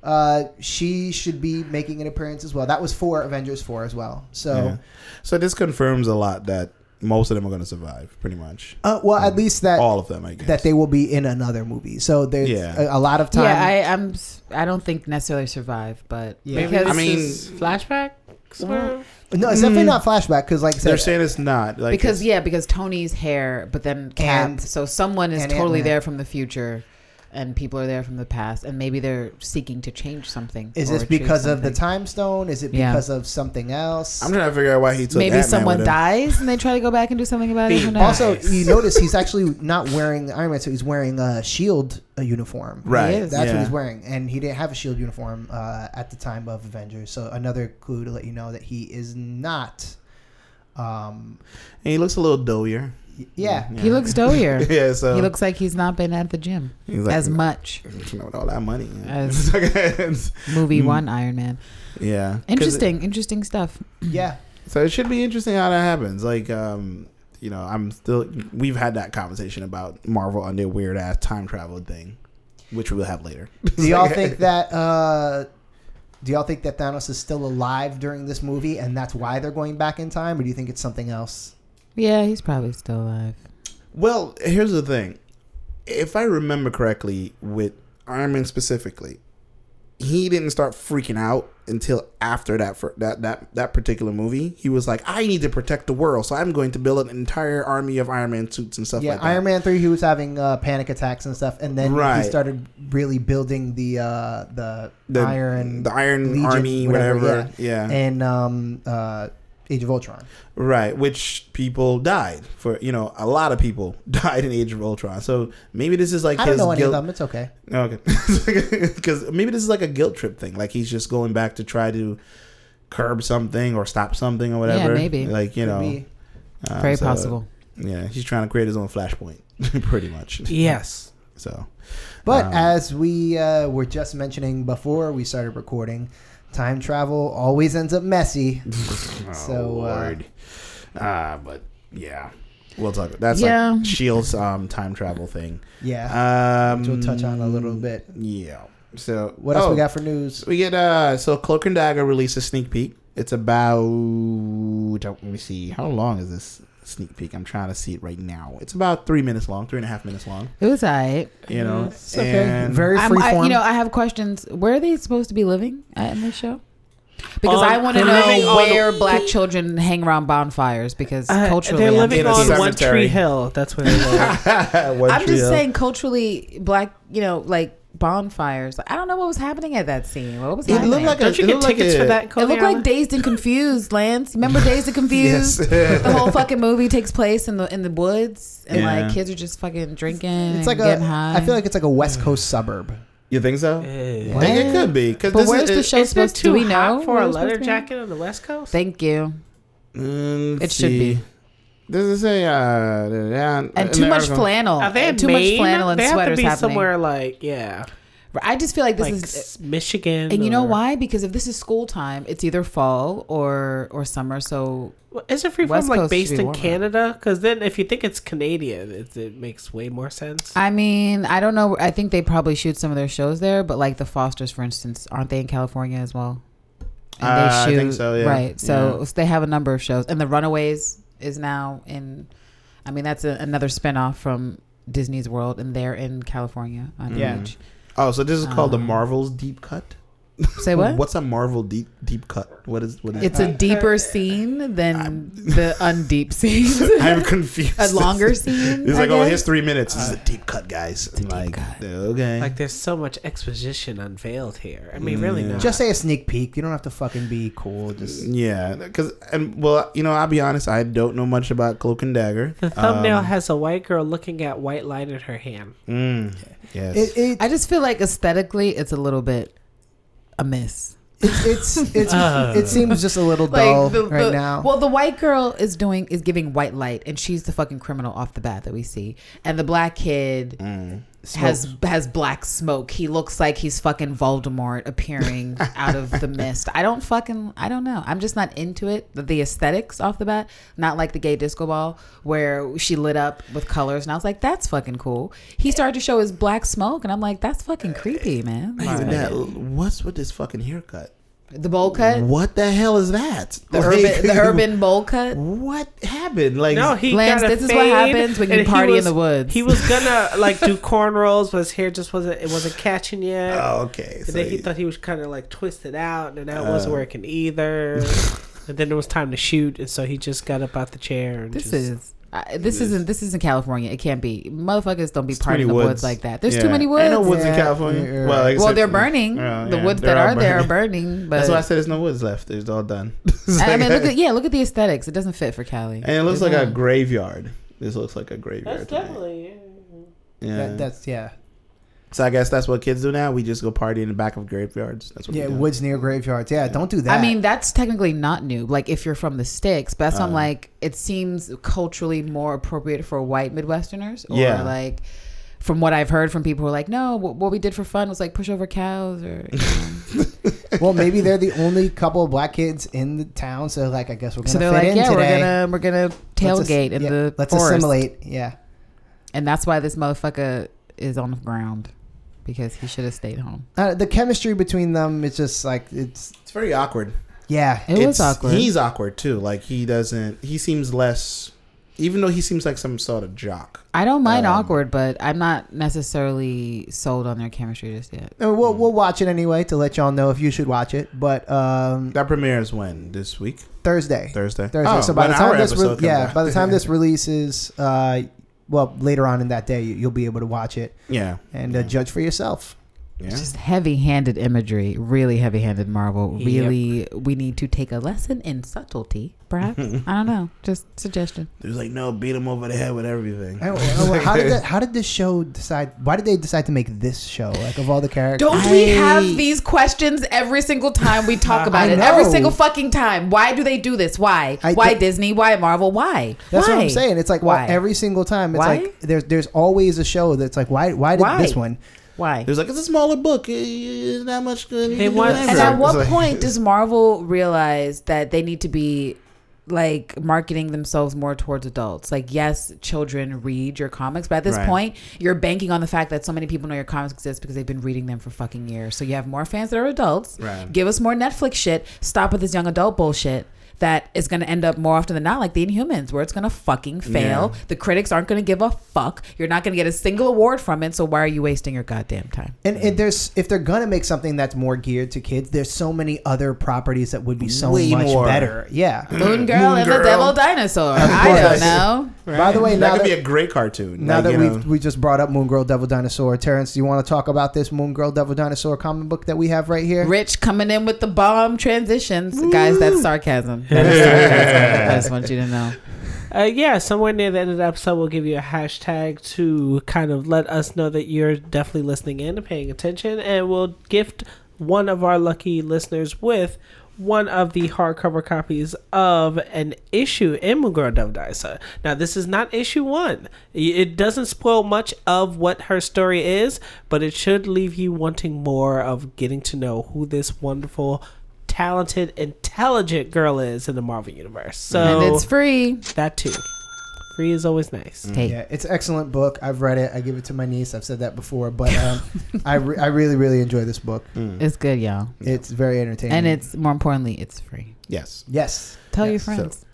S4: uh, she should be making an appearance as well. That was for Avengers Four as well. So.
S3: Yeah. So this confirms a lot that most of them are going to survive, pretty much.
S4: Uh, well, at least that
S3: All of them, I guess.
S4: that they will be in another movie. So there's
S3: Yeah.
S4: a, a lot of time.
S1: Yeah, I, I'm. s- I don't think necessarily survive, but
S4: Yeah.
S1: because
S3: I mean-
S1: it's flashback.
S2: Well,
S4: no, it's definitely not flashback because, like I
S3: They're
S4: said,
S3: saying it's not like
S1: because
S3: it's-
S1: yeah, because Tony's hair, but then Cap.
S4: And-
S1: so someone is
S4: and
S1: totally
S4: Ant-Man.
S1: there from the future, and people are there from the past, and maybe they're seeking to change something.
S4: is
S1: or
S4: this
S1: achieve
S4: because of the
S1: something.
S4: time stone? Is it
S1: Yeah.
S4: because of something else?
S3: I'm trying to figure out why he took.
S1: Maybe
S3: Ant-Man
S1: someone
S3: with him.
S1: dies and they try to go back and do something about it. Who knows?
S4: also, you notice he's actually not wearing the Iron Man, so he's wearing a shield uh uniform.
S3: Right.
S1: is.
S4: That's
S3: yeah.
S4: what he's wearing, and he didn't have a shield uniform uh, at the time of Avengers. So another clue to let you know that he is not. Um.
S3: And he looks a little doughier.
S4: y- Yeah.
S1: he looks doughier.
S3: Yeah. So
S1: He looks like he's not been at the gym
S3: He's like-
S1: as much.
S3: You know, with all that money.
S1: As-
S4: Mm.
S1: Movie one, Iron Man.
S3: yeah. 'Cause it-
S1: Interesting, interesting stuff.
S4: Yeah.
S3: So it should be interesting how that happens. Like, um, you know, I'm still. We've had that conversation about Marvel and their weird ass time travel thing, which we will have later.
S4: Do y'all think that? Uh, do y'all think that Thanos is still alive during this movie, and that's why they're going back in time, or do you think it's something else?
S1: Yeah, he's probably still alive.
S3: Well, here's the thing. If I remember correctly, with Iron Man specifically, he didn't start freaking out until after that for that that that particular movie. He was like, "I need to protect the world, so I'm going to build an entire army of Iron Man suits and stuff
S4: yeah,
S3: like that."
S4: Iron Man three, he was having uh, panic attacks and stuff, and then
S3: Right.
S4: he started really building the uh, the,
S3: the
S4: Iron
S3: the Iron
S4: Legion,
S3: Army, whatever. Yeah,
S4: and um, uh, Age of Ultron.
S3: right. Which people died for. You know, a lot of people died in Age of Ultron. So maybe this is like
S4: I don't
S3: his
S4: know any
S3: guilt-
S4: of them. It's okay.
S3: Okay, because maybe this is like a guilt trip thing. Like he's just going back to try to curb something or stop something or whatever.
S1: maybe.
S3: Like you
S4: Could
S3: know,
S4: be. Uh,
S3: um,
S1: Very
S3: so,
S1: possible.
S3: Yeah, he's trying to create his own flashpoint, pretty much.
S2: Yes.
S3: So
S4: But
S3: Um,
S4: as we uh, were just mentioning before we started recording, time travel always ends up messy. So, uh,
S3: oh, Lord. Uh, but yeah, we'll talk. That's
S1: Yeah.
S3: like Shield's um, time travel thing.
S4: Yeah,
S3: Um,
S4: which we'll touch on a little bit.
S3: Yeah. So
S4: What else
S3: oh,
S4: we got for news?
S3: We get uh so Cloak and Dagger released a sneak peek. It's about let me see how long is this sneak peek? I'm trying to see it right now. It's about three minutes long, three and a half minutes long.
S1: It was alright.
S3: You
S1: Mm,
S3: know,
S4: It's okay.
S3: And-
S4: Very
S1: I'm-
S4: free
S1: I,
S4: form.
S1: you know, I have questions. Where are they supposed to be living at, in this show? Because
S2: On-
S1: I want to
S2: they're living
S1: know
S2: on-
S1: where black children hang around bonfires because
S2: Uh,
S1: culturally,
S2: they're
S1: I'm
S2: living
S3: In a
S2: on
S1: confused.
S2: One
S3: cemetery.
S2: Tree Hill. That's where they live.
S3: One
S1: I'm
S3: Tree
S1: just
S3: Hill.
S1: saying culturally black, you know, like bonfires. I don't know what was happening at that scene. What was
S3: It
S1: happening?
S3: looked like a,
S2: Don't you
S3: it
S2: get
S3: looked like
S2: tickets
S3: a-
S2: for that?
S1: it
S2: Coney
S1: looked like
S2: Island?
S1: Dazed and Confused, Lance. Remember Dazed and
S3: Yes.
S1: Confused? the whole fucking movie takes place in the in the woods, and
S3: Yeah.
S1: like kids are just fucking drinking.
S4: it's like
S1: and
S4: a.
S1: getting high.
S4: I feel like it's like a West Coast suburb.
S3: you think so?
S2: Yeah.
S3: I think it
S1: What?
S3: could be because
S1: But
S3: this
S1: where's the
S3: is.
S1: show
S2: Is it
S1: supposed to? Do
S2: too
S1: we know
S2: hot for
S1: where
S2: a
S1: it's supposed
S2: leather
S1: to be?
S2: jacket on the West Coast?
S1: Thank you.
S3: Mm,
S1: It should
S3: see.
S1: be.
S3: Does it say? Uh, and
S1: And too much flannel.
S2: Are they
S1: And
S2: in
S1: too
S2: Maine?
S1: much flannel and
S2: they have to
S1: sweaters
S2: be
S1: happening.
S2: somewhere like yeah,
S1: I just feel like this
S2: like
S1: is
S2: s- Michigan.
S1: And you know
S2: or-
S1: why? Because if this is school time, it's either fall or or summer. So
S2: Well, Is it free
S1: West
S2: from like
S1: Coast
S2: based
S1: should be
S2: in
S1: warmer.
S2: Canada? Because then if you think it's Canadian, it, it makes way more sense.
S1: I mean, I don't know. I think they probably shoot some of their shows there, but like the Fosters, for instance, aren't they in California as well?
S3: Uh, I think so, yeah.
S1: Right. So they have a number of shows, and the Runaways is now in. I mean, that's a, another spinoff from Disney's World, and they're in California on yeah.
S3: Yeah.
S1: beach.
S3: Oh, so this is called the
S1: Um,
S3: Marvel's deep cut.
S1: Say what?
S3: What's a Marvel deep deep cut? What is what is?
S1: It's a deeper scene than the undeep scenes.
S3: I'm confused.
S1: a longer scene.
S3: It's
S1: I
S3: like, oh,
S1: guess.
S3: here's three minutes. This is a deep cut, guys. I'm like, okay.
S2: Like there's so much exposition unveiled here. I mean, really, not.
S4: Just say a sneak peek. You don't have to fucking be cool. Just
S3: yeah, because and well, you know, I'll be honest. I don't know much about Cloak and Dagger.
S2: the thumbnail
S3: Um,
S2: has a white girl looking at white light in her hand.
S3: mm, yes.
S4: it, it,
S1: I just feel like aesthetically, it's a little bit amiss.
S4: it's it's it's
S2: Uh.
S4: it seems just a little dull right now.
S1: Well, the white girl is doing is giving white light, and she's the fucking criminal off the bat that we see. And the black kid
S4: Mm.
S1: has has black smoke. He looks like he's fucking Voldemort appearing out of the mist. I don't fucking I don't know. I'm just not into it. The, the aesthetics off the bat, not like the gay disco ball where she lit up with colors, and I was like, that's fucking cool. He started to show his black smoke, and I'm like, that's fucking creepy, man.
S3: Even
S1: Like,
S3: that, what's with this fucking haircut?
S1: the bowl cut,
S3: What the hell is that?
S1: the
S3: Like,
S1: urban the urban bowl cut.
S3: What happened? Like,
S2: No, he
S1: Lance,
S2: got a
S1: this is what
S2: fade,
S1: happens when you
S2: and he
S1: party in
S2: was-
S1: the woods.
S2: He was gonna like do cornrows, but his hair just wasn't. It wasn't catching yet.
S3: oh, okay.
S2: and
S3: So
S2: then he
S3: he-
S2: thought he was kind of like twisted out, and that
S1: Uh.
S2: wasn't working either. and then it was time to shoot, and so he just got up out the chair. And
S1: This
S2: just,
S1: is. I, this isn't this isn't California. It can't be. Motherfuckers don't be
S3: too many
S1: partying in the woods.
S3: woods.
S1: like that. There's
S3: Yeah.
S1: too many woods.
S3: Ain't no woods in
S4: Yeah,
S3: California. Well,
S4: you're right.
S1: well,
S3: except-
S1: they're burning.
S3: Well,
S1: the
S3: yeah,
S1: woods
S3: they're
S1: that
S3: all
S1: are there are
S3: burning.
S1: burning. But
S3: That's why I said there's no woods left. It's all done.
S1: I mean, look at yeah, look at the aesthetics. It doesn't fit for Cali.
S3: and it looks like
S1: There's
S3: a
S1: no-
S3: graveyard. This looks like a graveyard.
S2: That's
S3: to me.
S2: definitely.
S3: Yeah.
S4: That, that's yeah,
S3: So I guess that's what kids do now. We just go party in the back of graveyards. That's what
S4: yeah.
S3: we do.
S4: Woods near graveyards. Yeah, don't do that.
S1: I mean, that's technically not new. Like if you're from the sticks, but that's
S3: Uh.
S1: why I'm like, it seems culturally more appropriate for white Midwesterners or
S3: Yeah.
S1: like from what I've heard from people who are like, no, what, what we did for fun was like push over cows or you know.
S4: well, maybe they're the only couple of black kids in the town, so like I guess we're gonna
S1: so they're
S4: fit
S1: like,
S4: in
S1: yeah,
S4: today.
S1: we're gonna we're gonna
S4: Let's
S1: tailgate
S4: ass-
S1: in
S4: yeah,
S1: the
S4: let's
S1: forest.
S4: assimilate. Yeah,
S1: and that's why this motherfucker is on the ground because he should have stayed home.
S4: uh, the chemistry between them it's just like it's
S3: It's very awkward.
S4: yeah.
S1: It
S3: it's,
S1: was awkward.
S3: He's awkward too. Like he doesn't. He seems less. Even though he seems like some sort of jock.
S1: I don't mind
S3: Um,
S1: awkward, but I'm not necessarily sold on their chemistry just yet.
S4: Uh, We'll we'll watch it anyway to let y'all know if you should watch it. But um,
S3: That premieres when this week,
S4: Thursday,
S3: Thursday.
S4: Thursday.
S3: Oh,
S4: so by
S3: when
S4: the
S3: our
S4: time this re-
S3: episode comes
S4: yeah
S3: out.
S4: by the time this releases, uh, well later on in that day you, you'll be able to watch it
S3: yeah,
S4: and uh, judge for yourself.
S3: yeah.
S1: Just heavy-handed imagery, really heavy-handed Marvel.
S2: Yep.
S1: Really, we need to take a lesson in subtlety, perhaps. I don't know. Just suggestion.
S3: It was like, no, beat him over the head with everything.
S4: I don't- I don't- Oh, how did that, how did this show decide? Why did they decide to make this show? Like of all the characters,
S1: Don't we have
S3: I-
S1: these questions every single time we talk about
S4: I
S1: it? Every
S4: know.
S1: single fucking time. Why do they do this? Why?
S4: I
S1: why
S4: don't-
S1: Disney? Why Marvel? Why?
S4: That's
S1: why?
S4: what I'm saying. It's like
S1: why?
S4: why? every single time. It's
S1: Why?
S4: like there's there's always a show that's like why why did
S1: Why?
S4: this one?
S1: why?
S3: It was like, it's a smaller book. It- It's not much good.
S2: They want-
S1: And at what
S3: It's like-
S1: point does Marvel realize that they need to be like marketing themselves more towards adults? Like, yes, children read your comics, but at this
S3: Right.
S1: point, you're banking on the fact that so many people know your comics exist because they've been reading them for fucking years. So you have more fans that are adults.
S3: Right.
S1: Give us more Netflix shit. Stop with this young adult bullshit. That is going to end up more often than not like the Inhumans, where it's going to fucking fail. The critics aren't going to give a fuck. You're not going to get a single award from it. So why are you wasting your goddamn time?
S4: And
S3: Mm.
S4: it, there's if they're gonna make something that's more geared to kids, there's so many other properties that would be so
S3: Way
S4: much
S3: more.
S4: better. Yeah.
S1: Moon Girl
S3: Moon
S1: and the
S3: Girl.
S1: Devil Dinosaur. I don't
S4: course.
S1: know.
S4: By the way,
S3: that
S4: now
S3: could
S4: that,
S3: be a great cartoon.
S4: now
S3: Like,
S4: that
S3: you
S4: we
S3: know,
S4: we just brought up Moon Girl Devil Dinosaur, Terrence, do you want to talk about this Moon Girl Devil Dinosaur comic book that we have right here?
S1: Rich coming in with the bomb transitions. Guys, that's sarcasm. That is sarcasm. I just want you to know.
S2: Uh, yeah, somewhere near the end of the episode, we'll give you a hashtag to kind of let us know that you're definitely listening in and paying attention, and we'll gift one of our lucky listeners with one of the hardcover copies of an issue in Mugura Dove Daisa. Now, this is not issue one. I- It doesn't spoil much of what her story is, but it should leave you wanting more of getting to know who this wonderful, talented, intelligent girl is in the Marvel Universe. So
S1: and it's free.
S2: that too. Free is always nice.
S3: mm.
S1: Hey,
S4: Yeah, it's an excellent book. I've read it. I give it to my niece. I've said that before, but um, I, re- I really really enjoy this book.
S1: it's good, y'all.
S4: It's very entertaining.
S1: And it's more importantly, it's free.
S3: yes.
S4: yes,
S1: Tell
S4: Yeah,
S1: your
S4: so-
S1: friends.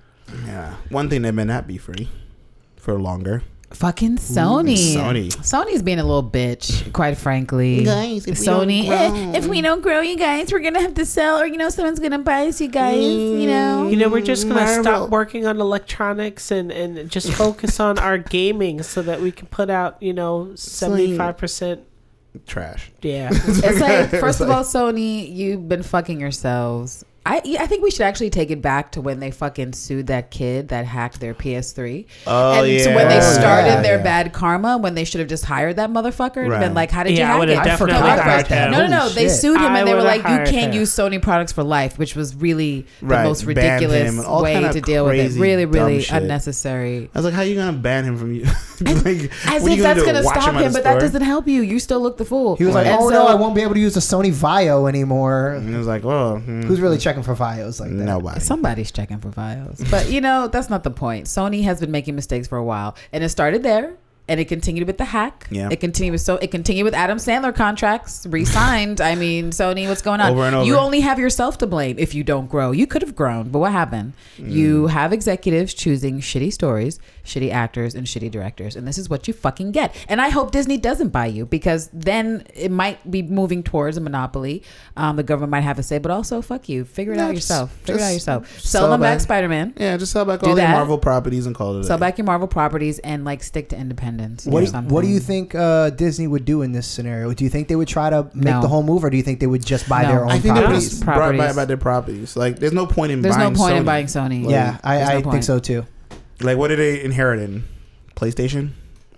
S3: Yeah. One thing that may not be free for longer.
S1: Fucking Sony.
S3: Sony.
S1: Sony's being a little bitch, quite frankly.
S3: Guys, if we don't
S1: Sony,
S3: grow-
S1: eh, if we don't grow, you guys, we're gonna have to sell, or you know, someone's gonna buy us, you guys. You know,
S3: Mm.
S2: You know, we're just gonna
S3: Marvel.
S2: stop working on electronics and, and just focus on our gaming so that we can put out, you know, seventy five percent
S3: Trash.
S2: yeah.
S1: It's like, first of all, Sony, you've been fucking yourselves. I, yeah, I think we should actually take it back to when they fucking sued that kid that hacked their PS3.
S3: Oh,
S1: and to when they
S4: yeah.
S1: started
S4: Yeah,
S1: their
S4: yeah.
S1: bad karma, when they should have just hired that motherfucker and
S3: Right.
S1: been like, how did
S2: Yeah, I
S1: you
S2: would've
S1: hack it?
S2: I definitely
S1: no, I first-
S2: hired him.
S1: no, no, no.
S4: Holy
S1: They
S4: shit.
S1: sued him
S2: I
S1: and they were
S2: would've
S1: like, you
S2: hired
S1: can't
S2: him.
S1: use Sony products for life, which was really the
S3: Right.
S1: most
S3: Banned him
S1: ridiculous
S3: and all
S1: way
S3: kinda
S1: to deal with it.
S3: crazy,
S1: Really,
S3: dumb
S1: really
S3: shit.
S1: unnecessary.
S3: I was like, how you going to ban him from you? like,
S1: As
S3: what are
S1: if
S3: you
S1: that's
S3: do,
S1: going to
S3: watch
S1: stop
S3: at
S1: him,
S3: the
S1: but that
S3: store?
S1: doesn't help you. You still look the fool.
S4: he was like,
S1: And
S4: "Oh
S1: so- Mm-hmm.
S4: no, I won't be able to use the Sony Vio anymore."
S3: And it was like, oh. hmm,
S4: Who's really checking for Vios like that?
S3: Nobody.
S1: Somebody's checking for files. But you know, that's not the point. Sony has been making mistakes for a while. And it started there. And it continued with the hack.
S3: Yeah.
S1: It continued with so it continued with Adam Sandler contracts re-signed. I mean, Sony, what's going on?
S3: Over and over.
S1: You only have yourself to blame if you don't grow. You could have grown, but what happened? You
S3: Mm.
S1: have executives choosing shitty stories, shitty actors, and shitty directors, and this is what you fucking get. And I hope Disney doesn't buy you because then it might be moving towards a monopoly. Um, the government might have a say, but also fuck you. Figure it
S3: No,
S1: out
S3: just-
S1: yourself. Figure it out
S3: just
S1: yourself.
S3: sell
S1: Sell them back
S3: back.
S1: Spider Man.
S3: Yeah, just sell back
S1: Do
S3: all the
S1: that.
S3: Marvel properties and call it a
S1: Sell
S3: day.
S1: back your Marvel properties and like stick to independence.
S4: What
S1: or
S4: do, you, what do you
S1: something.
S4: think uh, Disney would do in this scenario? Do you think they would try to make
S1: No.
S4: the whole move, or do you think they would just buy
S1: No.
S4: their own
S3: I think they were
S4: properties?
S3: just brought by
S1: Properties.
S3: about their properties. Like, there's no point in
S1: There's no
S3: buying
S1: point in
S3: Sony.
S1: buying Sony.
S4: yeah, I,
S1: There's no
S4: I
S1: point.
S4: think so too.
S3: Like, what are they inheriting? PlayStation?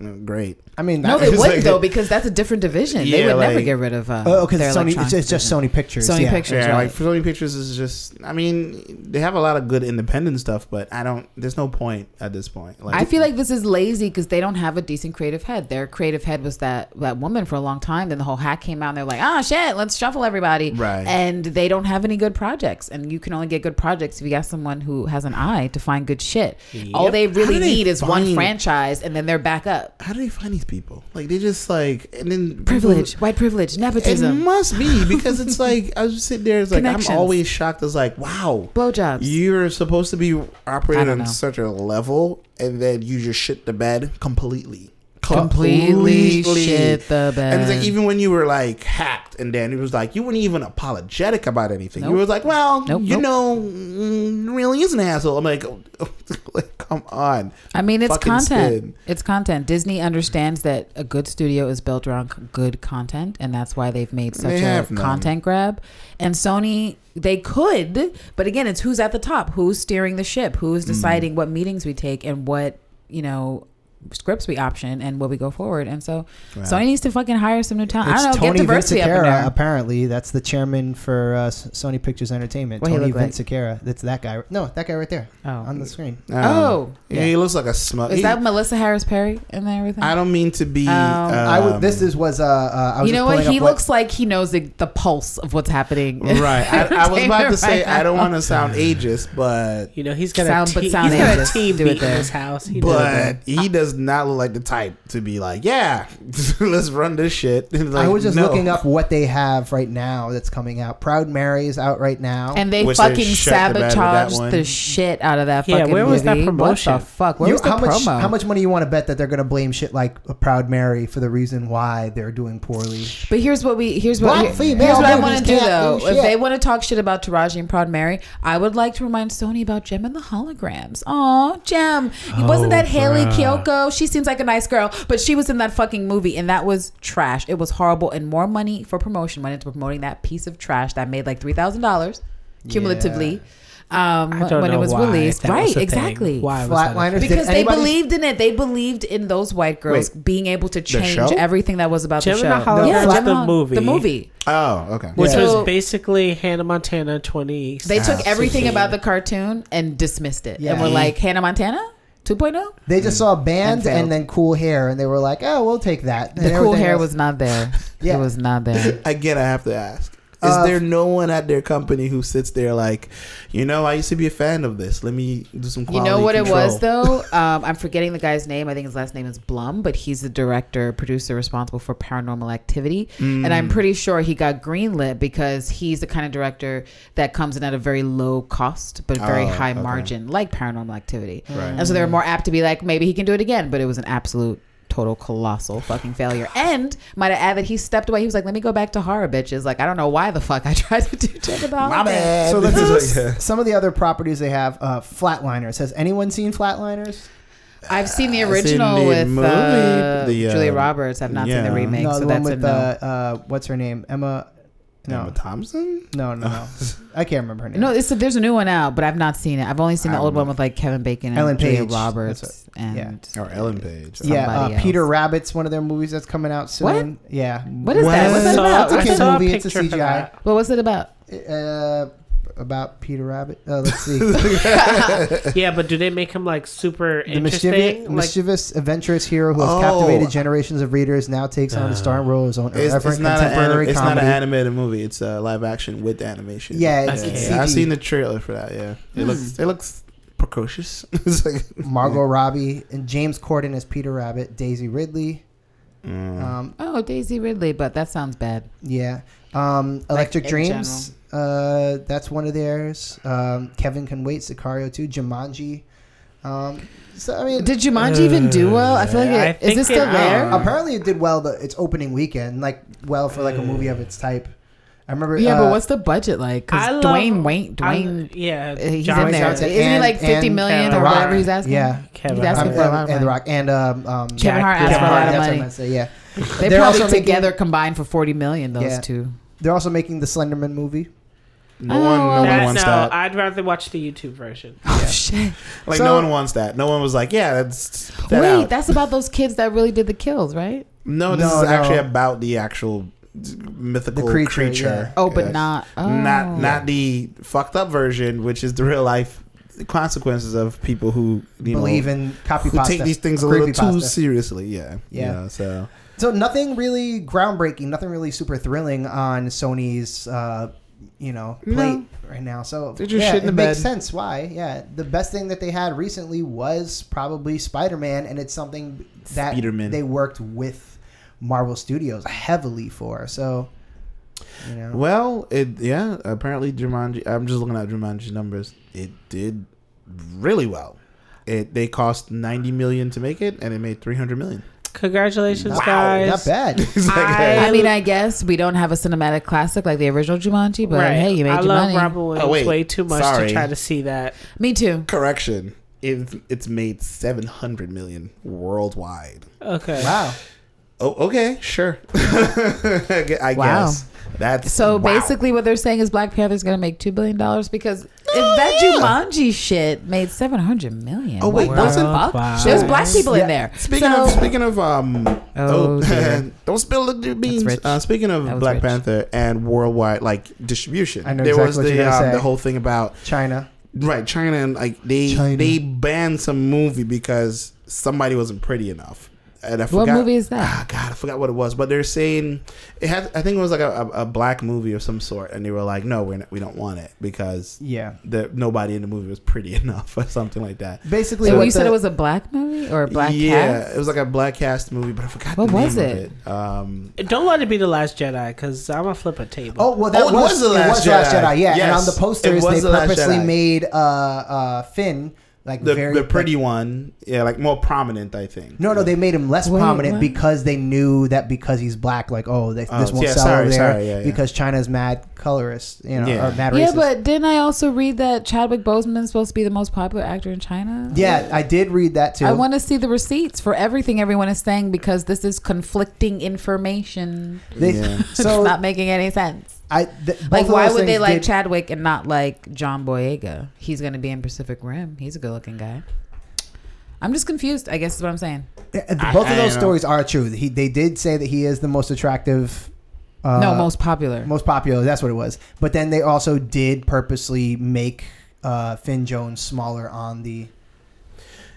S3: Mm, Great.
S4: I mean,
S1: No,
S4: that-
S1: they
S3: It's
S1: wouldn't
S3: like-
S1: though because that's a different division. they
S3: Yeah,
S1: would never
S3: like-
S1: get rid of. Uh,
S4: oh, because
S1: their
S4: Sony,
S1: electronic
S4: it's, it's just
S1: division.
S4: Sony Pictures.
S1: Sony
S4: yeah.
S1: Pictures,
S3: Yeah,
S1: right.
S3: like Sony Pictures is just. I mean, they have a lot of good independent stuff, but I don't. There's no point at this point.
S1: I feel like this is lazy because they don't have a decent creative head. Their creative head was that that woman for a long time. Then the whole hack came out, and they're like, "Ah, shit, let's shuffle everybody."
S3: Right.
S1: And they don't have any good projects, and you can only get good projects if you got someone who has an eye to find good shit. All
S2: Yep.
S1: they really
S3: How do they
S1: need is one
S3: find-
S1: franchise, and then they're back up.
S3: How do they find these people? Like they just like and then
S1: Privilege, white privilege,
S3: It
S1: nepotism,
S3: must be because it's like I was sitting there. It's like I'm
S1: Connections.
S3: always shocked. It's like wow,
S1: blowjobs.
S3: you're supposed to be
S1: I
S3: operating
S1: don't
S3: on
S1: know.
S3: such a level, and then you just shit the bed completely.
S1: completely shit the bed.
S3: And it's like even when you were like hacked, and then it was like you weren't even apologetic about anything. You
S1: Nope.
S3: was like, "Well,
S1: Nope,
S3: you
S1: nope.
S3: know, mm, really is an asshole." I'm like, like, "Come on,
S1: I mean, it's
S3: fucking
S1: content.
S3: spin.
S1: It's content. Disney understands that a good studio is built around c- good content, and that's why they've made such
S3: They
S1: a
S3: have none.
S1: content grab. And Sony, they could, but again, it's who's at the top, who's steering the ship, who's deciding what meetings we take, and what you know scripts we option, and what we go forward. And so, Sony needs to fucking hire some new talent. Uh, I
S4: It's
S1: don't know,
S4: Tony
S1: get diversity up in
S4: Vincicara,
S1: there.
S4: apparently. That's the chairman for uh, S- Sony Pictures Entertainment.
S1: What he
S4: Tony
S1: look like?
S4: Vincicara. That's that guy. No, that guy right there
S1: Oh,
S4: on the screen.
S3: Um,
S1: Oh,
S3: yeah, he looks like a smug.
S1: is
S3: he-
S1: that Melissa Harris Perry and everything?
S3: e- I don't mean to be.
S1: Um,
S4: I would, this
S3: um,
S4: is was uh, uh I was
S1: you
S4: just
S1: know what?
S4: pulling up
S1: He looks like he knows the, the pulse of what's happening.
S3: right. I, I was about to say
S1: Right
S3: I don't
S1: now.
S3: want to sound ageist, but
S2: You know, he's got
S1: Sound-
S2: a
S1: but
S2: team.
S1: sound
S2: he's got a
S1: ages.
S2: team
S1: Do it
S2: beat in
S1: there.
S2: his house. He knows that.
S3: but he does not look like the type to be like, yeah, let's run this shit. Like,
S4: I was just
S3: no.
S4: looking up what they have right now that's coming out. Proud Mary is out right now.
S1: And they
S3: Wish they
S1: fucking
S3: shut the bad with that
S1: sabotaged the,
S3: one.
S1: shit out of that
S2: Yeah,
S1: fucking
S2: where was that
S1: movie.
S2: promotion?
S1: What the fuck? Where
S4: You-
S1: was the
S4: how much
S1: promo?
S4: how much money you want to bet that they're going to blame shit like a Proud Mary for the reason why they're doing poorly?
S1: But here's what we here's what
S4: Black
S1: here-
S4: female
S1: here's what I
S4: movies
S1: want to do though.
S4: can't do
S1: if
S4: shit.
S1: they want to talk shit about Taraji and Proud Mary, I would like to remind Sony about Gem and the holograms. Aw, Gem, wasn't
S2: Oh,
S1: that Haley
S2: bruh.
S1: Kyoko? She seems like a nice girl, but she was in that fucking movie, and that was trash. It was horrible, and more money for promotion went into promoting that piece of trash that made like three thousand dollars cumulatively um,
S2: I don't
S1: when it
S2: know
S1: was
S2: why
S1: released.
S2: that was
S1: Right,
S2: a thing.
S1: exactly.
S2: Why was that a
S4: Flatliners
S2: thing?
S4: Did
S1: Because they
S4: anybody-
S1: believed in it. They believed in those white girls being able to change
S3: show?
S1: everything that was about
S2: Gem
S1: the show.
S2: and the Holograms,
S1: Yeah,
S2: the
S1: Gem and Hol-
S2: movie.
S1: The movie.
S3: Oh, okay.
S2: Which
S1: Yeah. So-
S2: was basically Hannah Montana 20.
S1: They took
S3: Absolutely.
S1: everything about the cartoon and dismissed it.
S4: Yeah.
S1: And we're like, Hannah Montana oh? 2.0?
S4: They just saw a band
S1: And failed.
S4: and, then cool hair, and they were like, "Oh, we'll take that." And
S1: The cool
S4: everything
S1: hair
S4: else-
S1: was not there.
S4: Yeah.
S1: It was not there.
S3: Again, I have to ask. Is
S4: Uh,
S3: there no one at their company who sits there like, you know, I used to be a fan of this. Let me do some
S1: You
S3: quality
S1: know what
S3: control.
S1: it was though? Um, I'm forgetting the guy's name. I think his last name is Blum, but he's the director, producer responsible for Paranormal Activity, and
S3: Mm.
S1: I'm pretty sure he got greenlit because he's the kind of director that comes in at a very low cost but very
S3: Oh,
S1: high
S3: okay.
S1: margin, like Paranormal Activity.
S3: Right.
S1: And so they're more apt to be like, maybe he can do it again, but it was an absolute. Total colossal fucking failure. And might I add that he stepped away. He was like, "Let me go back to horror, bitches." Like I don't know why the fuck I tried to do Jacob
S3: My
S1: about
S3: bad.
S4: So let's
S3: This is
S4: just,
S3: like, yeah.
S4: some of the other properties they have. Uh, Flatliners. Has anyone seen Flatliners?
S1: I've seen the
S3: I've seen
S1: original
S3: the
S1: with
S3: movie,
S1: uh,
S3: the, uh,
S1: Julia Roberts. I've not seen
S3: yeah.
S1: the remake,
S4: no,
S1: so
S4: the
S1: that's
S4: one
S1: a
S4: with
S1: no.
S4: uh, uh, what's her name? Emma. No,
S3: Emma Thompson.
S4: no, no, no. I can't remember her name.
S1: no, it's there's a new one out, but I've not seen it. I've only seen the
S3: I
S1: old
S3: don't
S1: one with like Kevin Bacon and
S4: Ellen
S1: Julia
S4: Page.
S1: Roberts
S4: That's
S1: and
S4: yeah.
S3: Or Ellen Page.
S4: yeah,
S1: somebody
S4: uh,
S1: else.
S4: Peter Rabbit's one of their movies that's coming out soon. Yeah,
S1: What is that? What's that
S3: What?
S2: So,
S1: about?
S4: It's a
S2: I
S1: What's
S4: kid
S1: it,
S2: saw a
S4: movie, it's a
S2: picture for
S4: CGI.
S2: that.
S1: well, what's it about?
S4: uh, about Peter Rabbit? Uh, let's see.
S2: Yeah, but do they make him like super
S4: the mischievous,
S2: interesting? Like,
S4: mischievous, adventurous hero who has
S3: Oh.
S4: captivated generations of readers now takes on the starring role of his own
S3: It's,
S4: irreverent
S3: it's not an anim-
S4: contemporary
S3: it's not
S4: comedy.
S3: an animated movie. It's a live action with animation.
S4: Yeah, it's- Hmm.
S2: Okay.
S4: it's
S3: Yeah, I've
S4: CG.
S3: seen the trailer for that. Yeah, it looks it looks precocious. it's like,
S4: Margot Robbie and James Corden as Peter Rabbit, Daisy Ridley.
S3: Mm.
S4: Um,
S1: Oh, Daisy Ridley, but that sounds bad.
S4: yeah, um, Electric
S1: in
S4: Dreams. Uh, that's one of theirs. Um, Kevin Can Wait, Sicario too, Jumanji. Um, so I mean, uh,
S1: Did Jumanji even do well? I feel like
S2: I
S1: it, is
S2: think
S1: it still
S2: it-
S1: there?
S4: apparently it did well, but its opening weekend, like well for like a movie of its type. I remember.
S1: Uh. Yeah,
S4: uh,
S1: but what's the budget like?
S2: I
S1: Because
S2: love-
S1: Dwayne Wayne
S2: I'm-
S1: Dwayne,
S2: yeah,
S1: uh, he's
S2: John
S1: in there.
S2: Johnson.
S1: Isn't
S4: Johnson
S1: he like
S4: and-
S1: fifty
S4: and
S1: million
S2: The
S1: or
S2: Rock.
S1: whatever he's asking?
S4: Yeah.
S2: Kevin
S1: He's asking
S4: Um,
S1: for a lot
S4: and,
S1: of
S4: and The
S1: money.
S4: Rock and um, um,
S1: Kevin
S2: Jack
S1: Hart asked for
S2: Black.
S1: a lot of
S4: that's what I'm
S1: money.
S4: gonna say, yeah,
S1: They probably
S4: They're also making-
S1: together combined for forty million. Those
S4: Yeah.
S1: two.
S4: they're also making the Slenderman movie.
S3: No
S1: Oh,
S3: one, no
S1: well,
S3: one
S2: That-
S3: wants
S2: no,
S3: that.
S2: I'd rather watch the YouTube version.
S1: Oh shit!
S3: like
S4: So-
S3: no one wants that. No one was like, yeah, that's that
S1: Wait,
S3: out.
S1: that's about those kids that really did the kills, right?
S3: no, this
S4: No,
S3: is
S4: no.
S3: actually about the actual mythical
S4: The
S3: creature.
S4: creature, yeah.
S1: Oh, but
S3: Yes.
S1: not oh.
S3: not not the fucked up version, which is the real life consequences of people who you
S4: believe
S3: know,
S4: in copy
S3: who
S4: pasta.
S3: take these things a little too
S4: creepypasta.
S3: seriously. Yeah, you
S4: Yeah.
S3: know, so
S4: So nothing really groundbreaking, nothing really super thrilling on Sony's, uh, you know,
S3: No.
S4: plate right now. So
S3: They're just
S4: yeah,
S3: shitting
S4: it
S3: the bed.
S4: makes sense why. Yeah, the best thing that they had recently was probably Spider-Man, and it's something that
S3: Spider-Man.
S4: they worked with Marvel Studios heavily for. So, you know,
S3: well, it yeah. Apparently, Jumanji. I'm just looking at Jumanji's numbers. It did really well. It they cost 90 million to make it, and it made 300 million.
S2: Congratulations,
S4: wow,
S2: guys.
S4: not bad.
S3: It's like,
S2: I-
S1: I mean, I guess we don't have a cinematic classic like the original Jumanji, but hey, you made
S2: I
S1: your
S2: love
S1: money.
S2: Robin Williams
S3: Oh, wait.
S2: way too much
S3: Sorry.
S2: to try to see that.
S1: Me too.
S3: correction. It, it's made 700 million worldwide.
S2: Okay.
S4: wow.
S3: Oh, okay, sure. I
S1: Wow.
S3: guess that's
S1: So
S3: wow.
S1: basically, what they're saying is Black Panther's going to make two billion dollars because if that Jumanji shit made seven hundred million.
S3: Ah. Oh, wait,
S1: what the
S3: wasn't-
S1: fuck?
S2: Wow.
S1: There's black people in
S4: Yeah.
S1: there.
S3: Speaking
S1: So-
S3: of speaking of um
S1: Oh, dear.
S3: don't spill the beans.
S1: rich.
S3: Uh, speaking
S1: That
S3: of
S1: was
S3: Black
S1: rich.
S3: Panther and worldwide like distribution,
S4: I know
S3: there
S4: exactly
S3: was
S4: what you're
S3: the
S4: gonna
S3: um,
S4: say.
S3: the whole thing about
S4: China.
S3: right China and like they
S6: China.
S3: they banned some movie because somebody wasn't pretty enough. And I
S1: what
S3: forgot,
S1: movie is that?
S3: Ah, God, I forgot what it was, but they're saying it had. I think it was like a, a, a black movie of some sort, and they were like, "No, we're not, we don't want it because
S4: Yeah.
S3: the nobody in the movie was pretty enough or something like that."
S4: Basically,
S1: So
S4: what
S1: you said
S4: the-
S1: it was a black movie or a black
S3: yeah,
S1: cast?
S3: it was like a black cast movie, but I forgot
S1: What
S3: the
S1: was
S3: name
S1: it?
S3: of it. Um,
S2: Don't let it be the last Jedi, because I'm gonna flip a table.
S4: Oh well, that
S3: Oh, it
S4: was,
S3: was The Last
S4: it was Last
S3: Jedi.
S4: Jedi. Yeah, and
S3: Yes,
S4: on the posters
S3: it was
S4: they
S3: The Last
S4: purposely
S3: Jedi.
S4: made uh, uh, Finn like
S3: the,
S4: very
S3: the pretty one, yeah, like more prominent, I think.
S4: No, no, they made him less
S1: Wait,
S4: prominent
S1: what?
S4: because they knew that because he's black, like oh, they, this
S3: Oh,
S4: won't
S3: yeah,
S4: sell
S3: sorry,
S4: over there
S3: sorry, yeah, yeah.
S4: because China's mad colorist, you know,
S3: Yeah.
S4: or mad racist.
S1: Yeah, but didn't I also read that Chadwick Boseman is supposed to be the most popular actor in China?
S4: yeah, I did read that too.
S1: I want to see the receipts for everything everyone is saying because this is conflicting information.
S4: They-
S3: Yeah.
S1: it's
S4: So
S1: not making any sense.
S4: I th- both
S1: Like,
S4: of
S1: why
S4: those
S1: would they
S4: things
S1: like
S4: did-
S1: Chadwick and not like John Boyega? He's going to be in Pacific Rim. He's a good-looking guy. I'm just confused. I guess is what I'm saying.
S4: eh, eh,
S3: I-
S4: both
S3: I
S4: of those
S3: know.
S4: stories are true. He, they did say that he is the most attractive. Uh,
S1: no, most popular.
S4: most popular. That's what it was. But then they also did purposely make uh, Finn Jones smaller on the.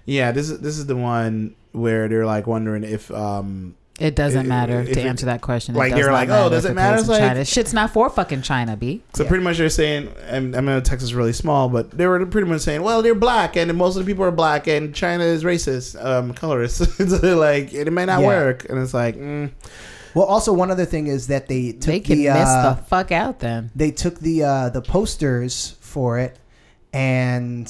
S3: yeah, this is this is the one where they're like wondering if um
S1: it doesn't
S3: i-
S1: matter
S3: if
S1: to
S3: it-
S1: answer that question.
S3: like,
S1: it does
S3: they were
S1: not
S3: like, oh, does
S1: if
S3: it matter?
S1: plays
S3: It's
S1: in
S3: like-
S1: China. Shit's not for fucking China, b.
S3: so
S4: Yeah.
S3: pretty much they're saying and I know Texas really small, but they were pretty much saying, well, they're black and most of the people are black and China is racist, um, colorist. so they're like it may not
S4: Yeah.
S3: work, and it's like mm,
S4: Well, also one other thing is that they took
S1: They can
S4: the,
S1: miss
S4: uh,
S1: the fuck out then.
S4: they took the uh, the posters for it, and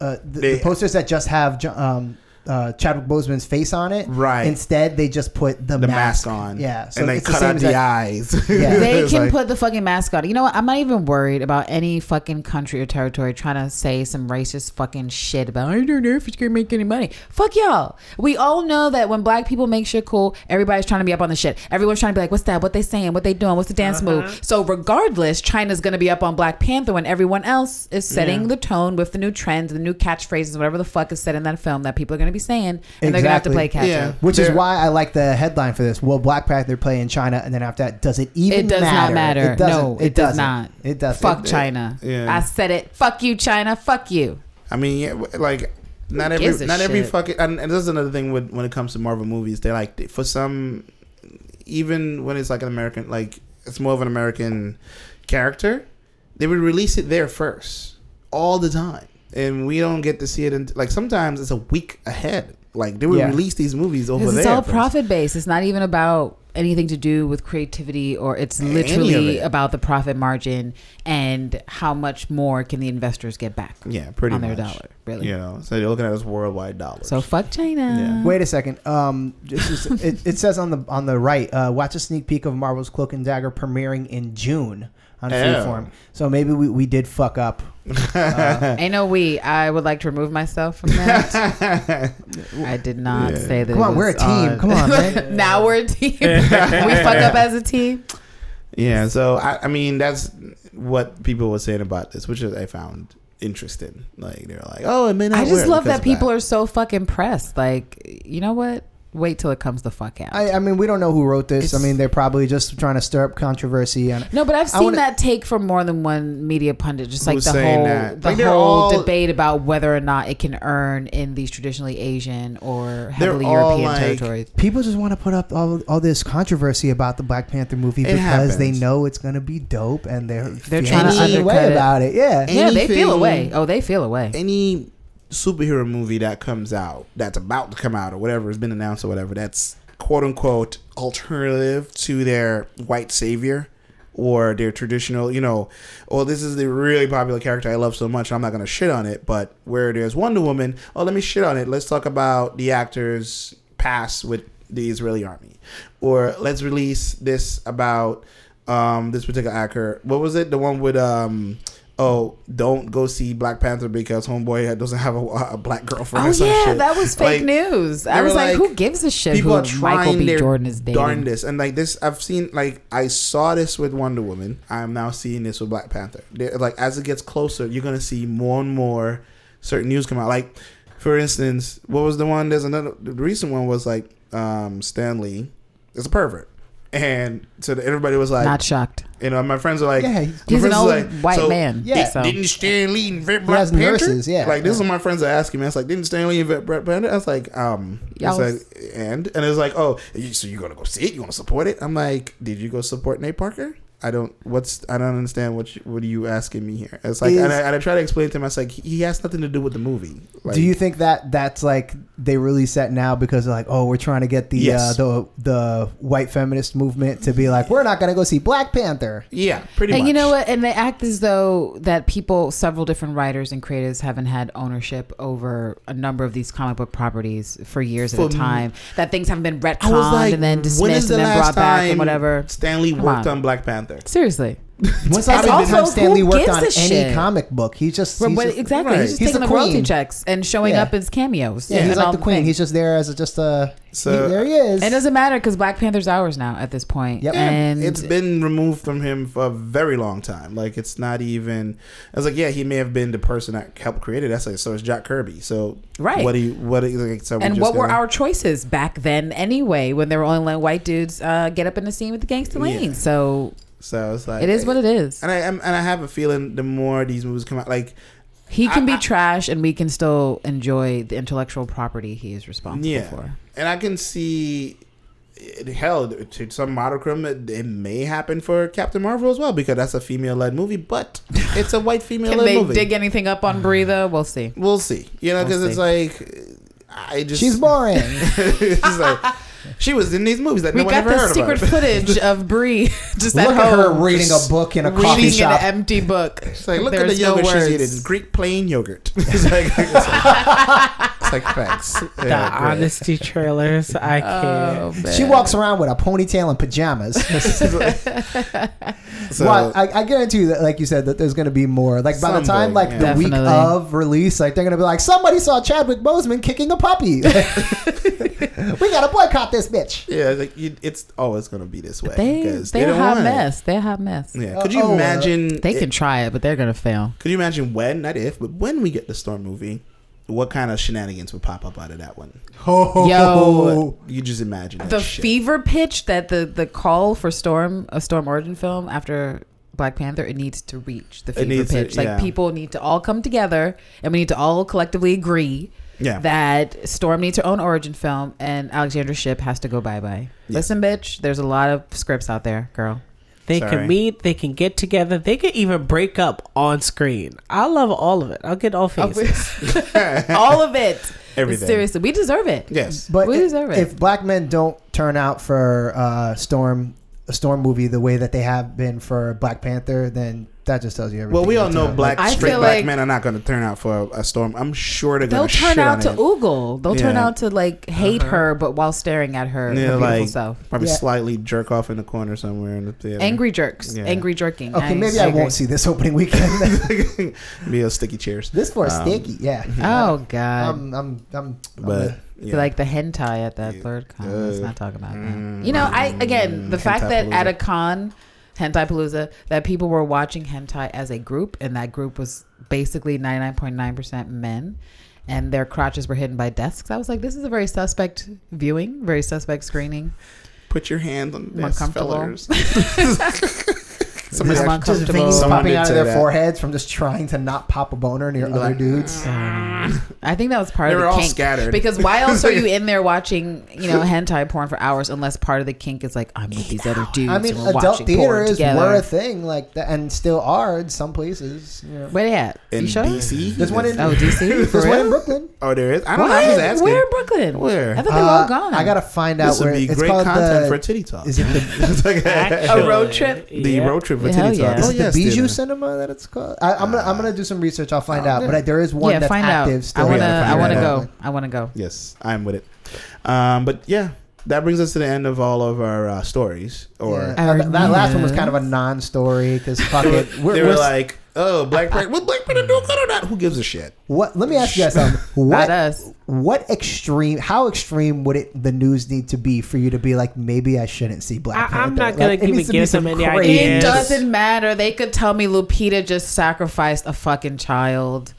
S4: uh, the,
S3: They-
S4: the posters that just have Jo- um, uh, Chadwick Boseman's face on it.
S3: right
S4: Instead, they just put the,
S3: the mask,
S4: mask.
S3: on,
S4: Yeah, so
S3: and they
S4: it's the
S3: cut
S4: same
S3: out the
S4: exact-
S3: eyes.
S4: Yeah.
S1: They
S3: It's
S1: can
S3: like-
S1: put the fucking mask on. You know what? I'm not even worried about any fucking country or territory trying to say some racist fucking shit about I don't know if it's gonna make any money. Fuck y'all. We all know that when black people make shit cool, everybody's trying to be up on the shit. Everyone's trying to be like, what's that? What they saying? What they doing? What's the dance move? So regardless, China's gonna be up on Black Panther when everyone else is setting the tone with the new trends, the new catchphrases, whatever the fuck is said in that film that people are gonna be saying, and they're gonna have to
S4: Exactly.
S1: play catch
S3: Yeah.
S1: up.
S4: Which
S3: They're-
S4: is why I like the headline for this. Will Black Panther play in China? And then after that, does it even
S1: It does not matter.
S4: It doesn't.
S1: no, it, does
S4: doesn't.
S1: not.
S4: It doesn't.
S1: Fuck China.
S3: yeah.
S1: I said it. Fuck you, China. Fuck you.
S3: I mean, yeah, w- like not every
S1: gives
S3: not
S1: a
S3: every
S1: shit?
S3: fucking. And, and this is another thing with when it comes to Marvel movies. They like they- for some, even when it's like an American, like it's more of an American character, they would release it there first all the time, and we don't get to see it. In, like sometimes it's a week ahead. Like they would
S4: Yeah.
S3: release these movies over
S1: Because
S3: there.
S1: it's all
S3: first.
S1: profit based. It's not even about anything to do with creativity or it's
S3: Any of
S1: literally
S3: it.
S1: about the profit margin and how much more can the investors get back
S3: Yeah, pretty
S1: on their
S3: much.
S1: dollar. Really.
S3: You know, so they're looking at us worldwide dollars.
S1: So fuck China.
S3: Yeah.
S4: Wait a second. Um, this is- it, it says on the on the right, uh, watch a sneak peek of Marvel's Cloak and Dagger premiering in June on
S3: Oh.
S4: Freeform. So maybe we, we did fuck up. Uh,
S1: Ain't no we. I would like to remove myself from that. I did not
S3: Yeah.
S1: say that.
S4: Come
S1: it
S4: on, we're a
S1: was
S4: team. Come on, man.
S1: now we're a team. we fuck up as a team.
S3: Yeah, so I, I mean that's what people were saying about this, which is I found interesting. Like they were like, "Oh, it may not."
S1: I just
S3: work
S1: love
S3: because
S1: that
S3: of
S1: people are so fucking pressed. Like, you know what? Wait till it comes the fuck out.
S4: I, I mean, we don't know who wrote this.
S3: It's-
S4: I mean, they're probably just trying to stir up controversy. And
S1: no, but I've
S4: I
S1: seen
S4: wanna-
S1: that take from more than one media pundit. Just like
S3: Who's
S1: the
S3: saying
S1: whole
S3: that?
S1: the
S3: Like, they're
S1: whole
S3: all-
S1: debate about whether or not it can earn in these traditionally Asian or
S3: They're
S1: heavily
S3: all,
S1: European
S3: like-
S1: territories.
S4: people just want to put up all, all this controversy about the Black Panther movie
S3: It
S4: because they
S3: happens.
S4: know it's going to be dope, and they're
S1: They're
S4: feeling
S1: trying
S4: a
S1: to
S4: certain way
S1: undercut it.
S4: about it. Yeah.
S3: And-
S1: yeah, they feel
S3: anything-
S1: away. Oh, they feel away.
S3: any superhero movie that comes out that's about to come out or whatever has been announced or whatever that's quote unquote alternative to their white savior or their traditional you know oh this is the really popular character i love so much i'm not going to shit on it but where there's wonder woman oh let me shit on it let's talk about the actors past with the israeli army or let's release this about um this particular actor what was it the one with um oh, don't go see Black Panther because Homeboy doesn't have a, a black girlfriend.
S1: Oh
S3: or some
S1: yeah,
S3: shit.
S1: that was fake
S3: Like,
S1: news. I
S3: they
S1: was
S3: were
S1: like,
S3: like,
S1: who gives a shit
S3: People
S1: who
S3: are trying
S1: Michael B.
S3: their
S1: Jordan is dating?
S3: darndest, and like this, I've seen like I saw this with Wonder Woman. I am now seeing this with Black Panther. They're, like as it gets closer, you're gonna see more and more certain news come out. Like for instance, what was the one? There's another. The recent one was like um, Stanley is a pervert, and so everybody was like,
S1: Not shocked.
S3: you know, my friends are like,
S4: Yeah,
S3: my
S4: he's
S1: He's an
S3: friends are
S1: old
S3: like,
S1: white
S3: so
S1: man.
S4: Yeah.
S1: so.
S3: Didn't Stan Lee invent
S4: He
S3: Black
S4: has
S3: Panther?
S4: nurses, yeah.
S3: Like this is what my friends are asking me. It's like, didn't Stan Lee invent Black Panther? I was like, um, it's
S1: Y'all was-
S3: like, and and it's like, oh, you, so you're gonna go see it? You want to support it? I'm like, did you go support Nate Parker? I don't. What's I don't understand. What you, what are you asking me here? It's like,
S4: Is-
S3: and I, and I try to explain to him. I was like, he has nothing to do with the movie. Like,
S4: Do you think that that's like they release that now because they're like, oh, we're trying to get the
S3: Yes.
S4: uh, the the white feminist movement to be like, we're not gonna go see Black Panther.
S3: Yeah, pretty
S1: And
S3: much.
S1: you know what? And they act as though that people, several different writers and creatives, haven't had ownership over a number of these comic book properties for years
S3: For
S1: at a
S3: me-
S1: time. That things have been retconned
S3: I was like,
S1: and then
S3: when is
S1: dismissed
S3: the
S1: and then brought
S3: last
S1: back
S3: time
S1: and whatever.
S3: Stan Lee
S1: Come
S3: worked
S1: on.
S3: on Black Panther.
S1: Seriously,
S4: When's the last
S1: And
S4: time
S1: also,
S4: Stanley
S1: who
S4: worked
S1: gives
S4: on
S1: a
S4: any
S1: shit?
S4: comic book? He's just
S1: Well,
S4: he's
S1: but
S4: just-
S1: exactly.
S3: right.
S1: He's just
S4: He's
S1: taking
S4: the
S1: the royalty
S4: queen.
S1: checks and showing
S4: Yeah.
S1: up as cameos.
S4: Yeah,
S1: and
S4: he's
S1: all
S4: like the queen.
S1: things.
S4: He's just there as a, just a.
S3: So-
S4: there he is.
S1: It doesn't matter because Black Panther's ours now at this point.
S4: Yep. Yeah,
S1: and
S3: it's been removed from him for a very long time. Like it's not even. I was like, yeah, he may have been the person that helped create it. That's like, so it's Jack Kirby. So
S1: Right.
S3: what do you what? do you- Like, so we
S1: and
S3: just
S1: what were
S3: gonna-
S1: our choices back then anyway? When they were only letting white dudes uh, get up in the scene with the gangster
S3: Yeah.
S1: lane. So
S3: So it's like
S1: it is what it is.
S3: And I I'm- and I have a feeling the more these movies come out, like
S1: He
S3: I-
S1: can be
S3: I-
S1: trash, and we can still enjoy the intellectual property he is responsible
S3: yeah,
S1: for.
S3: and I can see. it- Hell, to some monochrome, it, it may happen for Captain Marvel as well because that's a female-led movie, but it's a white
S1: Can
S3: female-led
S1: they
S3: movie.
S1: dig anything up on Brie? though? We'll see.
S3: we'll see, you know,
S1: We'll
S3: because it's like I just
S4: She's boring.
S3: It's like, she was in these movies that
S1: We
S3: no one
S1: got
S3: ever
S1: the
S3: heard
S1: secret
S3: about.
S1: footage of Brie just
S4: Look
S1: at
S4: at her
S1: home
S4: reading a book in a coffee
S1: reading an
S4: shop.
S1: empty book.
S3: It's like, look at the
S1: There's
S3: yogurt she's
S1: words.
S3: eating. Greek plain yogurt. It's like, it's like- it's like, thanks. Yeah,
S2: The
S3: great.
S2: honesty trailers, I can't.
S1: Oh,
S4: she
S1: man.
S4: walks around with a ponytail and pajamas.
S3: So,
S4: well, I, I guarantee you that, like you said, that there's going to be more. Like by the time,
S3: Something,
S4: like
S3: yeah.
S4: the week
S1: Definitely.
S4: of release, like they're going to be like, somebody saw Chadwick Boseman kicking a puppy. we got to boycott this bitch.
S3: yeah, it's like you, it's always gonna be this way.
S1: They
S3: 'cause
S1: they are a
S3: don't
S1: hot
S3: want it.
S1: mess. They're a hot mess.
S3: Yeah. Could you
S4: Oh, uh,
S3: imagine?
S1: They
S3: it-
S1: can try it, but they're gonna fail.
S3: could you imagine when, not if, but when we get the storm movie, what kind of shenanigans would pop up out of that one?
S4: Oh,
S1: Yo.
S3: You just imagine that
S1: The
S3: shit.
S1: fever pitch that the the call for Storm a Storm Origin film after Black Panther it needs to reach the fever
S3: needs to-
S1: pitch. like
S3: yeah.
S1: people need to all come together and we need to all collectively agree
S3: Yeah.
S1: that Storm needs her own origin film and Alexandra Ship has to go bye bye. Listen, bitch, there's a lot of scripts out there, girl.
S2: They
S3: Sorry.
S2: can meet, they can get together, they can even break up on screen. I love all of it. I'll get all faces.
S1: all of it.
S3: Everything.
S1: Seriously, we deserve it.
S3: Yes.
S4: But
S1: We
S4: i-
S1: deserve it.
S4: if black men don't turn out for uh, Storm, a Storm movie the way that they have been for Black Panther, then that just tells you everything.
S3: Well, we all
S4: that's
S3: know
S4: out.
S3: black
S1: I
S3: straight
S1: feel
S3: black
S1: like-
S3: men are not going to turn out for a, a storm. I'm sure they're
S1: They'll
S3: going to
S1: turn
S3: shit
S1: out
S3: on
S1: to
S3: it.
S1: oogle. They'll turn
S3: Yeah.
S1: out to like hate
S4: Uh-huh.
S1: her, but while staring at her,
S3: Yeah,
S1: her beautiful
S3: like
S1: self.
S3: probably
S4: Yeah.
S3: slightly jerk off in the corner somewhere in the theater.
S1: Angry jerks,
S3: Yeah.
S1: angry jerking.
S4: Okay, maybe I
S1: agree.
S4: won't see this opening weekend.
S3: Be a sticky chairs.
S4: this for
S3: Um,
S4: sticky, yeah.
S1: Oh God!
S4: I'm, I'm, I'm,
S3: But Um, yeah.
S1: Like the hentai at that third con. Let's
S3: Uh,
S1: not talk about that.
S3: mm,
S1: You know, I again the fact that
S3: Hentapalooza.
S1: at a con Hentai Palooza, that people were watching hentai as a group, and that group was basically 99.9% men, and their crotches were hidden by desks. I was like, this is a very suspect viewing, very suspect screening.
S3: Put your hands on
S1: More
S3: this,
S1: comfortable.
S3: fellers.
S1: This
S3: Somebody
S1: one-
S3: actually,
S4: Just
S1: Uncomfortable.
S4: veins
S3: Someone
S4: popping
S3: did
S4: out of
S3: say
S4: their
S3: that.
S4: foreheads from just trying to not pop a boner near
S3: You're
S4: other
S3: like,
S4: dudes.
S1: I think that was part
S3: they
S1: of
S3: were
S1: the
S3: all
S1: kink.
S3: scattered.
S1: Because why else are you in there watching, you know, hentai porn for hours unless part of the kink is like I'm with these other dudes.
S4: I mean,
S1: and we're
S4: adult
S1: watching
S4: theater
S1: porn
S4: is
S1: together.
S4: were a thing like that, and still are in some places. you know.
S1: Where they at?
S3: in
S1: you sure?
S3: DC,
S4: There's one in
S1: Oh, DC. For
S4: there's one
S1: real?
S4: in Brooklyn.
S3: Oh, there is. I don't know. I'm just
S1: What?
S3: asking.
S1: Where in Brooklyn?
S3: Where?
S1: I thought they were all
S4: Uh,
S1: gone.
S4: I gotta find out
S3: this would
S4: where
S3: be
S4: it's
S3: great
S4: called.
S3: content
S4: the,
S3: for titty talk.
S4: is it the,
S3: It's like a,
S2: Actually,
S1: road trip?
S3: the
S2: yeah.
S3: road trip for
S1: Hell
S3: titty
S1: yeah.
S3: talk.
S1: Is
S4: is
S3: Oh,
S4: it the
S3: yes,
S4: Bijou
S3: Dylan.
S4: Cinema that it's called? I, I'm gonna I'm gonna do some research. I'll find out. But I, there is one
S1: Oh, yeah,
S4: that's
S1: find
S4: active
S1: out.
S4: still.
S1: I wanna.
S3: Yeah,
S1: I
S3: find
S1: wanna
S3: out.
S1: go. I wanna go.
S3: Yes, I'm with it. Um, but yeah, that brings us to the end of all of our uh, stories. Or
S4: Yeah. Uh, th- that last one was kind of a non-story because fuck
S3: they were,
S4: it. We're,
S3: they
S4: we're
S3: were
S4: s-
S3: like, "Oh, Black Panther. What Black Panther do? Good or not? Who gives a shit?"
S4: what? Let me ask you guys something.
S1: Not
S4: What
S1: us.
S4: what extreme? How extreme would it the news need to be for you to be like maybe I shouldn't see Black
S2: I-
S4: Panther?
S2: I'm not
S4: Like,
S2: gonna
S4: it
S2: give-
S4: needs
S2: give
S4: to be
S2: them
S4: some
S2: any idea.
S4: crazy-
S1: It
S2: Yes.
S1: doesn't matter. They could tell me Lupita just sacrificed a fucking child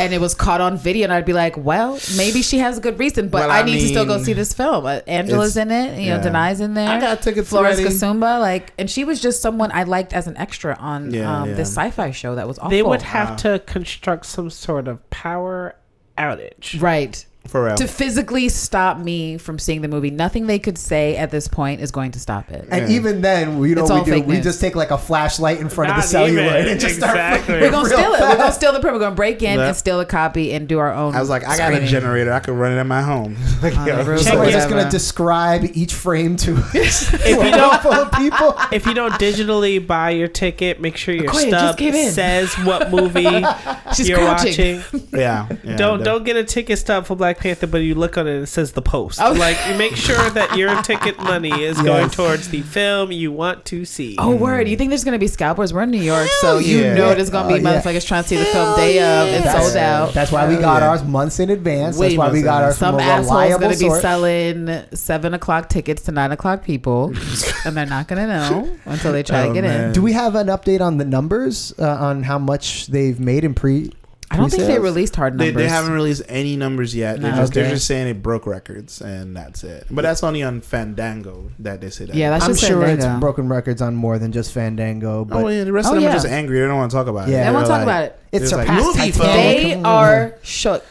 S1: and it was caught on video, and I'd be like, well, maybe she has a good reason, but
S3: Well,
S1: I,
S3: I
S1: need to still go
S3: mean,
S1: see this film. Uh, Angela's in it, you
S3: yeah.
S1: know, Denai's in there.
S3: I got tickets
S1: Florence
S3: already.
S1: Kasumba, like, and she was just someone I liked as an extra on
S3: Yeah,
S1: um,
S3: yeah.
S1: this sci fi show that was awful.
S2: They would have to construct some sort of power outage.
S1: Right.
S3: For real.
S1: To physically stop me from seeing the movie. Nothing they could say at this point is going to stop it.
S4: And
S3: Yeah.
S4: even then, you know,
S1: It's
S4: what
S1: all
S4: we do.
S1: fake
S4: We
S1: news.
S4: just take like a flashlight in front of the
S2: Not
S4: cellular
S2: even.
S4: and just start.
S2: Exactly.
S1: We're gonna
S4: Real
S1: steal it. We're gonna
S4: fast.
S1: steal the print. We're gonna break in
S3: Yeah.
S1: and steal a copy and do our own.
S3: I was like, "I got a
S1: screening.
S3: generator. I could run it at my home." Like,
S1: On the
S3: yeah,
S1: roof.
S2: Check
S3: just like-
S4: Someone's
S2: it
S4: just gonna
S1: Whatever.
S4: describe each frame to us.
S2: If you don't-
S4: full of people.
S2: If you don't digitally buy your ticket, make sure your
S1: Akoya just
S2: stub
S1: came in.
S2: says what movie
S1: She's
S2: you're
S1: crouching.
S2: watching.
S3: yeah, yeah,
S2: don't
S3: the-
S2: don't get a ticket stub for Black Panther, but you look on it and it says the post.
S1: Oh.
S2: Like you make sure that your ticket money is going
S4: Yes.
S2: towards the film you want to see.
S1: Oh word! You think there's gonna be scalpers? We're in New York, so
S3: Hell
S1: you
S3: yeah.
S1: know there's gonna be
S4: Oh, yeah.
S1: motherfuckers trying to see the film day of. It's
S4: That's-
S1: sold out.
S4: That's why we
S3: Hell
S4: got
S3: yeah.
S4: ours months in advance.
S3: Way
S4: That's why we
S3: months
S4: got
S3: in
S4: ours from
S1: Some
S4: a
S1: asshole's
S4: reliable
S1: gonna be
S4: source.
S1: selling seven o'clock tickets to nine o'clock people, and they're not gonna know until they try
S3: Oh,
S1: to get
S3: man.
S1: in.
S4: Do we have an update on the numbers uh, on how much they've made in pre?
S1: I don't think they
S4: Pre-sales?
S1: released hard
S3: They,
S1: numbers.
S3: they haven't released any numbers yet. They're,
S1: No.
S3: just, they're
S4: Okay.
S3: just saying it broke records, and that's it. But that's only on Fandango that they say that.
S1: Yeah, that's
S4: I'm
S1: just
S4: sure it's
S1: Fandango.
S4: broken records on more than just Fandango, but
S3: oh, yeah, the rest
S1: Oh,
S3: of them
S1: yeah.
S3: are just angry. They don't want to talk about it.
S4: Yeah.
S1: They
S4: They
S1: won't
S3: They're
S1: talk
S3: like-
S1: about it.
S4: it's
S3: It's like,
S4: surpassed
S3: movie
S4: Titanic.
S1: They
S4: Come on.
S1: are shook,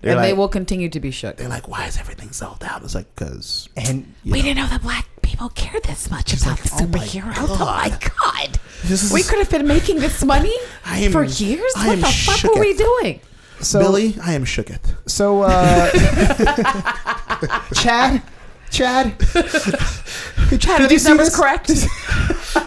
S3: They're
S1: and they
S3: like-
S1: will continue to be shook.
S3: They're like, why is everything sold out? It's like, because.
S4: and
S1: We didn't know that black people care this much about the
S3: "Oh my
S1: superheroes. Oh my god.
S3: This is
S1: We could have been making this money
S3: I am-
S1: for years.
S3: I
S1: what
S3: am
S1: the fuck
S3: shook
S1: were we
S3: at-
S1: doing?
S4: so
S3: Billy, I am shooketh.
S4: so uh, Chad, Chad,
S1: Chad, are
S4: Did you
S1: these
S4: see
S1: numbers
S4: this?
S1: correct?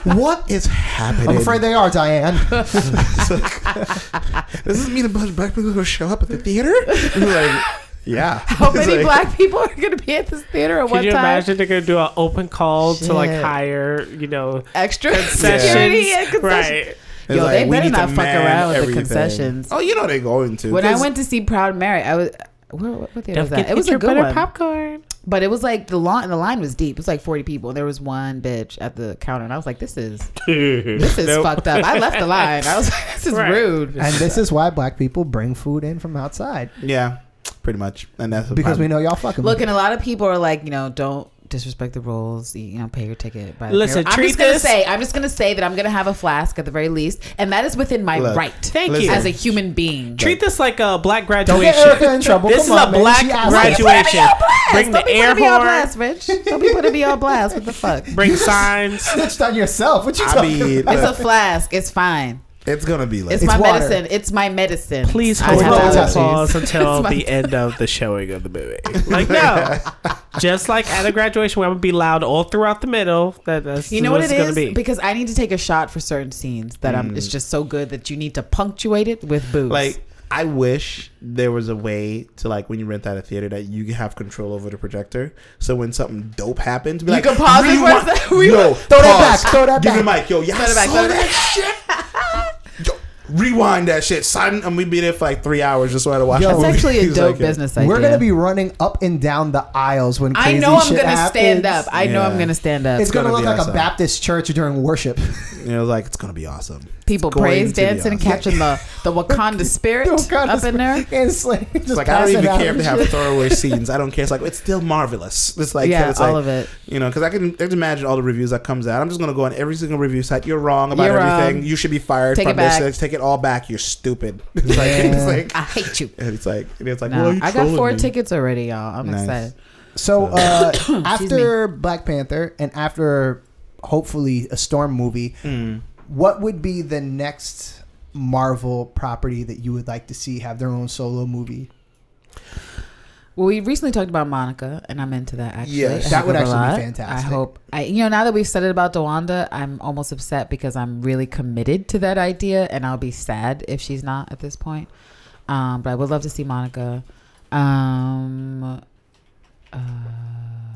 S3: What is happening?
S4: I'm afraid they are Diane.
S3: It's like, Does this mean a bunch of black people will show up at the theater? It's like, yeah.
S1: How
S3: It's
S1: many
S3: like-
S1: black people are going to be at this theater at
S2: Could
S1: one
S2: you
S1: time?
S2: imagine they're gonna do an open call to like
S1: Shit.
S2: hire, you know,
S1: Extra
S2: concessions?
S1: security and concessions.
S2: Right.
S3: it's
S1: Yo, they
S3: we
S1: better
S3: need to
S1: not fuck
S3: man
S1: around with the
S3: everything.
S1: concessions.
S3: Oh, you know they're going to.
S1: When
S3: 'cause-
S1: I went to see Proud Mary, I was. Where, what, what theater was
S2: Don't
S1: that? It was
S2: your
S1: a good
S2: butter
S1: one,
S2: popcorn.
S1: but it was like the line. The line was deep. It was like forty people. There was one bitch at the counter, and I was like, "This is this is fucked up." I left the line. I was like, "This is
S2: Right.
S1: rude."
S4: and this is why black people bring food in from outside
S3: Yeah, pretty much. And that's
S4: because we know y'all fucking.
S1: Look, and a lot of people are like, you know, don't disrespect the rules. You know, pay your ticket. Buy the
S2: Listen,
S1: beer. I'm
S2: treat
S1: just gonna
S2: this-
S1: say, I'm just gonna say that I'm gonna have a flask at the very least, and that is within my
S3: Look,
S1: right.
S2: Thank you.
S1: As a human being,
S2: Treat this like a black
S4: don't
S2: graduation.
S4: get Erica in trouble.
S2: This
S4: Come
S2: is
S4: on,
S2: a
S4: man.
S2: black
S4: She asked-
S1: Why you putting
S2: graduation.
S1: me on blast?
S2: Bring
S1: Don't
S2: the
S1: be
S2: air
S1: putting me on
S2: horn.
S1: blast, Rich. Don't be putting me on blast. What the fuck?
S2: Bring signs.
S4: snitched on yourself. What you
S3: I
S4: talking?
S3: mean,
S4: about?
S1: It's a flask. It's fine.
S3: it's gonna be like
S1: It's,
S4: It's
S1: my
S4: water.
S1: medicine. It's my medicine.
S2: Please
S1: I
S2: hold
S1: have
S2: all
S4: the
S1: allergies.
S2: applause until
S1: It's my-
S2: the end of the showing of the movie. Like no, just like at a graduation where I'm gonna be loud all throughout the middle. That that's
S1: You know
S2: what
S1: what it
S2: it's
S1: is?
S2: gonna be.
S1: Because I need to take a shot for certain scenes that I'm. It's just so good that you need to punctuate it with booze.
S3: like. I wish there was a way to like when you rent out a theater that you can have control over the projector. So when something dope happens, be like,
S1: can pause it
S3: really
S1: for a
S3: want-
S1: sec- we-
S3: Yo,
S4: Throw that
S3: pause.
S4: back, throw that
S3: Give me
S4: back.
S3: the mic, yo. Yeah,
S1: Throw
S3: I
S1: it back,
S3: saw
S1: throw it
S3: that shit. Yo, rewind that shit, silent, and we'd be there for like three hours just so I had to watch.
S4: Yo,
S3: the
S1: That's actually
S3: movie.
S1: a
S3: He's
S1: dope
S3: like,
S1: business idea.
S4: We're gonna be running up and down the aisles when
S1: I
S4: crazy
S1: know I'm
S4: shit
S1: gonna stand up.
S4: happens.
S1: I know I'm
S3: Yeah.
S1: gonna stand up.
S4: It's, gonna,
S3: gonna
S4: look
S3: be
S4: like a
S3: awesome.
S4: Baptist church during worship.
S3: You know, like it's gonna be awesome.
S1: People
S3: going
S1: praise
S3: to be
S1: dancing, and
S3: awesome.
S1: catching the the Wakanda spirit up in there.
S4: and sling, just
S3: It's like I don't
S4: pass it
S3: even
S4: out
S3: care if
S4: and
S3: they have
S4: shit.
S3: throwaway scenes. I don't care. It's like it's still marvelous. It's like
S1: yeah,
S3: it's
S1: all
S3: like,
S1: of it.
S3: You know, because I can, I can imagine all the reviews that comes out. I'm just gonna go on every single review site. You're wrong about
S1: You're wrong.
S3: everything. You should be fired
S1: Take
S3: from
S1: it
S3: this.
S1: back.
S3: It's- Take it all back. You're stupid. It's like,
S4: Yeah.
S3: it's like,
S1: I hate you.
S3: and it's like, and it's like,
S1: No,
S3: well, you
S1: I got
S3: trolling
S1: four
S3: me?
S1: tickets already, y'all. I'm
S3: Nice.
S1: excited.
S4: So uh, after
S1: Excuse
S4: Black Panther and after hopefully a Storm movie,
S3: Mm.
S4: what would be the next Marvel property that you would like to see have their own solo movie?
S1: Well, we recently talked about Monica, and I'm into that actually.
S3: Yes.
S1: I
S4: That
S1: think
S4: would
S1: of
S4: actually
S1: a
S4: be
S1: lot.
S4: fantastic.
S1: I hope. I, you know, now that we've said it about DeWanda, I'm almost upset because I'm really committed to that idea, and I'll be sad if she's not at this point. Um, but I would love to see Monica. Um, uh,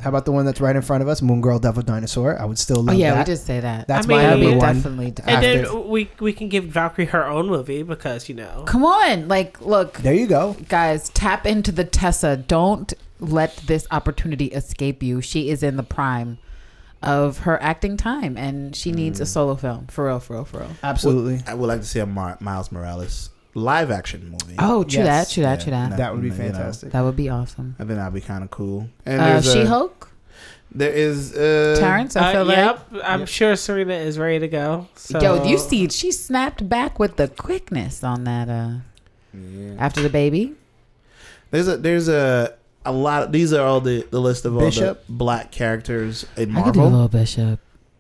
S4: How about the one that's right in front of us, Moon Girl, Devil Dinosaur? I would still
S1: oh
S4: love
S1: yeah, we
S4: that.
S1: did say that.
S4: That's
S2: I mean,
S4: my
S1: That'd be
S2: That'd
S4: number one.
S1: definitely.
S4: I-
S2: And
S4: after.
S2: then we we can give Valkyrie her own movie because you know
S1: Come on, like, look,
S4: There you go.
S1: guys, tap into the Tessa. Don't let this opportunity escape you. She is in the prime of her acting time, and she needs a solo film for real, for real, for real.
S4: Absolutely.
S3: I would like to see a Mar- Miles Morales live action movie.
S1: Oh, true
S4: Yes.
S1: that, true that, true
S3: Yeah,
S1: that.
S3: no.
S4: that would be
S3: You know,
S4: fantastic.
S1: That would be awesome.
S3: I think that'd be kind of cool. And
S1: Uh,
S3: there's a-
S1: she Hulk,
S3: There is uh,
S1: Terrence. I
S2: Uh,
S1: feel like.
S2: yep, I'm sure Serena is ready to go. So.
S1: Yo, you see, she snapped back with the quickness on that. Uh,
S3: Yeah.
S1: after the baby,
S3: There's a there's a a lot. Of, these are all the the list of all
S4: Bishop?
S3: the black characters in
S1: I could do a
S3: Marvel.
S1: little bishop.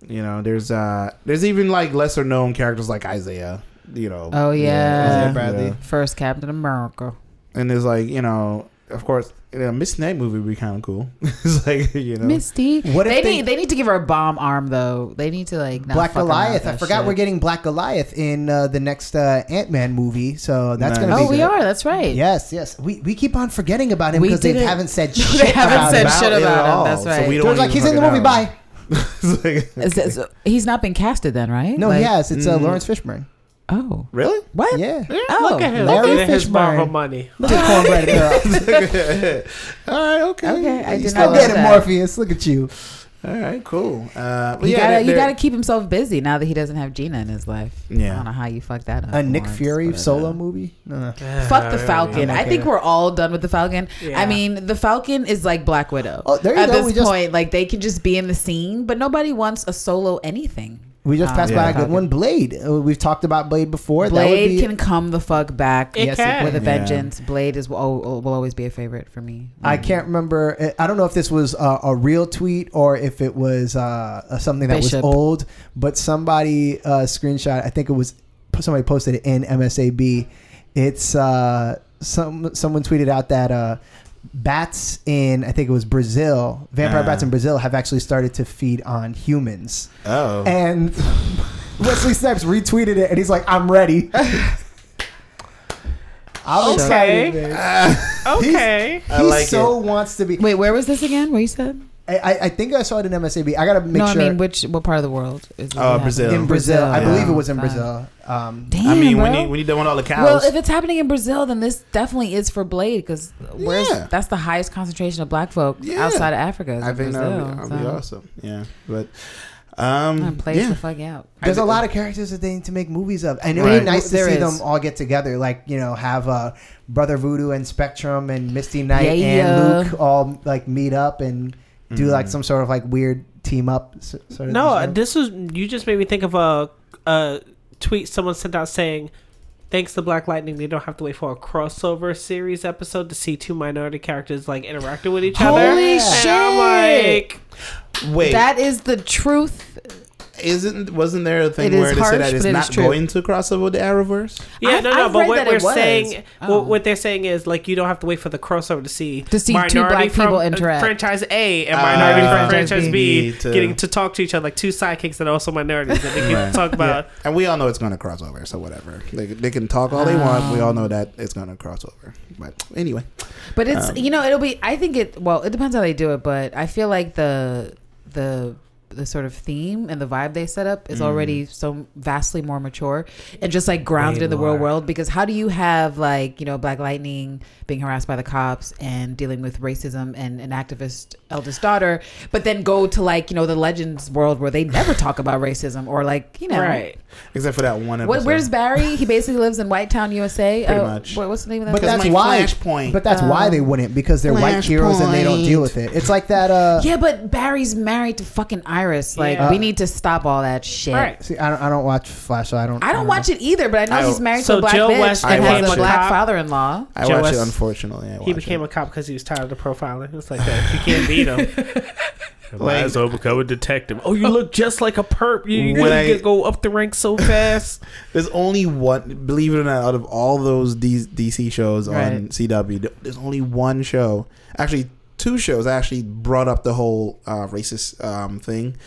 S3: You know, there's uh there's even like lesser known characters like Isaiah. You know.
S1: Oh, yeah.
S4: Isaiah Bradley.
S3: yeah.
S1: First Captain America.
S3: And there's like you know, of course, you know, Miss Knight movie would be kind of cool. it's like you know,
S1: Misty.
S4: What
S1: they,
S4: if they-
S1: need they need to give her a bomb arm though. They need to like not
S4: Black
S1: fuck around with
S4: Goliath. I
S1: that
S4: forgot
S1: shit.
S4: we're getting Black Goliath in uh, the next uh, Ant Man movie, so that's
S3: Nice.
S4: gonna be.
S1: Oh, we
S4: good.
S1: are. That's right.
S4: Yes, yes. We we keep on forgetting about him
S1: We
S4: because they
S1: didn't-
S4: haven't said
S1: They
S4: shit
S1: haven't
S4: about
S1: said
S4: him.
S1: shit
S3: it
S1: about
S3: at
S1: him,
S3: all.
S1: that's right.
S3: we
S4: They're
S3: don't
S4: like,
S3: even
S4: he's in the
S3: fucking know.
S4: movie. Bye.
S3: It's like-
S1: Is that- so he's not been casted then, right?
S4: No,
S1: Like-
S4: he has. It's uh,
S3: Mm.
S4: Lawrence Fishburne.
S1: Oh,
S3: really?
S1: what?
S4: Yeah.
S2: Yeah,
S1: Oh,
S2: look at him.
S4: Larry
S2: Look at his
S4: Fishburne.
S2: Marvel money.
S4: Look at Cornbread Girl.
S3: all right. Okay.
S1: Okay, I
S3: You
S1: did not
S3: still
S4: Still
S1: love
S3: get
S4: get
S1: that.
S4: him, Morpheus. Look at you.
S3: it. All right. Cool. Uh, but
S1: You
S3: yeah,
S1: gotta you
S3: there-
S1: gotta keep himself busy now that he doesn't have Gina in his life. I don't know
S3: Yeah.
S1: how you fuck that up.
S4: A Nick
S1: Lawrence,
S4: Fury
S1: but, uh,
S4: solo movie? No.
S1: Fuck the Falcon.
S4: I'm
S1: I
S4: okay
S1: think
S4: with-
S1: we're all done with the Falcon. I
S2: Yeah.
S1: mean, the Falcon is like Black Widow.
S4: Oh, there you
S1: At
S4: go.
S1: this
S4: We just-
S1: point, like they can just be in the scene, but nobody wants a solo anything.
S4: We just
S1: Ah,
S4: passed by
S3: yeah.
S4: a good one. Blade. Uh, We've talked about Blade before. that would
S1: Blade
S4: be,
S1: can come the fuck back
S2: It
S4: Yes, it
S2: can.
S1: with a
S3: Yeah.
S1: vengeance. Blade is will, will always be a favorite for me.
S4: I can't remember. I- I don't know if this was a, a real tweet or if it was uh, something that
S1: Bishop.
S4: was old, but somebody uh, screenshot. I think it was somebody posted it in MSAB. It's uh, some someone tweeted out that uh, bats in I think it was Brazil, vampire
S3: Ah.
S4: bats in Brazil have actually started to feed on humans.
S3: Oh.
S4: And Wesley Snipes retweeted it, and he's like, "I'm ready."
S2: Okay.
S4: I'm excited, man.
S2: Okay.
S4: He
S3: I like
S4: so wants to be.
S1: Wait, where was this again? Where you said?
S4: I- I, I think I saw it in MSAB. I gotta make
S1: no,
S4: sure.
S1: I mean which what part of the world is it
S3: Oh,
S1: happening?
S3: Brazil.
S4: in Brazil, I
S3: Yeah.
S4: believe it was in
S1: Fuck.
S4: Brazil. Um,
S1: Damn,
S3: I mean,
S1: bro.
S3: when you when you done with all the cows,
S1: well, if it's happening in Brazil, then this definitely is for Blade because where's
S3: Yeah.
S1: that's the highest concentration of Black folk
S3: Yeah.
S1: outside of Africa. is
S3: I
S1: in
S3: think
S4: um,
S3: that
S1: Brazil,
S3: would be, that'd be
S1: so.
S3: awesome. Yeah, but
S1: And
S3: um,
S1: plays
S3: yeah,
S1: the fuck out.
S4: there's
S3: I-
S4: a lot of characters that they need to make movies of, and it would
S3: Right.
S4: be nice to
S1: There
S4: see
S1: is.
S4: them all get together. Like you know, have uh, Brother Voodoo and Spectrum and Misty Knight
S1: Yeah.
S4: and Luke all like meet up and do
S3: Mm.
S4: like some sort of like weird team up. s- Sort of
S2: No,
S4: thing.
S2: this was you just made me think of a, a tweet someone sent out saying, "Thanks to Black Lightning, they don't have to wait for a crossover series episode to see two minority characters like interacting with each other."
S1: Holy
S2: and I'm
S1: shit!
S2: like,
S3: wait,
S1: That is the truth.
S3: isn't wasn't there a thing
S1: It
S3: where
S1: is
S3: they said
S1: harsh,
S3: that it's
S1: but it is
S3: not
S1: true.
S3: going to cross over the Arrowverse?
S2: yeah,
S1: I've-
S2: no, no.
S1: I've
S2: but
S1: read
S2: what
S1: that it
S2: we're
S1: was.
S2: saying,
S1: Oh.
S2: what, what they're saying is like you don't have to wait for the crossover to see
S1: To see two black
S2: from
S1: people
S2: uh,
S1: interact.
S2: franchise A and
S3: Ah.
S2: minority from
S1: Franchise
S2: franchise
S3: B.
S2: B,
S3: Me too.
S2: getting to talk to each other like two sidekicks that are also minorities that they can
S3: Right.
S2: talk about.
S3: And we all know it's going to cross over, so whatever. They, they can talk all
S1: Um,
S3: they want. We all know that it's going to cross over. But anyway,
S1: But it's
S3: Um,
S1: you know it'll be. I think it. Well, it depends how they do it, but I feel like the the the sort of theme and the vibe they set up is already so vastly more mature and just like grounded
S2: Way
S1: in the real
S2: more.
S1: world. Because how do you have like you know Black Lightning being harassed by the cops and dealing with racism and an activist eldest daughter, but then go to like you know the Legends world where they never talk about racism or like you know
S2: Right.
S3: Except for that one episode.
S1: What, where's Barry? He basically lives in Whitetown, USA.
S3: Pretty much.
S1: Oh, what- what's the name of that?
S4: But
S1: place?
S4: that's
S3: my
S4: why.
S3: flashpoint.
S4: But that's why
S1: Um,
S4: they wouldn't because they're white heroes and they don't deal with it. It's like that. Uh,
S1: yeah, but Barry's married to fucking Iris. Like,
S2: Yeah.
S1: we need to stop all that shit.
S2: Right.
S4: See, I don't. I don't watch Flash. So I don't.
S1: I don't watch it either, but I know
S3: I-
S1: he's married to
S2: so
S1: a black
S2: Joe
S1: bitch
S2: West
S1: and
S3: became
S1: has a
S3: a
S1: black
S2: cop.
S1: father-in-law.
S3: I
S2: Joe
S3: watch it,
S2: was-
S3: unfortunately. I watch
S2: He became
S3: it.
S2: a cop because he was tired of the profiling. It's like that. You can't beat him.
S3: Like-
S2: Might as well become a detective. Oh, you look just like a perp. You, you
S3: When
S2: gonna
S3: I-
S2: get- go up the ranks so fast.
S3: There's only one, believe it or not, out of all those D- DC shows on
S1: Right.
S3: CW, th- there's only one show, actually two shows, that actually brought up the whole uh, racist um, thing.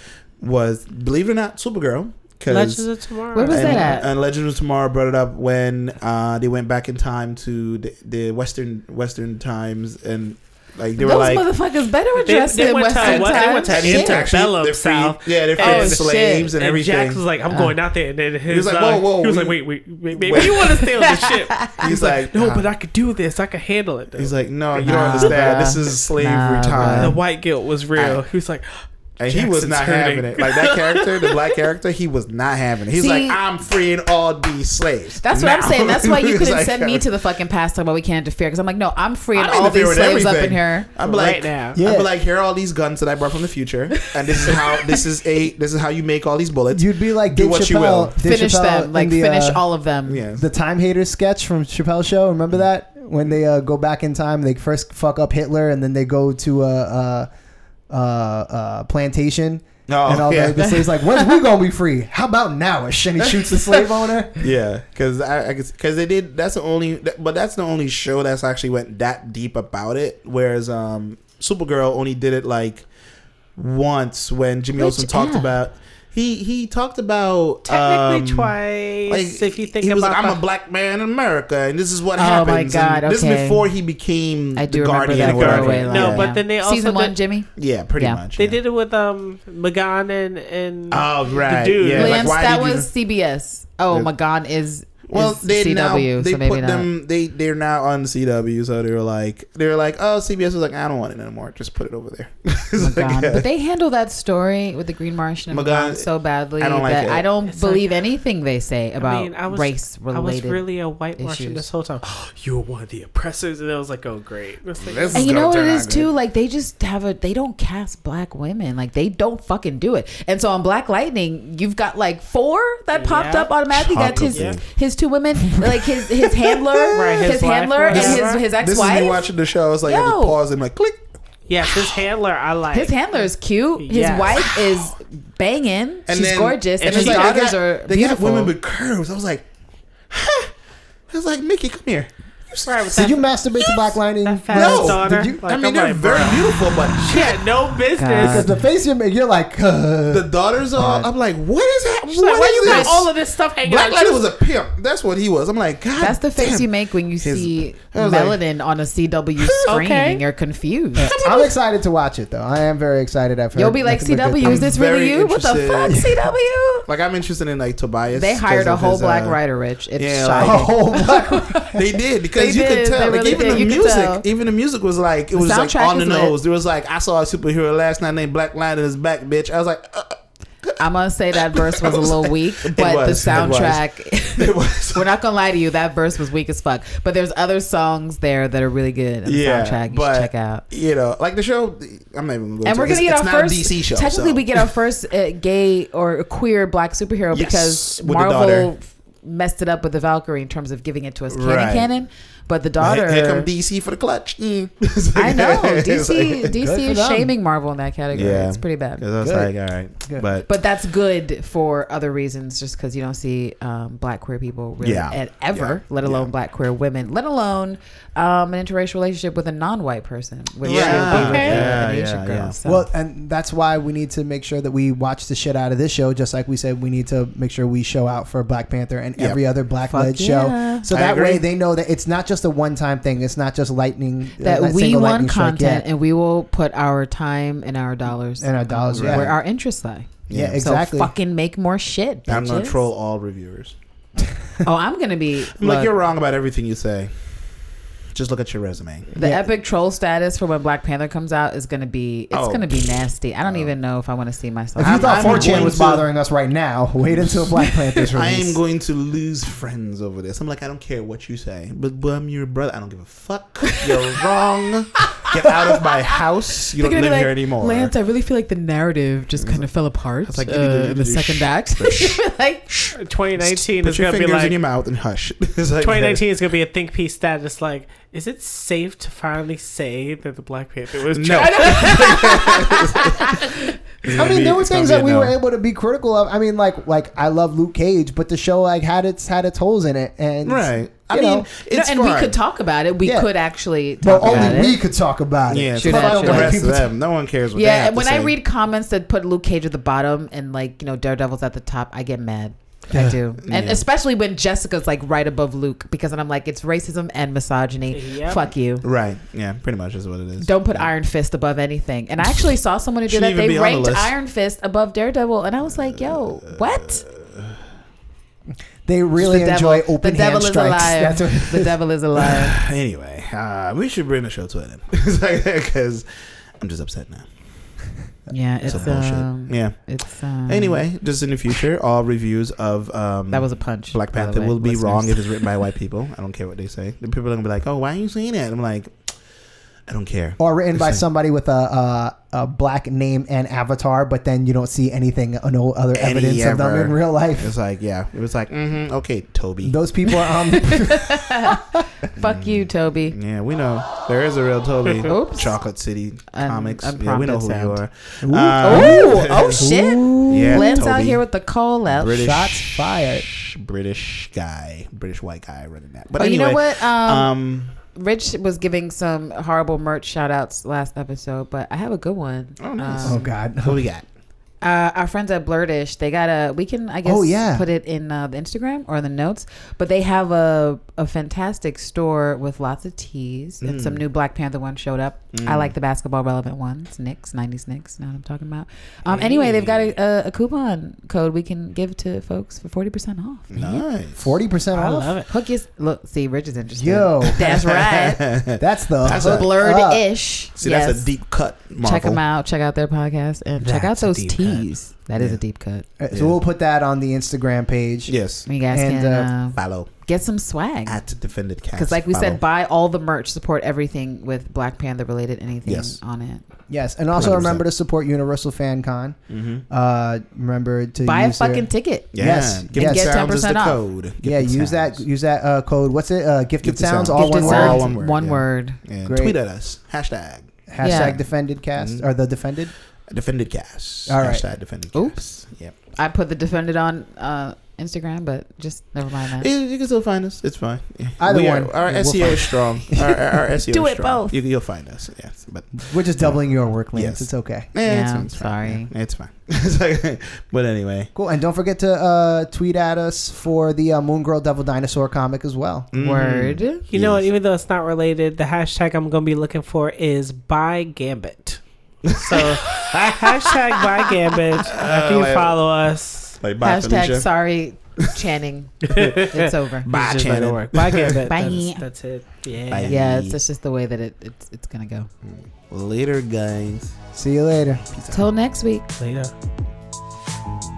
S3: Was believe it or not, Supergirl. 'cause-
S2: Legends of Tomorrow.
S1: Where was
S3: and,
S1: that at?
S3: and Legend of Tomorrow brought it up when uh, they went back in time to the, the Western Western times and like they
S1: Those
S3: were like
S1: motherfuckers better
S2: They-
S1: address
S2: they
S1: it in
S2: went to-
S1: Western
S2: what- they
S1: time.
S2: went to
S1: Shit.
S2: Inter- Bellum
S3: they're free,
S2: South.
S3: yeah, they're free
S2: Oh,
S3: slaves and,
S2: And
S3: everything. Uh.
S2: Jax was like, I'm going out there. And then his,
S3: was like,
S2: uh,
S3: whoa, whoa,
S2: he was
S3: we-
S2: like, wait, wait, wait,
S3: wait.
S2: maybe you want to stay on the ship.
S3: he's like,
S2: No,
S3: "Nah."
S2: but I could do this. I could handle it. Though.
S3: He's like, no, you don't
S1: Nah,
S3: understand.
S1: bruh.
S3: This is slavery
S1: Nah,
S3: time.
S1: bruh.
S2: the white guilt was real.
S3: I-
S2: he was like,
S3: and he was
S2: Jackson's
S3: not
S2: hurting.
S3: having it. Like that character, the black character, he was not having it. He's like,
S1: See-
S3: I'm freeing all these slaves.
S1: That's what I'm
S3: now."
S1: saying. That's why you
S3: He's
S1: couldn't
S3: like,
S1: send me to the fucking past time, but we can't interfere. Because I'm like, no, I'm free
S3: I'm
S1: and all
S3: interfering
S1: these
S3: with
S1: slaves up in
S3: everything.
S1: here.
S3: I'm
S2: right
S3: like,
S2: now.
S4: Yeah.
S3: I'd be like, here are all these guns that I brought from the future, and this is how this is a this is how you make all these bullets.
S4: You'd be like
S3: Do
S4: Dave
S3: what you will.
S4: Chappelle. Dave
S1: Finish
S4: Chappelle
S1: them.
S4: in
S1: Like,
S4: the,
S1: finish
S4: uh,
S1: all of them.
S3: yeah, Mm.
S4: the time haters sketch from Chappelle Show. Remember that when they uh, go back in time, they first fuck up Hitler, and then they go to a, a, a, a plantation.
S3: Oh,
S4: and all
S3: yeah.
S4: the, the slaves like, when's we gonna be free? How about nowish? And he shoots the slave owner.
S3: yeah, because I because they did. That's the only, that- but that's the only show that's actually went that deep about it. Whereas um, Supergirl only did it like once when Jimmy
S1: Which
S3: Olsen talked
S1: app?
S3: about. He he talked about
S2: Technically,
S3: um,
S2: twice.
S3: Like,
S2: if you think
S3: he
S2: about
S3: was like,
S2: the-
S3: I'm a black man in America, and this is what
S1: Oh my
S3: happens. and
S1: God,
S3: This is
S1: okay.
S3: before he became
S1: I do
S3: the
S1: remember
S3: Guardian.
S1: that
S3: or whatever.
S1: throwaway line.
S2: No,
S3: yeah.
S2: but then they also
S1: Season one,
S2: did-
S1: Jimmy.
S3: yeah, pretty
S1: Yeah.
S3: much.
S2: They
S3: yeah.
S2: did it with um McGon and and
S3: Oh right,
S2: dude.
S3: yeah.
S1: Williams,
S3: why
S1: that
S3: did you-
S1: was CBS. Oh,
S3: Yeah.
S1: my God, is
S3: Well,
S1: is
S3: they
S1: CW,
S3: now they
S1: so maybe
S3: put
S1: not.
S3: them. They they're now on CW, so they were like they were like, oh, CBS was like, I don't want it anymore. Just put it over there. It's
S2: Oh
S3: like,
S1: Magan.
S3: yeah.
S1: But they handle that story with the Green Martian and
S3: Magan,
S1: Magan so badly
S3: I don't like
S1: that
S3: it.
S1: I don't
S2: It's
S1: believe anything they say about
S2: mean, I was-
S1: race
S2: I was
S1: related.
S2: really a white Russian
S1: issues.
S2: this whole time. you were one of the oppressors, and I was like, oh great. It's like,
S3: This-
S1: and you
S3: gonna
S1: know what it
S3: turn out
S1: is too?
S3: good.
S1: Like they just have a they don't cast black women. Like they don't fucking do it. And so on Black Lightning, you've got like four that popped
S2: Yeah.
S1: up automatically. That's his
S3: Chocolate.
S1: his two women, like his his handler,
S2: Right, his
S1: his,
S2: wife
S1: handler,
S2: or
S1: and his
S2: whatever.
S1: his
S3: this
S1: ex
S3: is me
S1: wife.
S3: watching the show. It's like I
S1: Yo.
S3: just pause and like click.
S2: yes, his handler I like.
S1: His handler is cute. His
S2: Yes.
S1: wife is banging.
S3: And
S1: She's
S3: then-
S1: gorgeous, and,
S2: and
S1: his
S2: she- they
S1: daughters
S3: got-
S1: are
S3: They got
S1: beautiful.
S3: women with curves. I was like, huh. I was like, Mickey, come here.
S2: right, with
S4: Did
S2: that,
S4: you masturbate to Black Lightning?
S2: that fast
S3: No,
S2: daughter.
S4: did you-
S2: Like,
S3: I mean,
S2: I'm
S3: they're
S2: like,
S3: very
S2: bruh,
S3: beautiful, but
S2: She had no
S1: God.
S2: business.
S4: Because the face you make, you're like, uh,
S3: the daughters all. I'm like, what is that?
S2: She's like, why
S3: What
S2: you
S3: is
S2: got
S3: this?
S2: all of this stuff hanging
S3: Black
S2: out?
S3: Lightning was a pimp. That's what he was. I'm like, God.
S1: That's the face
S3: damn.
S1: you make when you
S3: His-
S1: see
S3: I was like-
S1: melanin on a CW screen
S2: Okay.
S1: and you're confused.
S4: I'm excited to watch it though. I am very excited. I've heard
S1: You'll be like,
S4: nothing but good
S1: CW, is
S4: things.
S1: this really
S3: very
S1: you? What the fuck,
S3: interested.
S1: CW?
S3: Like I'm interested in like Tobias.
S1: They
S3: 'cause
S1: hired a
S3: of
S1: whole
S3: his,
S1: black
S3: uh,
S1: writer, Rich. It's
S3: yeah,
S1: shocking.
S3: like-
S4: Oh, Black
S3: They did because
S1: They
S3: you
S1: did.
S3: could tell.
S1: They
S3: like
S1: really
S3: even
S1: did.
S3: the
S1: You could tell.
S3: music, even the music was like it was like
S1: soundtrack
S3: on the
S1: is lit.
S3: nose. There was like I saw a superhero last night named Black Lion in his back, bitch. I was like, uh,
S1: I'm going to say that verse was a little weak, but
S3: was,
S1: the
S3: it was.
S1: soundtrack.
S3: it was.
S1: We're not gonna lie to you. That verse was weak as fuck. But there's other songs there that are really good. In the
S3: Yeah,
S1: soundtrack you
S3: but-
S1: should check out.
S3: you know, like the show. I'm not even gonna go.
S1: and
S3: to
S1: we're
S3: it.
S1: gonna
S3: It's-
S1: get
S3: it's
S1: our
S3: not a
S1: first
S3: DC show.
S1: technically
S3: so.
S1: we get our first uh, gay or queer black superhero
S3: Yes,
S1: because
S3: with the daughter.
S1: marvel f- messed it up with the valkyrie in terms of giving it to us canon
S3: Right.
S1: canon but the
S3: Well,
S1: daughter
S3: Here, here come DC for the clutch. Mm. It's
S1: i know
S3: like- it's
S1: dc
S3: like-
S1: dc
S4: for
S1: is
S4: them.
S1: shaming marvel in that category
S3: Yeah.
S1: it's pretty bad
S3: 'Cause I was
S4: Good.
S3: like, all right,
S4: Good.
S3: but
S1: but that's good for other reasons just because you don't see um, black queer people really
S3: Yeah.
S1: at, ever
S3: Yeah.
S1: let alone
S3: Yeah.
S1: black queer women let alone um, an interracial relationship with a non-white person which
S3: Yeah.
S1: should be with
S2: Okay.
S1: an
S3: Yeah,
S1: asian
S3: yeah,
S1: girl
S3: yeah.
S1: so.
S4: Well, and that's why we need to make sure that we watch the shit out of this show, just like we said we need to make sure we show out for Black Panther and
S3: Yep.
S4: every other black
S1: Fuck
S4: led
S1: yeah.
S4: show. So
S3: I
S4: that
S3: agree.
S4: way they know that it's not just just a one-time thing. It's not just lightning uh,
S1: that
S4: like
S1: we
S4: single
S1: want
S4: lightning strike,
S1: content
S4: yeah.
S1: and we will put our time and our dollars
S4: And our dollars,
S1: where
S4: yeah.
S1: our interests lie.
S4: Yeah,
S3: Yeah.
S4: exactly.
S1: So fucking make more shit.
S3: I'm gonna
S1: bitches.
S3: troll all reviewers.
S1: Oh, I'm gonna be
S3: I'm
S1: look,
S3: like, you're wrong about everything you say. Just look at your resume.
S1: the
S4: Yeah.
S1: epic troll status for when Black Panther comes out is gonna be it's
S3: Oh.
S1: gonna be nasty. I don't even know if I want to see myself.
S4: If you
S3: I'm-
S4: thought
S3: I'm
S4: 4chan
S3: going
S4: was
S3: to-
S4: bothering us right now, wait until Black Panther's
S3: I
S4: release.
S3: am going to lose friends over this. I'm like, I don't care what you say, but, but I'm your brother. I don't give a fuck. You're wrong. Get out of my house. You
S1: They're
S3: don't
S1: gonna be
S3: live
S1: like,
S3: here anymore.
S1: Lance, I really feel like the narrative just kind of fell apart
S3: It's like,
S1: uh,
S3: you need to-
S1: in the
S3: you need to
S1: second
S3: sh-
S1: act. like,
S2: 2019
S3: Put
S2: is
S3: your
S2: gonna be
S3: fingers in
S2: like
S3: your mouth and hush. It's like-
S2: 2019 is gonna be a think piece status. Like, is it safe to finally say that the Black Panther was
S3: No.
S2: trash?
S4: I mean, there were things that we were
S3: able.
S4: able to be critical of. I mean, like like I love Luke Cage, but the show like had its had its holes in it, and
S3: Right. I
S4: you
S3: mean,
S4: know.
S1: no,
S3: it's
S1: and we
S3: fine.
S1: could talk about it. We
S4: Yeah.
S1: could actually
S4: But
S1: talk about
S4: only
S1: it.
S4: we could talk about it.
S3: Yeah,
S1: Shoot
S3: fuck
S1: at
S3: the
S1: you.
S3: rest
S4: People-
S3: of them. No one cares what they
S1: yeah,
S3: have
S1: and
S3: to
S1: when I
S3: say.
S1: read comments that put Luke Cage at the bottom and like you know Daredevil's at the top, I get mad. I do, and
S3: Yeah.
S1: especially when Jessica's like right above Luke because then I'm like it's racism and misogyny.
S2: Yep.
S1: Fuck you.
S3: Right. Yeah, pretty much is what it is.
S1: Don't put
S3: Yeah.
S1: Iron Fist above anything. And I actually saw someone who did
S3: Shouldn't
S1: that.
S3: even
S1: They
S3: be on the
S1: ranked
S3: list.
S1: Iron Fist above Daredevil, and I was like, yo, what?
S4: They really
S1: the
S4: enjoy
S1: devil,
S4: open
S1: The devil
S4: hand
S1: is
S4: strikes.
S1: alive.
S4: That's what
S1: the devil is alive.
S3: Anyway, uh, we should bring the show to an end because I'm just upset now.
S1: Yeah,
S3: It's
S1: it's
S3: Some bullshit.
S1: um,
S3: yeah.
S1: it's um,
S3: Anyway, just in the future, all reviews of um,
S1: That was a punch.
S3: Black
S1: by the
S3: Panther
S1: way,
S3: will be
S1: listeners.
S3: wrong if it's written by white people. I don't care what they say. The people are gonna be like, "Oh, why are you saying that?" I'm like, I don't care.
S4: or written by
S3: Listen.
S4: somebody with a, a a black name and avatar, but then you don't see anything, uh, no other
S3: Any
S4: evidence of them
S3: ever.
S4: in real life.
S3: It's like, yeah, it was like, mm-hmm, okay, Toby.
S4: Those people are um, on.
S1: Fuck you, Toby.
S3: Yeah, we know there is a real Toby.
S1: Oops.
S3: Chocolate City
S1: Un-
S3: Comics. yeah, we know who
S1: unprompted sound.
S3: you are. Um,
S1: oh, oh shit.
S3: Yeah,
S1: Glenn's out
S3: Toby.
S1: here with the call out.
S3: British,
S4: Shots fired.
S3: British guy, British white guy running that. But
S1: But
S3: anyway,
S1: you know what? Um,
S3: Um,
S1: Rich was giving some horrible merch shout outs last episode, but I have a good one.
S3: Oh, nice.
S1: Um,
S4: oh God.
S3: what we got?
S1: uh, our friends at Blurtish, they got a. We can, I guess,
S4: Oh, yeah.
S1: put it in uh, the Instagram or the notes. But they have a a fantastic store with lots of teas and
S3: Mm.
S1: some new Black Panther ones showed up. I like the basketball relevant ones, Knicks, '90s Knicks. Know what I'm talking about? Um, Anyway, they've got a, a, a coupon code we can give to folks for forty percent off.
S3: Nice.
S4: Forty percent
S2: I
S4: off.
S2: love it.
S1: Hook is look. See, Rich is interested.
S4: Yo,
S1: that's right.
S4: that's the
S3: That's a-
S4: hook
S1: Blurred
S4: up.
S1: ish.
S3: See, that's a deep cut. Marvel.
S1: Check them out. Check out their podcast and check out
S3: That's a
S1: those
S3: deep cut.
S1: teas. That is
S3: Yeah.
S1: a deep cut.
S4: Uh, So
S3: Yeah.
S4: we'll put that on the Instagram page.
S3: Yes.
S1: You guys
S4: And,
S1: can
S4: uh,
S1: uh,
S3: Follow
S1: get some swag.
S3: at Defended Cast.
S1: Because, like we
S3: Follow.
S1: said, buy all the merch, support everything with Black Panther related, anything
S3: Yes.
S1: on it.
S4: Yes, and also
S3: 100%.
S4: remember to support Universal Fan Con.
S3: Mhm.
S4: Uh, remember to
S1: buy a
S4: use their-
S1: fucking ticket.
S3: Yeah.
S4: Yes.
S3: Gifted
S4: And
S1: get
S3: Sounds is
S1: 10%
S3: the
S1: off.
S3: code.
S4: yeah.
S3: Gifted
S4: Use that.
S3: Sounds.
S4: Use that uh, code. What's it? Uh, gifted,
S3: Gifted
S4: sounds.
S3: Sounds.
S4: All
S1: Gifted
S4: one
S1: sounds,
S4: word.
S3: All one word,
S1: One
S3: yeah.
S1: word.
S3: And
S4: Great.
S3: tweet at us. Hashtag
S4: Hashtag
S1: Yeah.
S4: defended cast
S3: Mhm.
S4: or the defended.
S3: Defended Cast.
S4: All right.
S3: Hashtag Defended Cast.
S1: Oops.
S3: Yep.
S1: I put the defendant on uh, Instagram, but just never mind that.
S3: You, you can still find us. It's fine. Yeah.
S4: Either
S3: We are-
S4: one.
S3: our
S4: We'll
S3: SEO is strong. Our, our, our SEO
S1: Do
S3: is
S1: it
S3: strong.
S1: both.
S3: You, you'll find us. Yes, but
S4: We're just doubling your work, Lance.
S3: Yes.
S4: It's okay.
S3: eh, it's,
S1: Yeah,
S3: it's
S1: sorry.
S3: Fine. Yeah, it's fine. It's okay. but anyway,
S4: Cool. And don't forget to uh, tweet at us for the uh, Moon Girl Devil Dinosaur comic as well.
S3: Mhm.
S1: Word.
S2: You know what?
S3: Yes.
S2: Even though it's not related, the hashtag I'm gonna be looking for is by Gambit. So hashtag by Gambit. After
S3: Oh,
S2: you
S3: wait.
S2: follow us,
S3: Like bye,
S1: Hashtag
S3: Felicia.
S1: sorry, Channing. it's over.
S3: Bye,
S2: it's just not gonna
S3: Channing.
S2: work. By Gambit.
S1: Bye.
S2: That's, that's it. Yeah.
S3: Bye.
S1: Yeah, it's, it's just the way that it, it's, it's going to go.
S3: Later, guys.
S4: See you later.
S1: Till next week.
S2: Later.
S3: Peace.